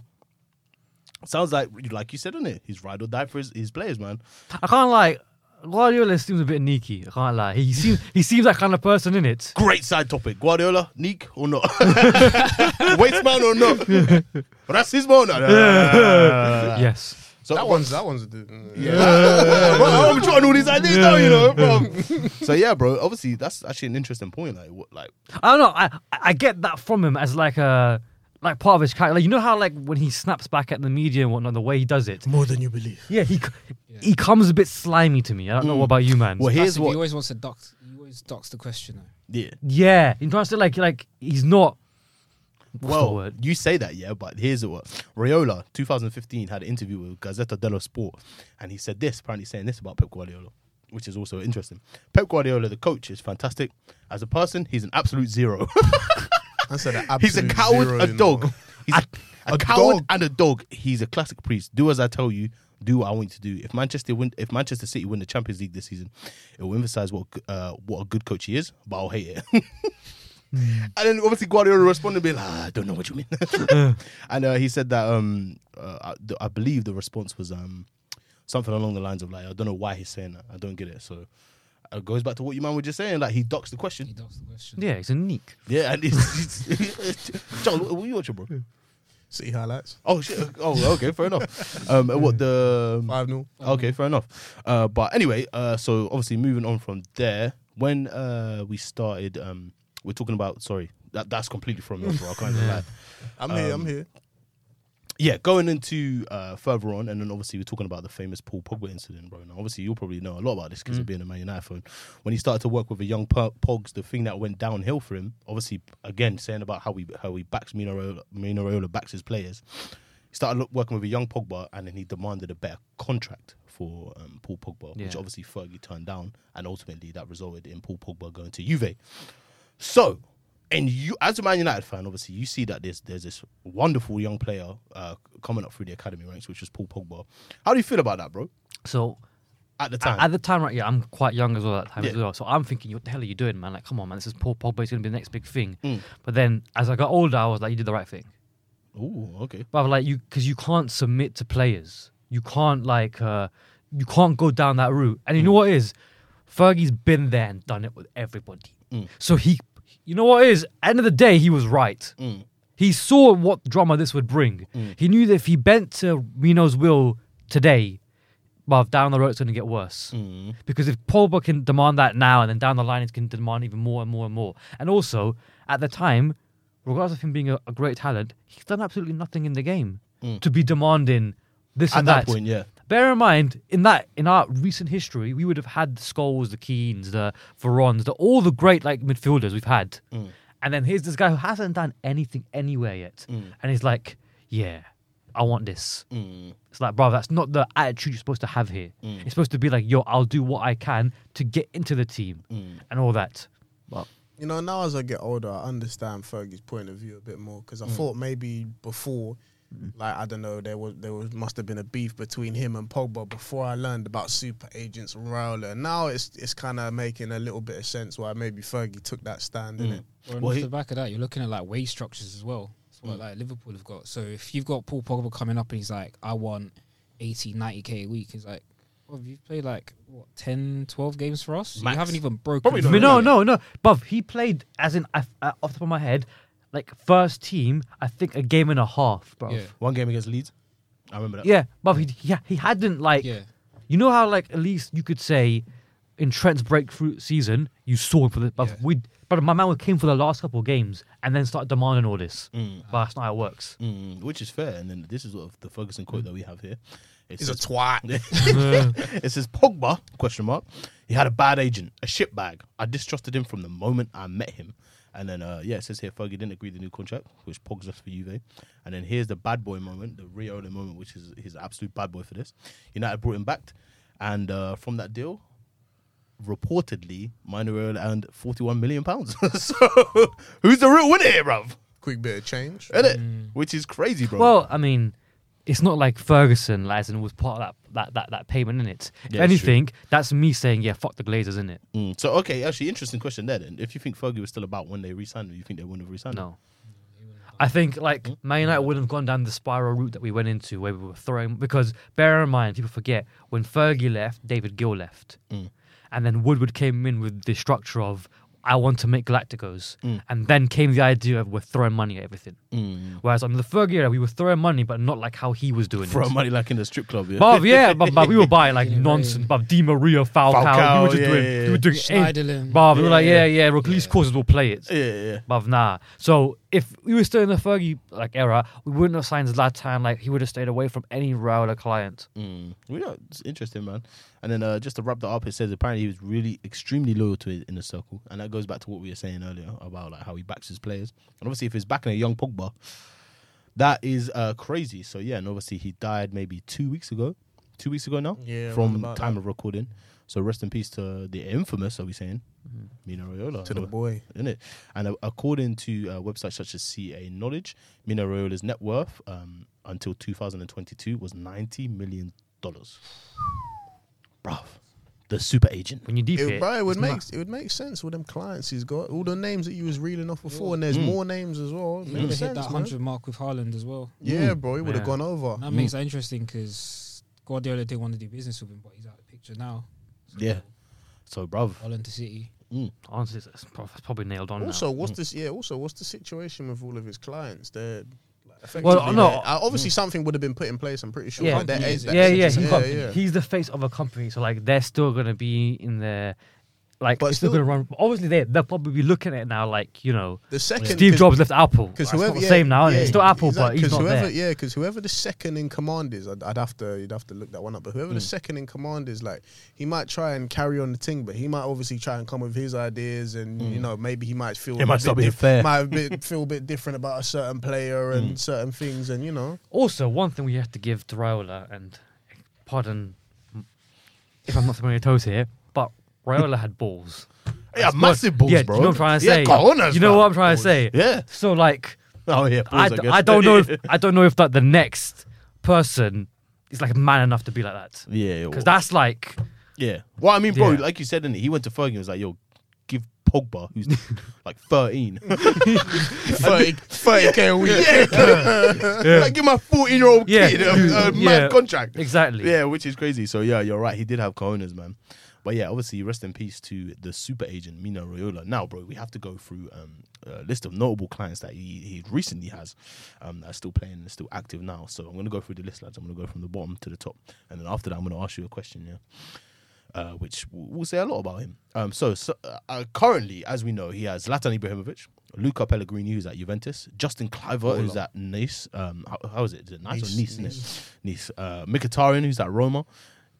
Speaker 1: Sounds like, like you said on it, he's ride or die for his, his players, man.
Speaker 4: I can't like Guardiola seems a bit sneaky. I can't lie. He seems he seems that kind of person in it.
Speaker 1: Great side topic. Guardiola, Nick or not? Waste man or not? Racism or not?
Speaker 4: Yes.
Speaker 1: So
Speaker 3: That one's that one's. mm, Yeah.
Speaker 1: bro, I'm trying all these ideas now, you know, bro. so yeah, bro. Obviously, that's actually an interesting point. Like, what, like,
Speaker 4: I don't know. I I get that from him as like a like part of his character. Like you know how like when he snaps back at the media and whatnot, the way he does it.
Speaker 3: More than you believe.
Speaker 4: Yeah, he c- he comes a bit slimy to me. I don't know what about you, man.
Speaker 1: well, here's
Speaker 5: That's it, He
Speaker 1: what.
Speaker 5: always wants to duck. He always ducks the question. Though.
Speaker 1: Yeah.
Speaker 4: Yeah, in terms of like like he's not. what's the
Speaker 1: Well,
Speaker 4: word?
Speaker 1: you say that, yeah, but here's what Rayola, 2015, had an interview with Gazzetta dello Sport, and he said this, apparently saying this about Pep Guardiola, which is also interesting. Pep Guardiola, the coach, is fantastic. As a person, he's an absolute zero.
Speaker 3: I said an
Speaker 1: He's a
Speaker 3: absolute
Speaker 1: coward,
Speaker 3: zero
Speaker 1: a
Speaker 3: in-
Speaker 1: dog. He's a, a
Speaker 3: a
Speaker 1: coward
Speaker 3: dog.
Speaker 1: and a dog. He's a classic priest. Do as I tell you. Do what I want you to do. If Manchester win, if Manchester City win the Champions League this season, it will emphasize what uh, what a good coach he is. But I'll hate it. and then obviously Guardiola responded, being like, "Ah, "I don't know what you mean." and uh, he said that um, uh, I, I believe the response was um, something along the lines of like, "I don't know why he's saying that. I don't get it." So. It goes back to what your man was just saying. Like he ducks the
Speaker 5: He
Speaker 1: question.
Speaker 5: ducks the question.
Speaker 4: Yeah, he's a neek.
Speaker 1: Yeah, and it's, it's, John, what, what you watching, bro?
Speaker 3: City highlights.
Speaker 1: Oh shit! Oh, okay, fair enough. Um, what the?
Speaker 3: Five 0
Speaker 1: Okay, fair enough. Uh, but anyway, uh, so obviously moving on from there, when uh we started, um, we're talking about. Sorry, that that's completely from me, bro. I can't even lie.
Speaker 3: I'm here. I'm here.
Speaker 1: Yeah, going into uh further on, and then obviously we're talking about the famous Paul Pogba incident, bro. Now, obviously you'll probably know a lot about this because of being a Man United fan. When he started to work with a young P- Pogs, the thing that went downhill for him, obviously again saying about how he how he backs Mino Raiola- Mino Raiola backs his players. He started lo- working with a young Pogba, and then he demanded a better contract for um, Paul Pogba, which
Speaker 4: Yeah.
Speaker 1: obviously Fergie turned down, and ultimately that resulted in Paul Pogba going to Juve. So, and you, as a Man United fan, obviously you see that there's there's this wonderful young player uh, coming up through the academy ranks, which was Paul Pogba. How do you feel about that, bro?
Speaker 4: So
Speaker 1: At the time,
Speaker 4: at the time, right? Yeah, I'm quite young as well. At that time as
Speaker 1: Yeah.
Speaker 4: well, so I'm thinking, what the hell are you doing, man? Like, come on, man. This is Paul Pogba. It's gonna be the next big thing.
Speaker 1: Hmm.
Speaker 4: But then, as I got older, I was like, you did the right thing.
Speaker 1: ooh, okay,
Speaker 4: But like you, because you can't submit to players. You can't like, uh, you can't go down that route. And you
Speaker 1: Hmm.
Speaker 4: know what it is, Fergie's been there and done it with everybody.
Speaker 1: Hmm.
Speaker 4: So he, you know what it is, end of the day, he was right.
Speaker 1: Hmm.
Speaker 4: He saw what drama this would bring.
Speaker 1: Mm.
Speaker 4: He knew that if he bent to Mino's will today, well, down the road it's going to get worse.
Speaker 1: Mm.
Speaker 4: Because if Pogba can demand that now, and then down the line it can demand even more and more and more. And also, at the time, regardless of him being a, a great talent, he's done absolutely nothing in the game to be demanding this
Speaker 1: Mm. at
Speaker 4: and
Speaker 1: that point, yeah,
Speaker 4: Bear in mind, in that in our recent history, we would have had the Scholes, the Keens, the Verons, the all the great like midfielders we've had. And then here's this guy who hasn't done anything anywhere yet. And he's like, Yeah, I want this. It's like, bro, that's not the attitude you're supposed to have here. It's supposed to be like, yo, I'll do what I can to get into the team and all that. But
Speaker 3: You know, now as I get older, I understand Fergie's point of view a bit more because I thought maybe before, like I don't know, there was there was must have been a beef between him and Pogba before I learned about super agents and Raiola. Now it's it's kind of making a little bit of sense why maybe Fergie took that stand in it.
Speaker 5: Well, and
Speaker 1: Well,
Speaker 5: off
Speaker 1: he-
Speaker 5: the back of that, you're looking at like wage structures as well. That's what like Liverpool have got. So if you've got Paul Pogba coming up and he's like, I want 80, 90 k a week, he's like, well, you've played like what 10, 12 games for us.
Speaker 1: Max.
Speaker 5: You haven't even broken.
Speaker 1: Probably
Speaker 4: I
Speaker 1: not.
Speaker 4: mean, no,
Speaker 1: Yeah.
Speaker 4: no, no. Buff, he played as in I, uh, off the top of my head, like first team, I think a game and a half, bro.
Speaker 5: Yeah.
Speaker 1: one game against Leeds, I remember that.
Speaker 4: Yeah, but he yeah he hadn't like
Speaker 5: Yeah.
Speaker 4: you know how like at least you could say in Trent's breakthrough season you saw him for the but
Speaker 5: Yeah.
Speaker 4: we but my man came for the last couple of games and then started demanding all this. But that's not how it works.
Speaker 1: Mm, which is fair. And then this is what the Ferguson quote that we have here. It's
Speaker 3: Mm. He's a twat.
Speaker 1: it says Pogba question mark. He had a bad agent, a shit bag. I distrusted him from the moment I met him. And then, uh, yeah, it says here Fergie didn't agree the new contract, which pogs us for Juve. And then here's the bad boy moment, the Raiola moment, which is his absolute bad boy for this. United brought him back, and uh, from that deal, reportedly, Manuel earned 41 million pounds. so, who's the real winner here, bruv?
Speaker 3: Quick bit of change.
Speaker 1: Isn't it? Which is crazy, bro.
Speaker 4: Well, I mean, it's not like Ferguson, like, as in was part of that that that, that payment in it.
Speaker 1: Yeah,
Speaker 4: if
Speaker 1: it's true.
Speaker 4: anything, that's me saying, yeah, fuck the Glazers, in it?
Speaker 1: Mm, so, okay, actually, interesting question there then. If you think Fergie was still about when they re signed him, you think they wouldn't have re signed him?
Speaker 4: No. I think like Man United wouldn't have gone down the spiral route that we went into, where we were throwing. Because bear in mind, people forget when Fergie left, David Gill left,
Speaker 1: Mm.
Speaker 4: and then Woodward came in with the structure of I want to make Galacticos,
Speaker 1: Mm.
Speaker 4: and then came the idea of we're throwing money at everything. Whereas under the Fergie era, we were throwing money, but not like how he was doing
Speaker 1: Throw
Speaker 4: it.
Speaker 1: money like in the strip club, yeah.
Speaker 4: But yeah, but, but we were buying like
Speaker 5: Yeah,
Speaker 4: nonsense.
Speaker 5: right.
Speaker 4: But Di Maria, Falcao,
Speaker 1: Falcao,
Speaker 4: we were just
Speaker 1: yeah,
Speaker 4: doing,
Speaker 1: yeah,
Speaker 4: we were doing
Speaker 5: Schneiderlin.
Speaker 4: But we were like, yeah, yeah, yeah these courses will play it.
Speaker 1: yeah, yeah.
Speaker 4: But nah. So if we were still in the Fergie like era, we wouldn't have signed Zlatan. Like he would have stayed away from any Raiola client.
Speaker 1: Mm. We know it's interesting, man. And then uh, just to wrap that up, it says apparently he was really extremely loyal to his inner circle, and that goes back to what we were saying earlier about like how he backs his players. And obviously, if he's backing a young Pogba, that is uh, crazy. So yeah, and obviously he died maybe two weeks ago, two weeks ago now,
Speaker 3: Yeah, around
Speaker 1: from
Speaker 3: about
Speaker 1: time of recording. So rest in peace to the infamous, are we saying, Mina Raiola?
Speaker 3: To the boy.
Speaker 1: in it. And uh, according to uh, websites such as CA Knowledge, Mina Raiola's net worth um, until 2022 was 90 million dollars. Bruv, the super agent.
Speaker 4: When you deep
Speaker 3: It,
Speaker 4: it,
Speaker 3: bro, it would
Speaker 4: it's
Speaker 3: make
Speaker 4: mad.
Speaker 3: it would make sense with them clients he's got. All the names that you was reeling off before, and there's
Speaker 4: Mm.
Speaker 3: more names as well. It
Speaker 5: He would've
Speaker 3: Makes
Speaker 5: hit
Speaker 3: sense,
Speaker 5: that
Speaker 3: man. Oh,
Speaker 5: hundred mark with Haaland as well.
Speaker 3: Yeah, bro, he would have
Speaker 4: Mm. Yeah.
Speaker 3: gone over.
Speaker 5: That makes that interesting because Guardiola didn't want to do business with him, but he's out of the picture now.
Speaker 1: Yeah. So, bruv,
Speaker 5: Holland to City.
Speaker 4: Honestly, it's, it's probably nailed on.
Speaker 3: Also, what's this? Yeah, also, what's the situation with all of his clients? They're like,
Speaker 4: Well,
Speaker 3: effectively
Speaker 4: no. Mm.
Speaker 3: they're- uh, obviously something would have been put in place. I'm pretty sure.
Speaker 4: Yeah.
Speaker 3: but they're-
Speaker 5: Yeah,
Speaker 3: they're-
Speaker 4: now. yeah, yeah,
Speaker 3: yeah,
Speaker 4: he got,
Speaker 3: yeah.
Speaker 4: he's the face of a company, so like they're still gonna be in there. Like
Speaker 3: But
Speaker 4: it's still,
Speaker 3: still-
Speaker 4: gonna run. Obviously, they they'll probably be looking at it now, like you know,
Speaker 3: The second
Speaker 4: Steve
Speaker 3: 'cause-
Speaker 4: Jobs left Apple. It's
Speaker 3: Because
Speaker 4: not
Speaker 3: whoever,
Speaker 4: the
Speaker 3: yeah,
Speaker 4: same now,
Speaker 3: yeah,
Speaker 4: it's still Apple,
Speaker 3: exactly,
Speaker 4: but he's
Speaker 3: 'cause
Speaker 4: not
Speaker 3: whoever,
Speaker 4: there.
Speaker 3: Yeah, because whoever the second in command is, I'd, I'd have to, you'd have to look that one up. But whoever the second in command is, like, he might try and carry on the thing, but he might obviously try and come with his ideas, and you know, maybe he might feel
Speaker 1: It
Speaker 3: a
Speaker 1: might
Speaker 3: bit
Speaker 1: stop being
Speaker 3: diff-
Speaker 1: fair.
Speaker 3: might a bit, feel a bit different about a certain player and certain things, and you know,
Speaker 4: Also, one thing we have to give to Raiola, and pardon if I'm not throwing your toes here, but Raiola had balls.
Speaker 1: he had massive balls,
Speaker 4: yeah,
Speaker 1: bro.
Speaker 4: you know what I'm trying to
Speaker 1: He
Speaker 4: say.
Speaker 1: had cojones,
Speaker 4: you know
Speaker 1: bruv.
Speaker 4: what I'm trying to say.
Speaker 1: Yeah.
Speaker 4: So like,
Speaker 1: Oh, yeah.
Speaker 4: I,
Speaker 1: balls,
Speaker 4: d-
Speaker 1: guess.
Speaker 4: I don't know if I don't know if that the next person is like man enough to be like that.
Speaker 1: yeah.
Speaker 4: Because
Speaker 1: Well,
Speaker 4: that's like
Speaker 1: yeah. Well, I mean, bro,
Speaker 4: Yeah.
Speaker 1: like you said, innit, he went to Fergie and was like, yo, give Pogba, who's like 13.
Speaker 3: 30 k a week.
Speaker 1: like, give my 14 year old
Speaker 4: Yeah.
Speaker 1: kid a, a
Speaker 4: Yeah.
Speaker 1: mad contract.
Speaker 4: exactly.
Speaker 1: Yeah, which is crazy. So yeah, you're right. He did have cojones, man. But yeah, obviously, rest in peace to the super agent Mina Royola. Now, bro, we have to go through um, a list of notable clients that he, he recently has um, that are still playing and still active now. So I'm gonna go through the list, lads. I'm gonna go from the bottom to the top, and then after that, I'm gonna ask you a question. Yeah uh, which w- will say a lot about him. Um, so, so uh, uh, currently, as we know, he has Zlatan Ibrahimovic, Luca Pellegrini, who's at Juventus, Justin Cliver, who's at Nice. Um, how, how is it? Is it Nice, or Nice? Nice. Nice. Uh, Mkhitaryan, who's at Roma,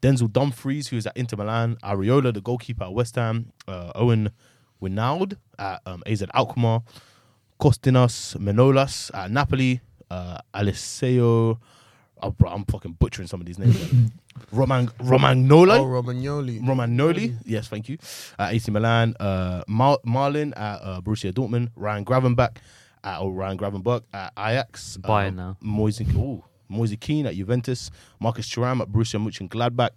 Speaker 1: Denzel Dumfries, who's at Inter Milan, Ariola, the goalkeeper at West Ham, uh, Owen Winaud at um, AZ Alkmaar, Costinas Menolas at Napoli, uh, Alessio. Oh, bro, I'm fucking butchering some of these names. Roman Romagnola.
Speaker 3: Oh, Romagnoli.
Speaker 1: Romagnoli, yes, thank you. At AC Milan, uh, Mar- Marlin at uh, Borussia Dortmund, Ryan Gravenbach at oh, Ryan Gravenbach at Ajax, Um,
Speaker 4: Bayern now.
Speaker 1: Moise, ooh, Moise Keane at Juventus, Marcus Thuram at Borussia Mönchengladbach,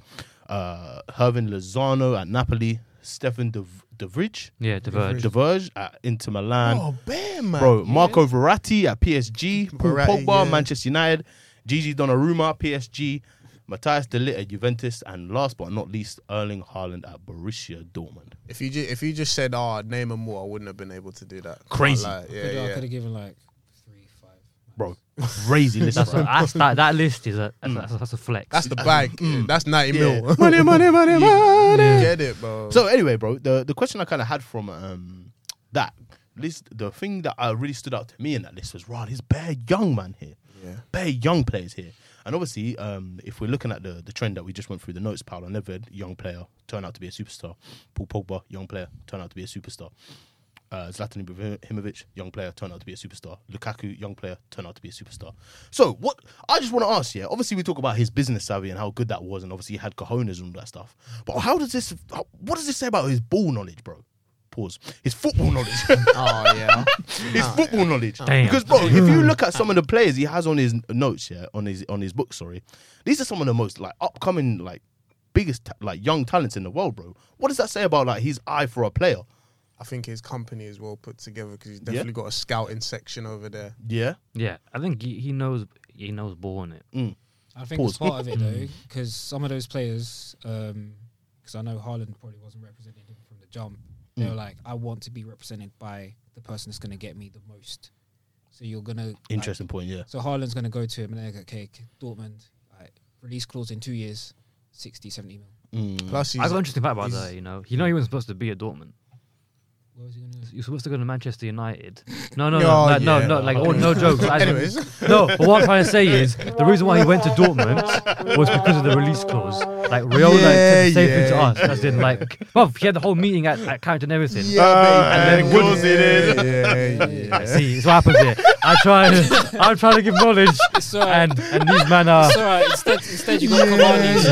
Speaker 1: uh, Hervin Lozano at Napoli, Stefan De, De Vrij,
Speaker 4: Yeah, diverge.
Speaker 1: De Vrij at Inter Milan,
Speaker 3: Oh, bear man,
Speaker 1: bro, Marco Verratti at PSG, Paul
Speaker 3: Verratti,
Speaker 1: Pogba,
Speaker 3: yeah.
Speaker 1: Manchester United, Gigi Donnarumma, PSG, Matthias De Ligt at Juventus, and last but not least, Erling Haaland at Borussia Dortmund.
Speaker 3: If you ju- if you just said, "Ah, oh, name 'em more," I wouldn't have been able to do that. Can't
Speaker 1: Crazy.
Speaker 3: lie.
Speaker 5: Could
Speaker 3: yeah,
Speaker 5: have- I
Speaker 3: yeah.
Speaker 5: could have given like three, five.
Speaker 1: Bro, crazy list.
Speaker 4: That's, a, that's that that list is a that's, that's, that's a flex.
Speaker 3: Hmm. That's the bag. Yeah, that's ninety mil.
Speaker 1: money, money, money, money.
Speaker 3: Get it, bro.
Speaker 1: So anyway, bro, the, the question I kind of had from um that list, the thing that uh, really stood out to me in that list was, wow, there's bare young man here,
Speaker 3: Yeah.
Speaker 1: bare young players here, and obviously, um, if we're looking at the the trend that we just went through, the notes, Paolo Nedved, young player, turn out to be a superstar, Paul Pogba, young player, turn out to be a superstar. Uh, Zlatan Ibrahimovic, young player, turned out to be a superstar. Lukaku, young player, turned out to be a superstar. So, what I just want to ask, yeah, obviously we talk about his business savvy and how good that was, and obviously he had cojones and all that stuff. But how does this, how, what does this say about his ball knowledge, bro? Pause. His football knowledge.
Speaker 3: Oh yeah.
Speaker 1: his football knowledge.
Speaker 4: Damn.
Speaker 1: Because bro, if you look at some of the players he has on his notes, yeah, on his on his book, sorry, these are some of the most like upcoming, like biggest, ta- like young talents in the world, bro. What does that say about like his eye for a player?
Speaker 3: I think his company is well put together because he's definitely got a scouting section over there.
Speaker 1: Yeah,
Speaker 4: Yeah, I think he, he knows he knows ball in it.
Speaker 1: Mm.
Speaker 5: I think it's part of it though, because some of those players, because I know Haaland probably wasn't represented from the jump. They
Speaker 4: Mm.
Speaker 5: were like, I want to be represented by the person that's going to get me the most. So you're going to
Speaker 1: interesting point. Yeah,
Speaker 5: So Haaland's going to go to him and they go, okay, okay, Dortmund, like, release clause in two years, 60, 70 mil.
Speaker 1: Mm.
Speaker 3: Plus, he's,
Speaker 4: I got an interesting fact about
Speaker 3: he's-
Speaker 4: that. You know, you know he wasn't supposed to be at Dortmund.
Speaker 5: Where was he going to
Speaker 4: You're supposed to go to Manchester United. No, no,
Speaker 3: Oh,
Speaker 4: no, like, no,
Speaker 3: yeah.
Speaker 4: no, like, oh, no jokes. I-
Speaker 3: Anyways.
Speaker 4: no. But what I'm trying to say is the reason why he went to Dortmund was because of the release clause. Like Real
Speaker 3: Yeah,
Speaker 4: said the same thing to
Speaker 3: yeah,
Speaker 4: us. As in, like, well, he had the whole meeting at, at Carrington and everything.
Speaker 3: yeah,
Speaker 4: and then goes
Speaker 3: baby. yeah, yeah, yeah.
Speaker 4: I see, it's what happens here. I try, to, I'm trying to give knowledge,
Speaker 5: all right.
Speaker 4: and uh, and these men are
Speaker 5: It's all right. Instead, instead you got Cavani.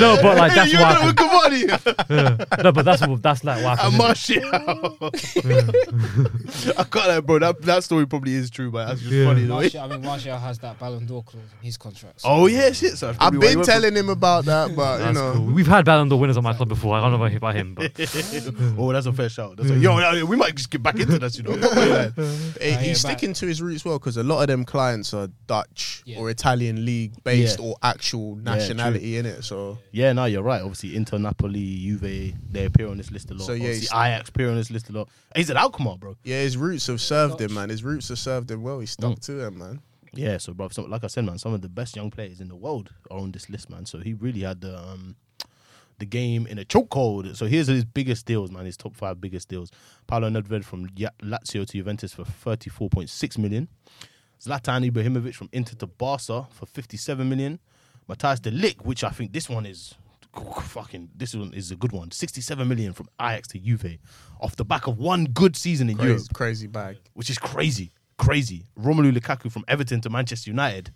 Speaker 4: no, but like that's
Speaker 1: you
Speaker 4: what
Speaker 1: got it
Speaker 4: happened.
Speaker 1: with Cavani
Speaker 4: No, but that's what that's like what
Speaker 1: and
Speaker 4: happened.
Speaker 1: Martial. I got that, bro. That that story probably is true, but that's just funny. though.
Speaker 5: Martial, I mean, Martial has that Ballon d'Or clause in his contract. so-
Speaker 1: Oh yeah, shit. So that's
Speaker 3: I've
Speaker 1: probably why he
Speaker 3: been
Speaker 1: went for-
Speaker 3: telling him about that, but you
Speaker 4: That's
Speaker 3: know,
Speaker 4: cool. We've had Ballon d'Or winners on my club before. I don't know about him, but
Speaker 1: Oh, that's a fair shout. That's a, yo, we might just get back into this, you know.
Speaker 3: Eh,
Speaker 5: yeah,
Speaker 3: he's
Speaker 5: but-
Speaker 3: sticking to his roots well because a lot of them clients are Dutch
Speaker 5: Yeah.
Speaker 3: or Italian league based
Speaker 1: Yeah.
Speaker 3: or actual nationality in it. So
Speaker 1: Yeah, no, you're right. Obviously, Inter, Napoli, Juve, they appear on this list a lot.
Speaker 3: So, yeah,
Speaker 1: Obviously,
Speaker 3: he's-
Speaker 1: Ajax appear on this list a lot. He's at Alkmaar, bro.
Speaker 3: yeah, his roots have served him, man. His roots have served him well. He stuck
Speaker 4: Mm.
Speaker 3: to them, man.
Speaker 1: Yeah, so, bro, some, like I said, man, some of the best young players in the world are on this list, man. So he really had the um, the game in a chokehold. So here's his biggest deals, man. His top five biggest deals: Paolo Nedved from Ya- Lazio to Juventus for 34.6 million. Zlatan Ibrahimovic from Inter to Barca for 57 million. Matthias De Ligt, which I think this one is fucking this one is a good one. 67 million from Ajax to Juve off the back of one good season in Europe
Speaker 3: Crazy, crazy bag.
Speaker 1: which is crazy, crazy. Romelu Lukaku from Everton to Manchester United.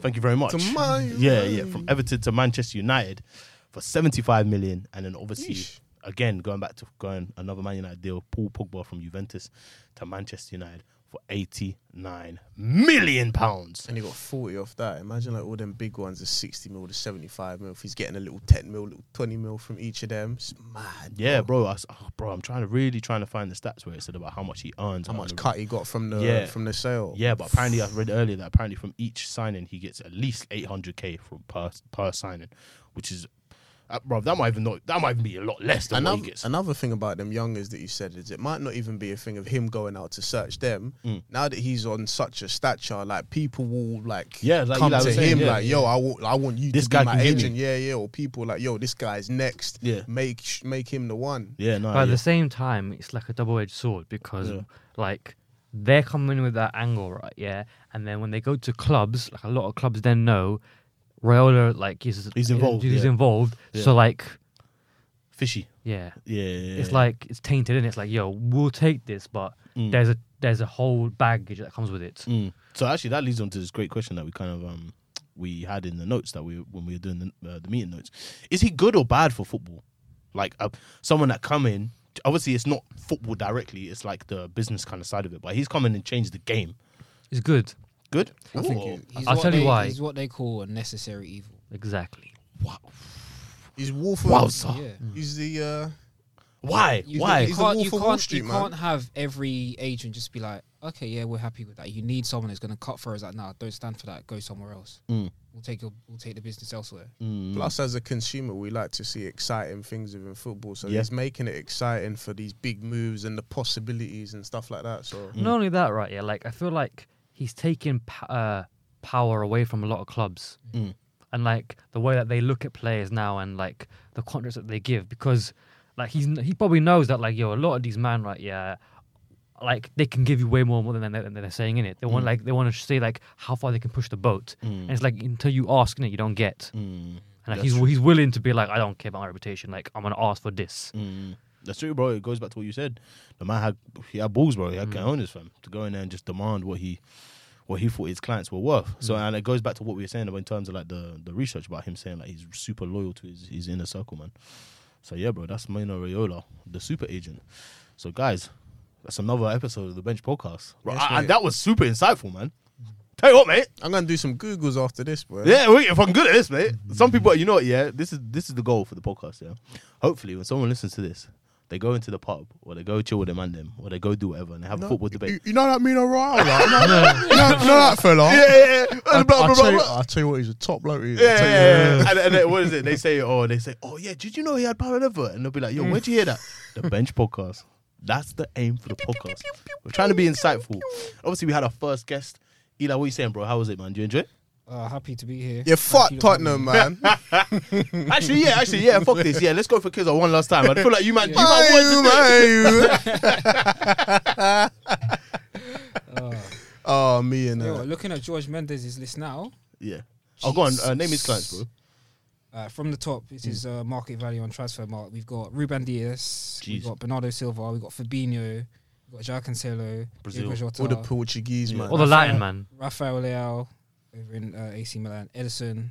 Speaker 1: Thank you very much.
Speaker 3: To my-
Speaker 1: yeah, yeah, from Everton to Manchester United for seventy-five million, and then obviously
Speaker 3: Yeesh.
Speaker 1: again going back to going another Man United deal, Paul Pogba from Juventus to Manchester United for eighty-nine million pounds.
Speaker 3: And he got 40 off that. Imagine like all them big ones, the 60 mil, the 75 mil. If he's getting a little 10 mil, little 20 mil from each of them, it's mad.
Speaker 1: Yeah, bro, I, s- oh, bro, I'm trying to really trying to find the stats where it said about how much he earns,
Speaker 3: How
Speaker 1: out
Speaker 3: much
Speaker 1: of the-
Speaker 3: cut he got from the
Speaker 1: Yeah.
Speaker 3: from the sale?
Speaker 1: Yeah, but apparently I read earlier that apparently from each signing he gets at least 800k from per per signing, which is, uh, bro, that might even not that might even be a lot less than what
Speaker 3: Another,
Speaker 1: he gets.
Speaker 3: another thing about them youngers that you said is it might not even be a thing of him going out to search them.
Speaker 1: Mm.
Speaker 3: Now that he's on such a stature, like people will like,
Speaker 1: Yeah, like
Speaker 3: come
Speaker 1: Eli
Speaker 3: to
Speaker 1: was saying,
Speaker 3: him
Speaker 1: yeah,
Speaker 3: like, yo, I want, I want you
Speaker 1: This
Speaker 3: to
Speaker 1: guy
Speaker 3: be my
Speaker 1: can give
Speaker 3: agent. Yeah, yeah. Or people like, yo, this guy's next.
Speaker 1: Yeah.
Speaker 3: make sh- make him the one.
Speaker 1: yeah, no,
Speaker 4: but at
Speaker 1: Uh, yeah.
Speaker 4: the same time, it's like a double-edged sword because
Speaker 1: Yeah.
Speaker 4: like they're coming in with that angle, right? Yeah, and then when they go to clubs, like a lot of clubs then know Raiola like is
Speaker 1: He's involved,
Speaker 4: He's
Speaker 1: yeah.
Speaker 4: involved.
Speaker 1: Yeah.
Speaker 4: So like,
Speaker 1: fishy.
Speaker 4: yeah,
Speaker 1: Yeah, yeah,
Speaker 4: it's
Speaker 1: yeah.
Speaker 4: like it's tainted, and it's like, yo, we'll take this, but there's a there's a whole baggage that comes with it.
Speaker 1: Mm. So actually, that leads on to this great question that we kind of um we had in the notes that we when we were doing the, uh, the meeting notes. Is he good or bad for football? Like uh, someone that come in, obviously it's not football directly. It's like the business kind of side of it. But he's come in and changed the game.
Speaker 4: It's good,
Speaker 1: Good.
Speaker 3: I think
Speaker 1: Ooh.
Speaker 3: he-
Speaker 5: He's
Speaker 4: I'll
Speaker 5: what
Speaker 4: tell you
Speaker 5: they-
Speaker 4: why.
Speaker 5: He's what they call a necessary evil.
Speaker 4: exactly.
Speaker 3: he's Wolf. Of,
Speaker 1: Wow, sir.
Speaker 4: Oh,
Speaker 5: Yeah.
Speaker 3: He's the uh,
Speaker 1: Why?
Speaker 5: You,
Speaker 1: Why?
Speaker 5: You
Speaker 3: He's the
Speaker 5: can't,
Speaker 3: Wolf
Speaker 5: you,
Speaker 3: of Wall
Speaker 5: can't,
Speaker 3: Street,
Speaker 5: you
Speaker 3: man.
Speaker 5: can't have every agent just be like, okay, yeah, we're happy with that. You need someone who's going to cut for us like, nah, don't stand for that. Go somewhere else.
Speaker 1: Mm.
Speaker 5: We'll take your, we'll take the business elsewhere.
Speaker 3: Plus, as a consumer, we like to see exciting things within football. So
Speaker 1: Yeah.
Speaker 3: he's making it exciting for these big moves and the possibilities and stuff like that. So
Speaker 1: Mm.
Speaker 4: Not only that, right? Yeah, like I feel like he's taking p- uh, power away from a lot of clubs,
Speaker 1: Mm.
Speaker 4: and like the way that they look at players now, and like the contracts that they give, because like he's he probably knows that like yo, a lot of these men, right? Yeah. Like they can give you way more than they're, than they're saying in it. They
Speaker 1: Mm.
Speaker 4: want like they want to say like how far they can push the boat, and it's like until you ask in it, you don't get.
Speaker 1: Mm.
Speaker 4: And like,
Speaker 1: That's
Speaker 4: he's
Speaker 1: true.
Speaker 4: he's willing to be like, I don't care about my reputation. Like I'm gonna ask for this.
Speaker 1: That's true, bro. It goes back to what you said. The man had he had balls, bro. He
Speaker 3: Mm.
Speaker 1: had cojones, fam, to go in there and just demand what he what he thought his clients were worth. So
Speaker 3: Mm.
Speaker 1: and it goes back to what we were saying about in terms of like the the research about him saying like he's super loyal to his, his inner circle, man. So yeah, bro, that's Mino Raiola, the super agent. So guys, that's another episode of the Bench Podcast. Bro,
Speaker 3: Yes,
Speaker 1: I- I-
Speaker 3: mate.
Speaker 1: that was super insightful, man. Tell you what, mate.
Speaker 3: I'm gonna do some Googles after this, bro.
Speaker 1: Yeah, wait, if I'm good at this, mate. Some people, you know what? Yeah, this is this is the goal for the podcast. Yeah, hopefully, when someone listens to this, they go into the pub or they go chill with their man them or they go do whatever and they have a football debate.
Speaker 3: You, you know that Mino Raiola? you know, you know- you know that fella?
Speaker 1: yeah, yeah, yeah.
Speaker 3: I,
Speaker 1: And blah,
Speaker 3: will
Speaker 1: blah, blah,
Speaker 3: tell you,
Speaker 1: blah.
Speaker 3: I'll tell you what, he's a top bloke. He is. I'll
Speaker 1: Yeah,
Speaker 3: tell you
Speaker 1: yeah,
Speaker 3: what.
Speaker 1: yeah. and, and then, what is it? They say, oh, they say, oh yeah. Did you know he had power liver? And they'll be like, yo, where'd you hear that? The bench podcast. That's the aim for the podcast. We're trying to be insightful. Obviously, we had our first guest. Eli, what you saying, bro? How was it, man? Do you enjoy it?
Speaker 5: Uh, happy to be here.
Speaker 3: Yeah, fuck
Speaker 5: Thank you for having
Speaker 3: Tottenham,
Speaker 5: me.
Speaker 3: man.
Speaker 1: Actually, yeah, actually, yeah. Fuck this. Yeah, let's go for Kizzo one last time. I feel like you, man, you might
Speaker 3: Aye,
Speaker 1: want to do it.
Speaker 3: aye. oh, me and
Speaker 5: Uh, Yo,
Speaker 3: uh,
Speaker 5: looking at George Mendes' list now,
Speaker 1: Yeah. Oh, go on. Uh, name his
Speaker 5: Jesus.
Speaker 1: clients, bro.
Speaker 5: uh, from the top,
Speaker 1: Mm.
Speaker 5: this is uh, market value on transfer mark. We've got Ruben Diaz,
Speaker 1: Jeez.
Speaker 5: we've got Bernardo Silva, we've got Fabinho, we've got Joao Cancelo,
Speaker 1: Brazil.
Speaker 5: Diego
Speaker 3: all the
Speaker 5: Jota,
Speaker 3: Portuguese,
Speaker 1: Mm.
Speaker 3: man.
Speaker 4: Or the Latin man.
Speaker 5: Rafael Leao over in uh, AC Milan, Edison,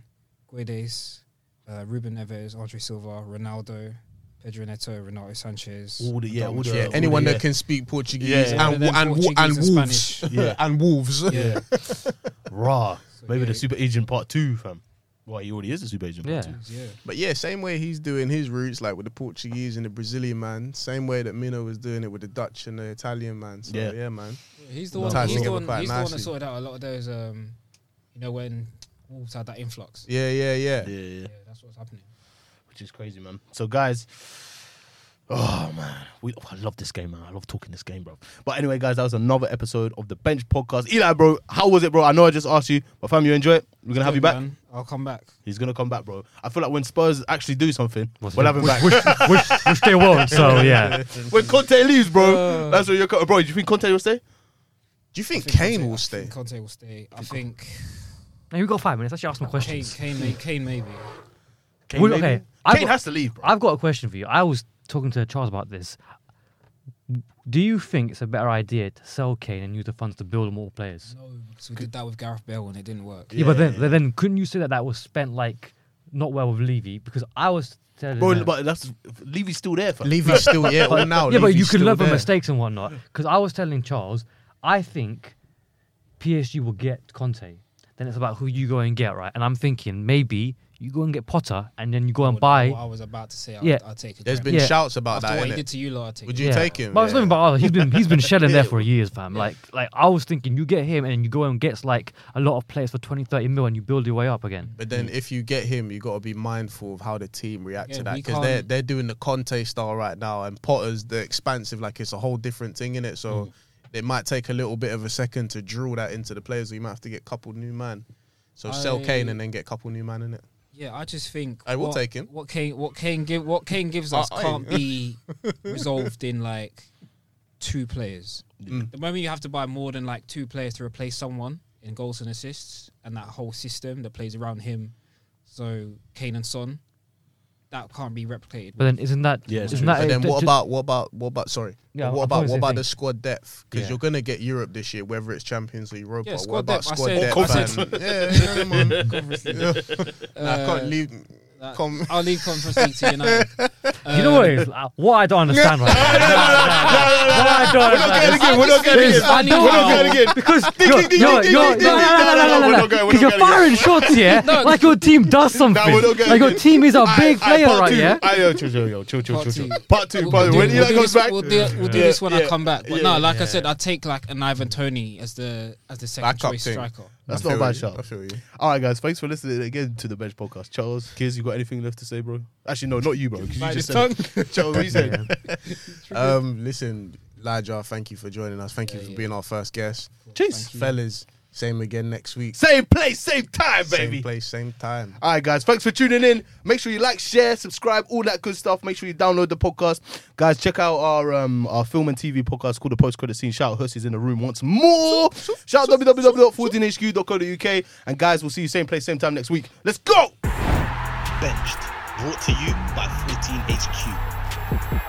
Speaker 5: Guedes, uh, Ruben Neves, Andre Silva, Ronaldo, Pedro Neto, Renato Sanchez.
Speaker 1: All the- yeah, all the-
Speaker 5: Adama
Speaker 1: Yeah,
Speaker 3: yeah,
Speaker 1: all
Speaker 3: anyone
Speaker 1: the-
Speaker 3: that can speak Portuguese
Speaker 1: Yeah, yeah.
Speaker 3: and
Speaker 5: Yeah,
Speaker 3: and,
Speaker 5: Portuguese
Speaker 3: and
Speaker 5: and
Speaker 3: wolves,
Speaker 5: Spanish.
Speaker 1: Yeah.
Speaker 3: and wolves.
Speaker 5: Yeah.
Speaker 1: Raw. Maybe the
Speaker 5: yeah.
Speaker 1: super agent part two, fam. Well, he already is a super agent part
Speaker 4: Yeah.
Speaker 1: two.
Speaker 5: yeah.
Speaker 3: But yeah, same way he's doing his roots, like with the Portuguese and the Brazilian man. Same way that Mino was doing it with the Dutch and the Italian man. So
Speaker 1: Yeah.
Speaker 3: yeah, man.
Speaker 5: He's the
Speaker 1: No.
Speaker 5: one.
Speaker 1: Ties
Speaker 5: He's, the
Speaker 3: together
Speaker 5: one,
Speaker 3: quite
Speaker 5: he's the one that
Speaker 3: nicely.
Speaker 5: sorted out a lot of those. Um, you know when Wolves had that influx. Yeah,
Speaker 3: Yeah, yeah, yeah.
Speaker 1: Yeah, yeah, yeah.
Speaker 5: that's what's happening.
Speaker 1: Which is crazy, man. So, guys. Oh man, we, I love this game, man. I love talking this game, bro. But anyway, guys, that was another episode of the Bench Podcast. Eli, bro, how was it, bro? I know I just asked you, but fam, you enjoy it. We're gonna have you
Speaker 5: Good,
Speaker 1: back.
Speaker 5: man. I'll come back.
Speaker 1: He's gonna come back, bro. I feel like when Spurs actually do something,
Speaker 4: What's
Speaker 1: we'll
Speaker 4: it?
Speaker 1: have him back.
Speaker 4: which, which they won't. So yeah,
Speaker 1: when Conte leaves, bro, that's where you're. co- Bro, do you think Conte will stay?
Speaker 3: Do you think,
Speaker 5: I think
Speaker 3: Kane
Speaker 5: Conte-
Speaker 3: will
Speaker 5: I
Speaker 3: stay?
Speaker 5: think Conte will stay. I think
Speaker 4: now you have got five minutes. Let's just ask my
Speaker 5: Kane,
Speaker 4: questions.
Speaker 5: Kane, may, Kane maybe.
Speaker 1: Kane,
Speaker 4: Well,
Speaker 1: maybe?
Speaker 4: okay,
Speaker 1: Kane
Speaker 4: I've got-
Speaker 1: has to leave, bro.
Speaker 4: I've got a question for you. I was talking to Charles about this. Do you think it's a better idea to sell Kane and use the funds to build more players?
Speaker 5: No, because Oh, we did that with Gareth Bale and it didn't work.
Speaker 4: Yeah, but then then couldn't you say that that was spent like not well with Levy because I was telling
Speaker 1: Bro,
Speaker 4: her-
Speaker 1: but that's Levy's still there, fam.
Speaker 3: Levy's still yeah. Well, now
Speaker 4: yeah, but you
Speaker 3: Levy's
Speaker 4: can
Speaker 3: still
Speaker 4: learn from
Speaker 3: there.
Speaker 4: mistakes and whatnot. Because I was telling Charles, I think PSG will get Conte. Then it's about who you go and get, right? And I'm thinking maybe you go and get Potter, and then you go and
Speaker 5: What-
Speaker 4: buy.
Speaker 5: what I was about to say. I'll,
Speaker 4: Yeah.
Speaker 5: I'll take it.
Speaker 3: There's been
Speaker 4: Yeah.
Speaker 3: shouts about
Speaker 5: After what
Speaker 3: that.
Speaker 5: he
Speaker 3: innit?
Speaker 5: did to you, lot, I'll take
Speaker 3: Would
Speaker 5: it.
Speaker 3: you take him?
Speaker 4: But it's
Speaker 3: Yeah.
Speaker 4: nothing about Arsenal. He's been he's been shelling there for years, fam. Like like I was thinking, you get him, and then you go and get like a lot of players for 20, 30 mil, and you build your way up again.
Speaker 3: But then, if you get him, you got to be mindful of how the team react to
Speaker 5: Yeah,
Speaker 3: that
Speaker 5: we
Speaker 3: because they're
Speaker 5: can't-
Speaker 3: they're doing the Conte style right now, and Potter's the expansive, like it's a whole different thing in it. So
Speaker 5: Mm.
Speaker 3: it might take a little bit of a second to drill that into the players. We might have to get a couple new man. So sell
Speaker 5: I-
Speaker 3: Kane and then get a couple new man in it.
Speaker 5: Yeah, I just think
Speaker 3: I will
Speaker 5: what-
Speaker 3: take him.
Speaker 5: What Kane, what Kane give, what Kane gives us
Speaker 3: I- I-
Speaker 5: can't be resolved in like two players.
Speaker 3: Mm.
Speaker 5: The moment you have to buy more than like two players to replace someone in goals and assists, and that whole system that plays around him, so Kane and Son, that can't be replicated.
Speaker 4: But then isn't that
Speaker 1: Yeah, it's
Speaker 4: isn't
Speaker 1: true.
Speaker 4: that
Speaker 3: But then
Speaker 4: eh, ju-
Speaker 3: what
Speaker 4: ju-
Speaker 3: about what about what about sorry?
Speaker 4: Yeah,
Speaker 3: what
Speaker 4: I thought it
Speaker 3: about
Speaker 4: was
Speaker 3: what
Speaker 4: the
Speaker 3: about
Speaker 4: same
Speaker 3: the
Speaker 4: thing.
Speaker 3: squad depth? Because
Speaker 4: Yeah.
Speaker 3: you're gonna get Europe this year, whether it's Champions League, Europa.
Speaker 5: Yeah,
Speaker 3: what
Speaker 5: squad
Speaker 3: about
Speaker 5: depth, I
Speaker 3: squad
Speaker 5: said-
Speaker 3: depth?
Speaker 5: Or
Speaker 3: and- yeah, yeah, man. Nah, I
Speaker 5: Uh,
Speaker 3: can't leave.
Speaker 5: that-
Speaker 3: com-
Speaker 5: I'll leave Conference League to United.
Speaker 4: You know what? It is? Uh, What I don't understand right now. What I don't understand is-
Speaker 1: We're not getting
Speaker 4: is
Speaker 1: it.
Speaker 4: I know
Speaker 1: We're not getting it.
Speaker 4: because
Speaker 1: ding,
Speaker 4: you're,
Speaker 1: ding,
Speaker 4: you're,
Speaker 1: ding,
Speaker 4: you're,
Speaker 1: ding, ding,
Speaker 4: no, no, no, no,
Speaker 1: ding,
Speaker 4: no,
Speaker 1: we're
Speaker 4: no,
Speaker 1: not going,
Speaker 4: no,
Speaker 1: we're not
Speaker 4: because
Speaker 1: going.
Speaker 4: you're firing shots, yeah, like your team does something.
Speaker 1: we're not going
Speaker 4: like your
Speaker 1: in.
Speaker 4: team is a
Speaker 1: Aye, aye,
Speaker 4: big player,
Speaker 1: part
Speaker 4: right?
Speaker 1: two.
Speaker 4: Yeah,
Speaker 1: Aye, yo, chill, chill, yo, chill, chill,
Speaker 5: Part
Speaker 1: chill, chill.
Speaker 5: two.
Speaker 1: Part two,
Speaker 5: We'll
Speaker 1: part
Speaker 5: do-
Speaker 1: two. When
Speaker 5: we'll
Speaker 1: Eli
Speaker 5: do
Speaker 1: comes
Speaker 5: this-
Speaker 1: back,
Speaker 5: we'll do, we'll do
Speaker 1: Yeah,
Speaker 5: this when I
Speaker 1: yeah,
Speaker 5: come back. But
Speaker 1: yeah,
Speaker 5: no, like I said, I'd take like an Ivan Tony as the as the second
Speaker 3: Backup
Speaker 5: choice
Speaker 3: thing.
Speaker 5: striker.
Speaker 1: that's
Speaker 3: I
Speaker 1: not a
Speaker 3: feel
Speaker 1: bad
Speaker 3: you. I
Speaker 1: shout.
Speaker 3: feel you.
Speaker 1: All right, guys, thanks for listening again to the Bench Podcast. Charles, Kiz, you got anything left to say, bro? Actually, no, not you, bro. 'cause you
Speaker 5: Bite
Speaker 1: just
Speaker 5: his
Speaker 1: said it. Charles, what you said?
Speaker 3: Um, listen, Lajar, thank you for joining us. Thank you
Speaker 5: Yeah,
Speaker 3: for
Speaker 5: yeah.
Speaker 3: being our first guest.
Speaker 1: Cheers.
Speaker 3: Fellas, same again next week.
Speaker 1: Same place, same time, baby.
Speaker 3: Same place, same time.
Speaker 1: All right, guys. Thanks for tuning in. Make sure you like, share, subscribe, all that good stuff. Make sure you download the podcast, guys. Check out our um our film and TV podcast called The Post Credit Scene. Shout out Huss is in the room once more. Shout out www.14hq.co.uk and guys, we'll see you same place, same time next week. Let's go.
Speaker 2: Benched. Brought to you by 14HQ.